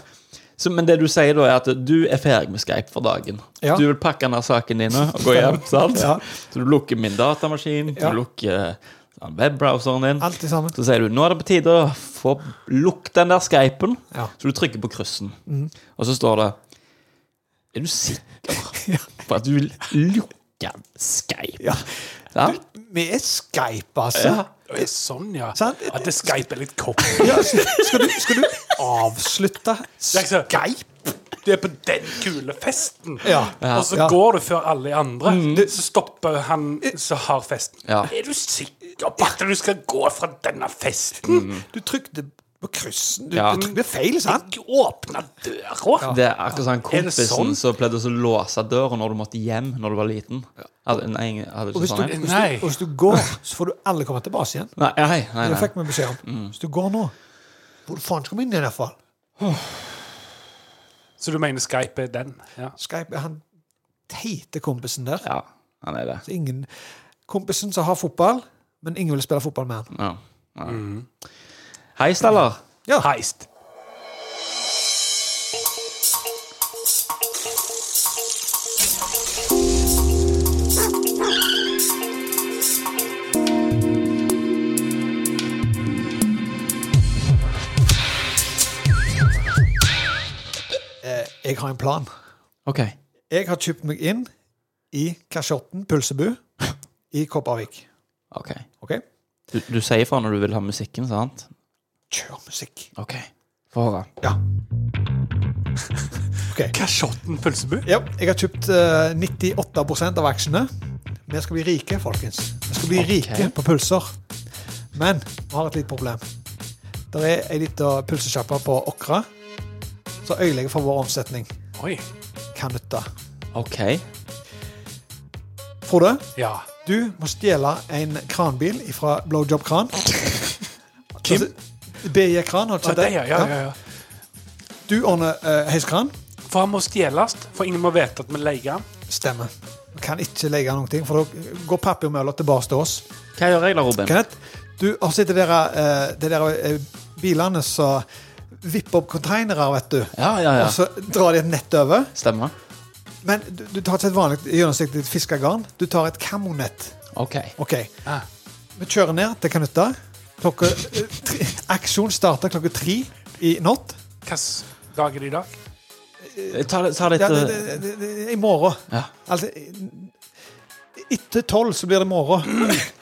S2: Så, men det du sier da, er at du er ferdig med Skype for dagen.
S1: Ja.
S2: Du vil pakke ned sakene dine og gå hjem. sant?
S1: Ja.
S2: Så du lukker min datamaskin,
S1: Ja.
S2: du lukker sånn, webbrowseren din.
S1: Alt i sammen.
S2: Så sier du nå er det på tide å få lukk den der Skypen.
S1: Ja. Mm.
S2: Så du trykker på kryssen, og så står det Er du sikker på at du vil lukke Skype?
S1: Ja.
S2: Sant?
S1: Vi er Skype, altså.
S6: Det er sånn, ja.
S1: Sant?
S6: At det Skype er litt kopp.
S1: Ja, skal, skal, du, skal du avslutte
S6: Det er ikke så-
S1: Skype?
S6: Du er på den kule festen,
S1: Ja.
S6: og så
S1: Ja.
S6: går du før alle andre. Så stopper han som har festen.
S2: Ja.
S6: Er du sikker på at du skal gå fra denne festen?
S1: Du trykte på kryssen. Du,
S2: Ja.
S1: du trykte feil, sant?
S6: Jeg åpna døra!
S2: Det er akkurat sånn
S6: Er det
S2: kompisen
S6: sånn?
S2: som pleide å låse døra når du måtte hjem når du var liten. Hadde, nei, hadde
S1: Og
S2: ikke
S1: hvis du,
S2: sånn en?
S1: hvis, du,
S6: Nei.
S1: og hvis du går, så får du aldri komme tilbake igjen.
S2: Nei, nei, nei,
S1: Det
S2: nei.
S1: fikk vi beskjed om. Hvis du går nå, hvor faen skal vi inn i hvert fall?
S6: Så du mener Skype er den? Ja.
S1: Skype er han teite kompisen der.
S2: Ja, han er det.
S1: Så ingen, kompisen som har fotball, men ingen vil spille fotball med han.
S2: Ja. ja. Hei, Steller.
S1: Ja.
S6: Heist.
S1: Jeg har en plan.
S2: OK.
S1: Jeg har kjøpt meg inn i Kasjotten pølsebu i Kopervik.
S2: ok.
S1: OK?
S2: Du, du sier fra når du vil ha musikken, sant?
S1: Kjør musikk.
S2: OK. Få høre.
S1: Ja. OK.
S6: Kasjotten pølsebu?
S1: Ja, jeg har kjøpt eh, 98 av aksjene. Vi skal bli rike, folkens. Vi skal bli rike på pølser. Men vi har et lite problem. Det er ei lita pølsesjappe på Åkra som ødelegger for vår omsetning.
S6: Oi.
S1: Kan nytte.
S2: OK.
S1: Frode,
S6: Ja.
S1: du må stjele en kranbil fra Blowjob Kran. Kim? BJ Kran, har du ikke
S6: Ja,
S1: sett
S6: det,
S1: det?
S6: ja, ja, ja, ja.
S1: Du ordner uh, heiskran.
S6: For For han må stjeles, for ingen må vite at vi leier han.
S1: Stemmer. Vi kan ikke legge noen ting, for da går papirmølla tilbake til oss.
S2: Hva gjør jeg da, Robin?
S1: Kenneth, du har sett det der, eh, det der eh, bilene som vipper opp konteinere, vet du.
S2: Ja, ja, ja.
S1: Og så drar de et nett over.
S2: Stemmer.
S1: Men du, du tar ikke et vanlig gjennomsiktig fiskegarn. Du tar et kamonett.
S2: OK.
S1: Ok,
S6: Ah.
S1: Vi kjører ned til Kanutta. Klokka, eh, tre, aksjon starter klokka tre i natt.
S6: Hvilken dag er det i dag?
S2: Ta, ta litt
S1: Ja, det,
S2: eh,
S1: det, det, det, I morgen.
S2: Ja.
S1: Altså, etter tolv så blir det morgen.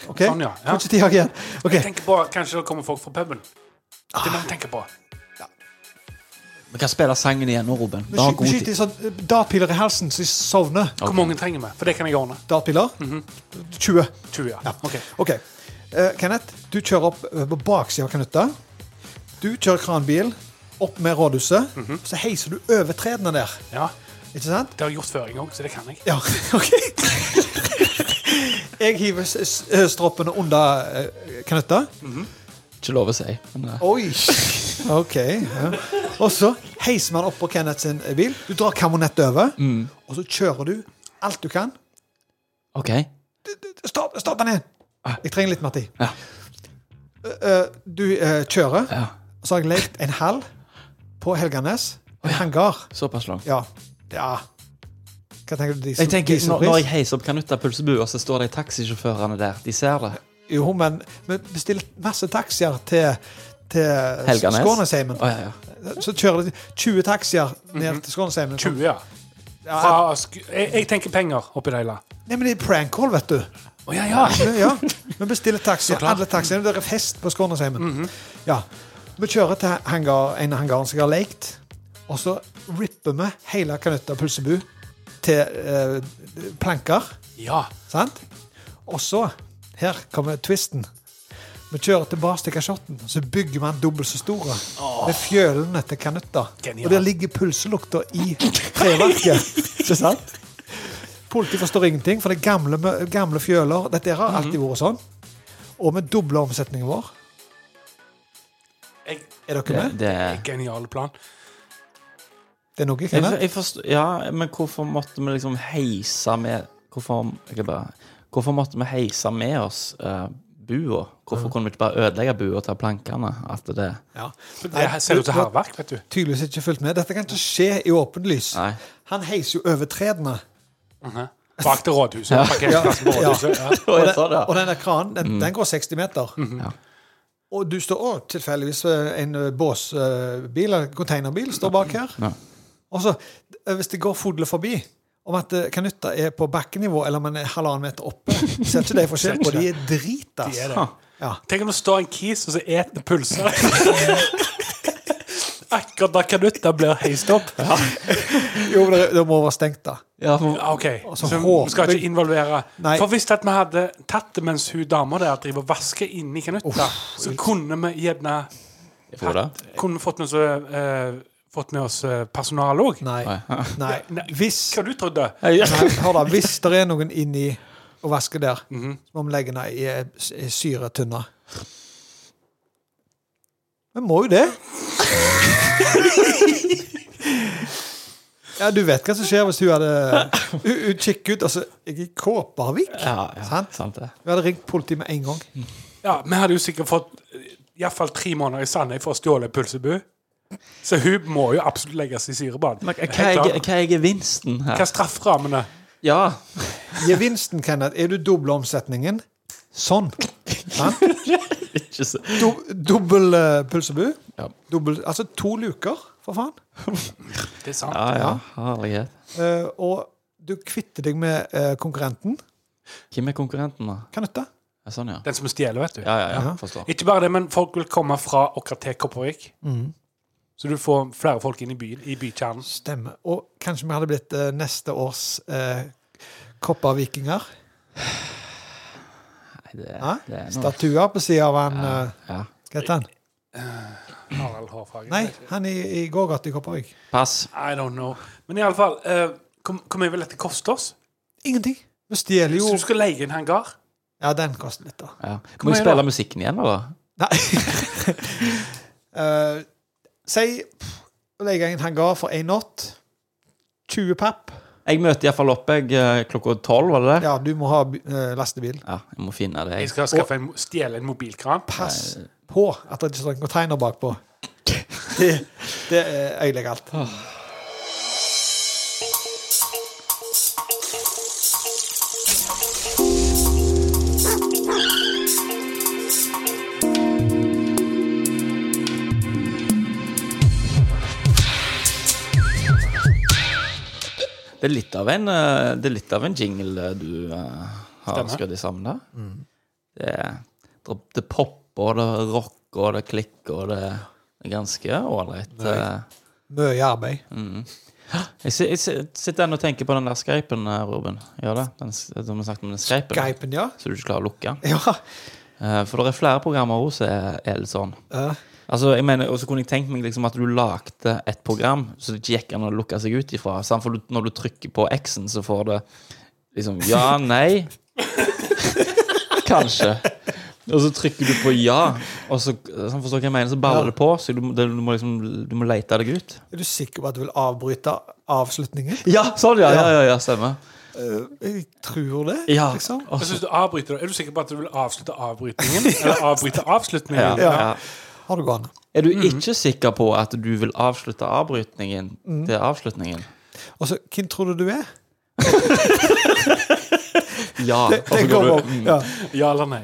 S1: Ok?
S6: Sånn, ja. Ja.
S1: Kanskje ti dager igjen. Ok,
S6: Tenk på, Kanskje det kommer folk fra puben. Det må vi tenke på.
S2: Vi kan spille sangen igjen nå, Robin.
S1: Vi
S2: Da har
S1: sky- vi
S2: god
S1: skyter i
S2: tid.
S1: sånn eh, dartpiler i halsen så de sovner.
S6: Hvor mange trenger vi? For det kan jeg ordne.
S1: Dartpiler? 20.
S6: 20, ja. Ok.
S1: Ok. Eh, Kenneth, du kjører opp eh, på baksida av Knutta. Du kjører kranbil opp med rådhuset. Så heiser du over trærne der.
S6: Ja,
S1: Ikke sant?
S6: Det har jeg gjort før en gang, så det kan jeg.
S1: Ja, OK. Jeg hiver s- s- eh, stroppene under eh, Knutta.
S2: Ikke lov å si. Men, eh,
S1: Oi! OK. Ja. Og så heiser man opp på Kenneth sin bil. Du drar kamonett over, og så kjører du alt du kan.
S2: OK.
S1: Stopp, stopp den igjen! Jeg trenger litt mer tid.
S2: Ah. Ja.
S1: Eh, eh, Du eh, kjører.
S2: ja.
S1: Og så har jeg lekt en hall på Helganes. En hangar.
S2: Såpass langt.
S1: Ja. ja. Hva tenker du? Diesel,
S2: Jeg tenker, når,
S1: dieselpris?
S2: når jeg heiser opp kanuttapølsebuer, så står de taxisjåførene der. De ser det.
S1: Jo, men vi bestiller masse taxier til, til
S2: Helganes.
S1: Skånesheimen.
S2: Å, ja, ja. Mhm.
S1: Så kjører de 20 taxier ned til Skånesheimen.
S6: 20, ja.
S1: Ja,
S6: Fra, sk- jeg, jeg tenker penger oppi det hele.
S1: nei, men det er prank call, vet du.
S6: Å ja, ja.
S1: Ja, Vi bestiller taxier.
S6: klart.
S1: Alle taxiene. Det er fest på Skånesheimen. Ja. Vi kjører til hangar, en av hangaren som jeg har lekt, og så ripper vi hele Kanutta Pulsebu til eh, planker.
S6: ja.
S1: Sant? Og så, her kommer twisten. Vi kjører tilbake til kasjotten, så bygger man dobbelt så store. Med fjølene til kanutta.
S6: Genialt.
S1: Og der ligger pølselukta i treverket. Ikke sant? Politiet forstår ingenting, for det er gamle, gamle fjøler. Dette har alltid vært sånn. Og vi dobler omsetningen vår.
S6: Jeg,
S1: Er dere
S2: Det,
S1: med?
S2: det
S6: genial plan.
S1: Det er noe,
S2: jeg,
S1: Kenneth?
S2: jeg forstår, ja, men hvorfor måtte vi liksom heise med Hvorfor, jeg bare, hvorfor måtte vi heise med oss eh, bua? Hvorfor kunne vi ikke bare ødelegge bua og ta plankene? At det
S1: Ja.
S6: For det
S1: Nei,
S6: her ser ut som
S1: du-
S6: hærverk, vet du.
S1: Tydeligvis ikke fulgt med. Dette kan ikke skje i åpent lys.
S2: Nei.
S1: Han heiser jo over trærne.
S6: Mhm. Bak til rådhuset. Parkeringsplassen på
S1: Ja.
S6: rådhuset. sånn, Ja. Mm. Mhm.
S2: Og
S1: Og
S2: jeg sa
S1: den,
S2: det.
S1: og den der kranen, den, den går 60 meter. Og du står òg tilfeldigvis eh, en eh, båsbil, en containerbil, står bak her.
S2: Ja.
S1: Og så, eh, hvis det går fodler forbi om at eh, Kanutta er på bakkenivå eller om den er halvannen meter oppe, ser ikke de forskjell på. De er drita.
S6: De er det.
S1: altså. Ja.
S6: Tenk om det står en kis og så eter pølser. Akkurat da kanutta blir heist opp.
S1: Jo, men det, det må være stengt, da.
S2: Ja, men,
S6: Ja, OK,
S1: så
S6: så
S1: håper-
S6: vi skal ikke involvere
S1: Nei.
S6: For hvis at vi hadde tatt det mens hun dama der driver og vasker inni kanutta, så kunne vi gjerne
S2: Tror du det?
S6: kunne fått med oss, eh, fått med oss eh, personal òg.
S1: Nei. Nei.
S6: Nei.
S1: Hvis,
S6: Hva du trodde
S1: nei, hør da, hvis det er noen inni og vasker der, så må vi legge den i, eh, s- i syretønna. Vi må jo det. Ja, du vet hva som skjer hvis hun hadde Hun, hun kikker ut altså, Jeg er i Kåpervik.
S2: Ja, ja,
S1: Sant?
S2: sant det.
S1: Hun hadde ringt politiet med en gang.
S6: Ja, vi hadde jo sikkert fått iallfall tre måneder i Sandøy for å stjåle pølsebu. Så hun må jo absolutt legges i syrebad.
S2: Men
S6: Helt
S2: hva er,
S6: klart.
S2: hva er gevinsten
S6: Hva
S2: her?
S6: er strafferammene?
S2: Ja.
S1: Gevinsten, Kenneth, er du dobler omsetningen. Sånn. Sant?
S2: Ikke så
S1: Do, dobbel eh, pølsebu.
S2: Ja.
S1: Dobbel, altså to luker, for faen.
S6: Det er sant.
S2: Ja, ja. Herlighet.
S1: Eh, og du kvitter deg med eh, konkurrenten.
S2: Hvem er konkurrenten, da?
S1: Kanutta.
S2: Ja, Sånn, ja.
S6: Den som stjeler, vet du.
S2: Ja, ja, ja. Forstår.
S6: Ikke bare det, men folk vil komme fra Åkra til Kopervik. Så du får flere folk inn i byen, i bykjernen.
S1: Stemmer. Og kanskje vi hadde blitt eh, neste års eh, koppervikinger.
S2: Nei, det,
S1: Hæ?
S2: det er noe.
S1: Statuer på sida av han eh,
S2: Ja.
S1: Hva heter han?
S6: Harald Hårfagre.
S1: Nei, han i, i gågata i Kopervik.
S2: Pass.
S6: I eh, don't know. Men iallfall, hvor hvor mye vil dette koste oss?
S1: Ingenting. Vi stjeler
S6: Så
S1: jo
S6: du skal leie en hangar?
S1: Ja, den koster litt, da.
S2: Ja.
S6: Kom
S2: Må vi
S6: igjen,
S2: spille
S6: da.
S2: musikken igjen, eller?
S1: Nei Eh, Si pff, å legge en hangar for én natt. 20 papp.
S2: Jeg møter iallfall opp jeg, eh, klokka tolv, var det det?
S1: Ja, du må ha eh, lastebil.
S2: Ja, jeg må finne det.
S6: Jeg
S2: Jeg.
S6: skal skaffe en, stjele en mobilkran.
S1: Pass på at det ikke står en container bakpå. Det, det er øyelegalt.
S2: Det er litt av en, eh, det er litt av en jingle eh, du eh, har
S6: Stemmer.
S2: skrudd sammen der. Det, er- det, det popper, og det rocker, og det klikker, og det er ganske ålreit. eh.
S1: Mye arbeid.
S2: Jeg, si- jeg si- sitter ennå og tenker på den der skypen, eh, Ruben. Gjør det? Den, s- som vi snakket om den skypen.
S1: Geipen, ja.
S2: Så du ikke klarer å lukke.
S1: Ja.
S2: Eh, For det er flere programmer også som er, er litt sånn.
S1: Ja.
S2: Altså, jeg mener, Og så kunne jeg tenkt meg liksom at du lagde et program så det ikke gikk an å lukke seg ut ifra. sant? For du, når du trykker på X-en, så får det liksom ja, nei Kanskje. Og så trykker du på ja, og så sånn forstår jeg hva jeg mener, så baller det på. Så du, må- det- du må liksom du må lete deg ut.
S1: Er du sikker på at du vil avbryte avslutningen?
S2: Ja, sånn, ja. Ja, ja, ja stemmer.
S1: Eh. Jeg tror det,
S2: Ja.
S1: liksom.
S2: Og så-
S6: Jeg synes du avbryter det. Er du sikker på at du vil avslutte avbrytningen? Eller avbryte
S2: ja,
S6: avslutningen?
S2: ja. Mhm.
S1: Har du gående.
S2: Er du ikke sikker på at du vil avslutte avbrytningen til avslutningen?
S1: Og så, hvem tror du du er?
S2: Ja.
S1: Det, det kommer opp. Ja.
S6: Ja eller nei?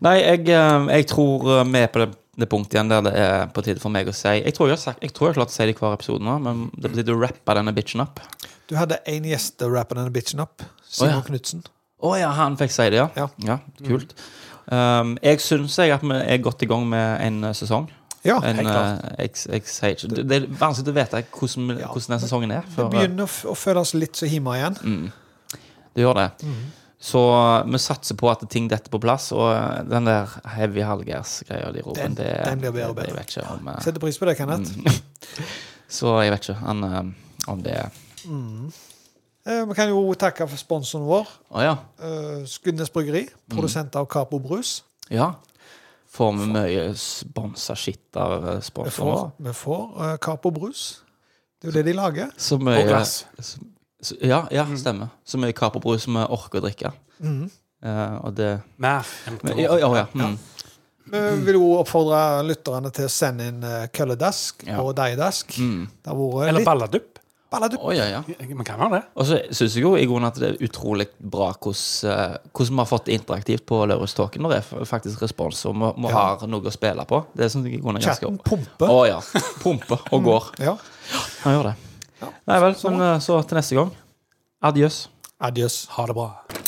S2: Nei, jeg, eh, jeg tror eh, vi er på det, det punktet igjen der det er på tide for meg å si Jeg tror jeg har, sagt, jeg tror jeg har klart å si det i hver episode nå, men det er på tide å rappe denne bitchen opp.
S1: Du hadde én gjest å rappe denne bitchen opp. Simon
S2: Å, ja.
S1: Knutsen.
S2: Å ja, han fikk si det, ja.
S1: Ja.
S2: kult. Um, jeg syns jeg at vi er godt i gang med en eh, sesong.
S1: Ja.
S2: En,
S1: helt klart.
S2: eh, jeg, jeg sier ikke Det, det er vanskelig å vite hvordan,
S1: Ja. Mm.
S2: hvordan den sesongen er.
S1: Det
S2: før, eh,
S1: begynner å, f å føles litt så hjemme igjen.
S2: Det gjør det.
S1: Mhm.
S2: Så eh, vi satser på at ting detter på plass, og eh, den der heavy halvgærs-greia de roper
S1: Den-
S2: det,
S1: den blir bedre og
S2: det- Jeg
S1: bedre.
S2: vet ikke om eh,
S1: Setter pris på det, Kenneth.
S2: Så jeg vet ikke han, eh, om det er
S1: Eh, Vi kan jo takke for sponsoren vår,
S2: Å ja.
S1: eh, Skudenes Bryggeri. Produsent av Capo Brus.
S2: ja. Får vi mye sponsa shit av eh,
S1: Vi
S2: sponsorer?
S1: får, vi får eh, Capo Brus. Det er jo det de lager.
S2: Så mye
S6: Og glass.
S2: Så, så, ja, ja, stemmer. Så mye kaperbrus som vi orker å drikke. Eh, og det
S6: Mer enn
S2: men,
S6: to.
S2: ja, ja, ja. Mm.
S1: Vi vil jo oppfordre lytterne til å sende inn eh, kølledask
S2: Ja. Mm.
S1: og deigdask. Det har vært
S6: Eller
S1: litt
S6: balladupp.
S1: balladupp.
S2: Å, ja, ja.
S6: Man kan ha det.
S2: Og så syns jeg jo i grunnen at det er utrolig bra hvordan eh, hvordan vi har fått det interaktivt på Laurus-talken. Når det er fa- faktisk respons, og vi, vi har noe å spille på. Det syns jeg i grunnen er ganske
S1: Chatten pumper.
S2: Å ja. Pumper og går.
S1: Ja.
S2: Han gjør det. Nei vel, men eh, så til neste gang. Adjøs.
S1: Adjøs.
S6: Ha det bra.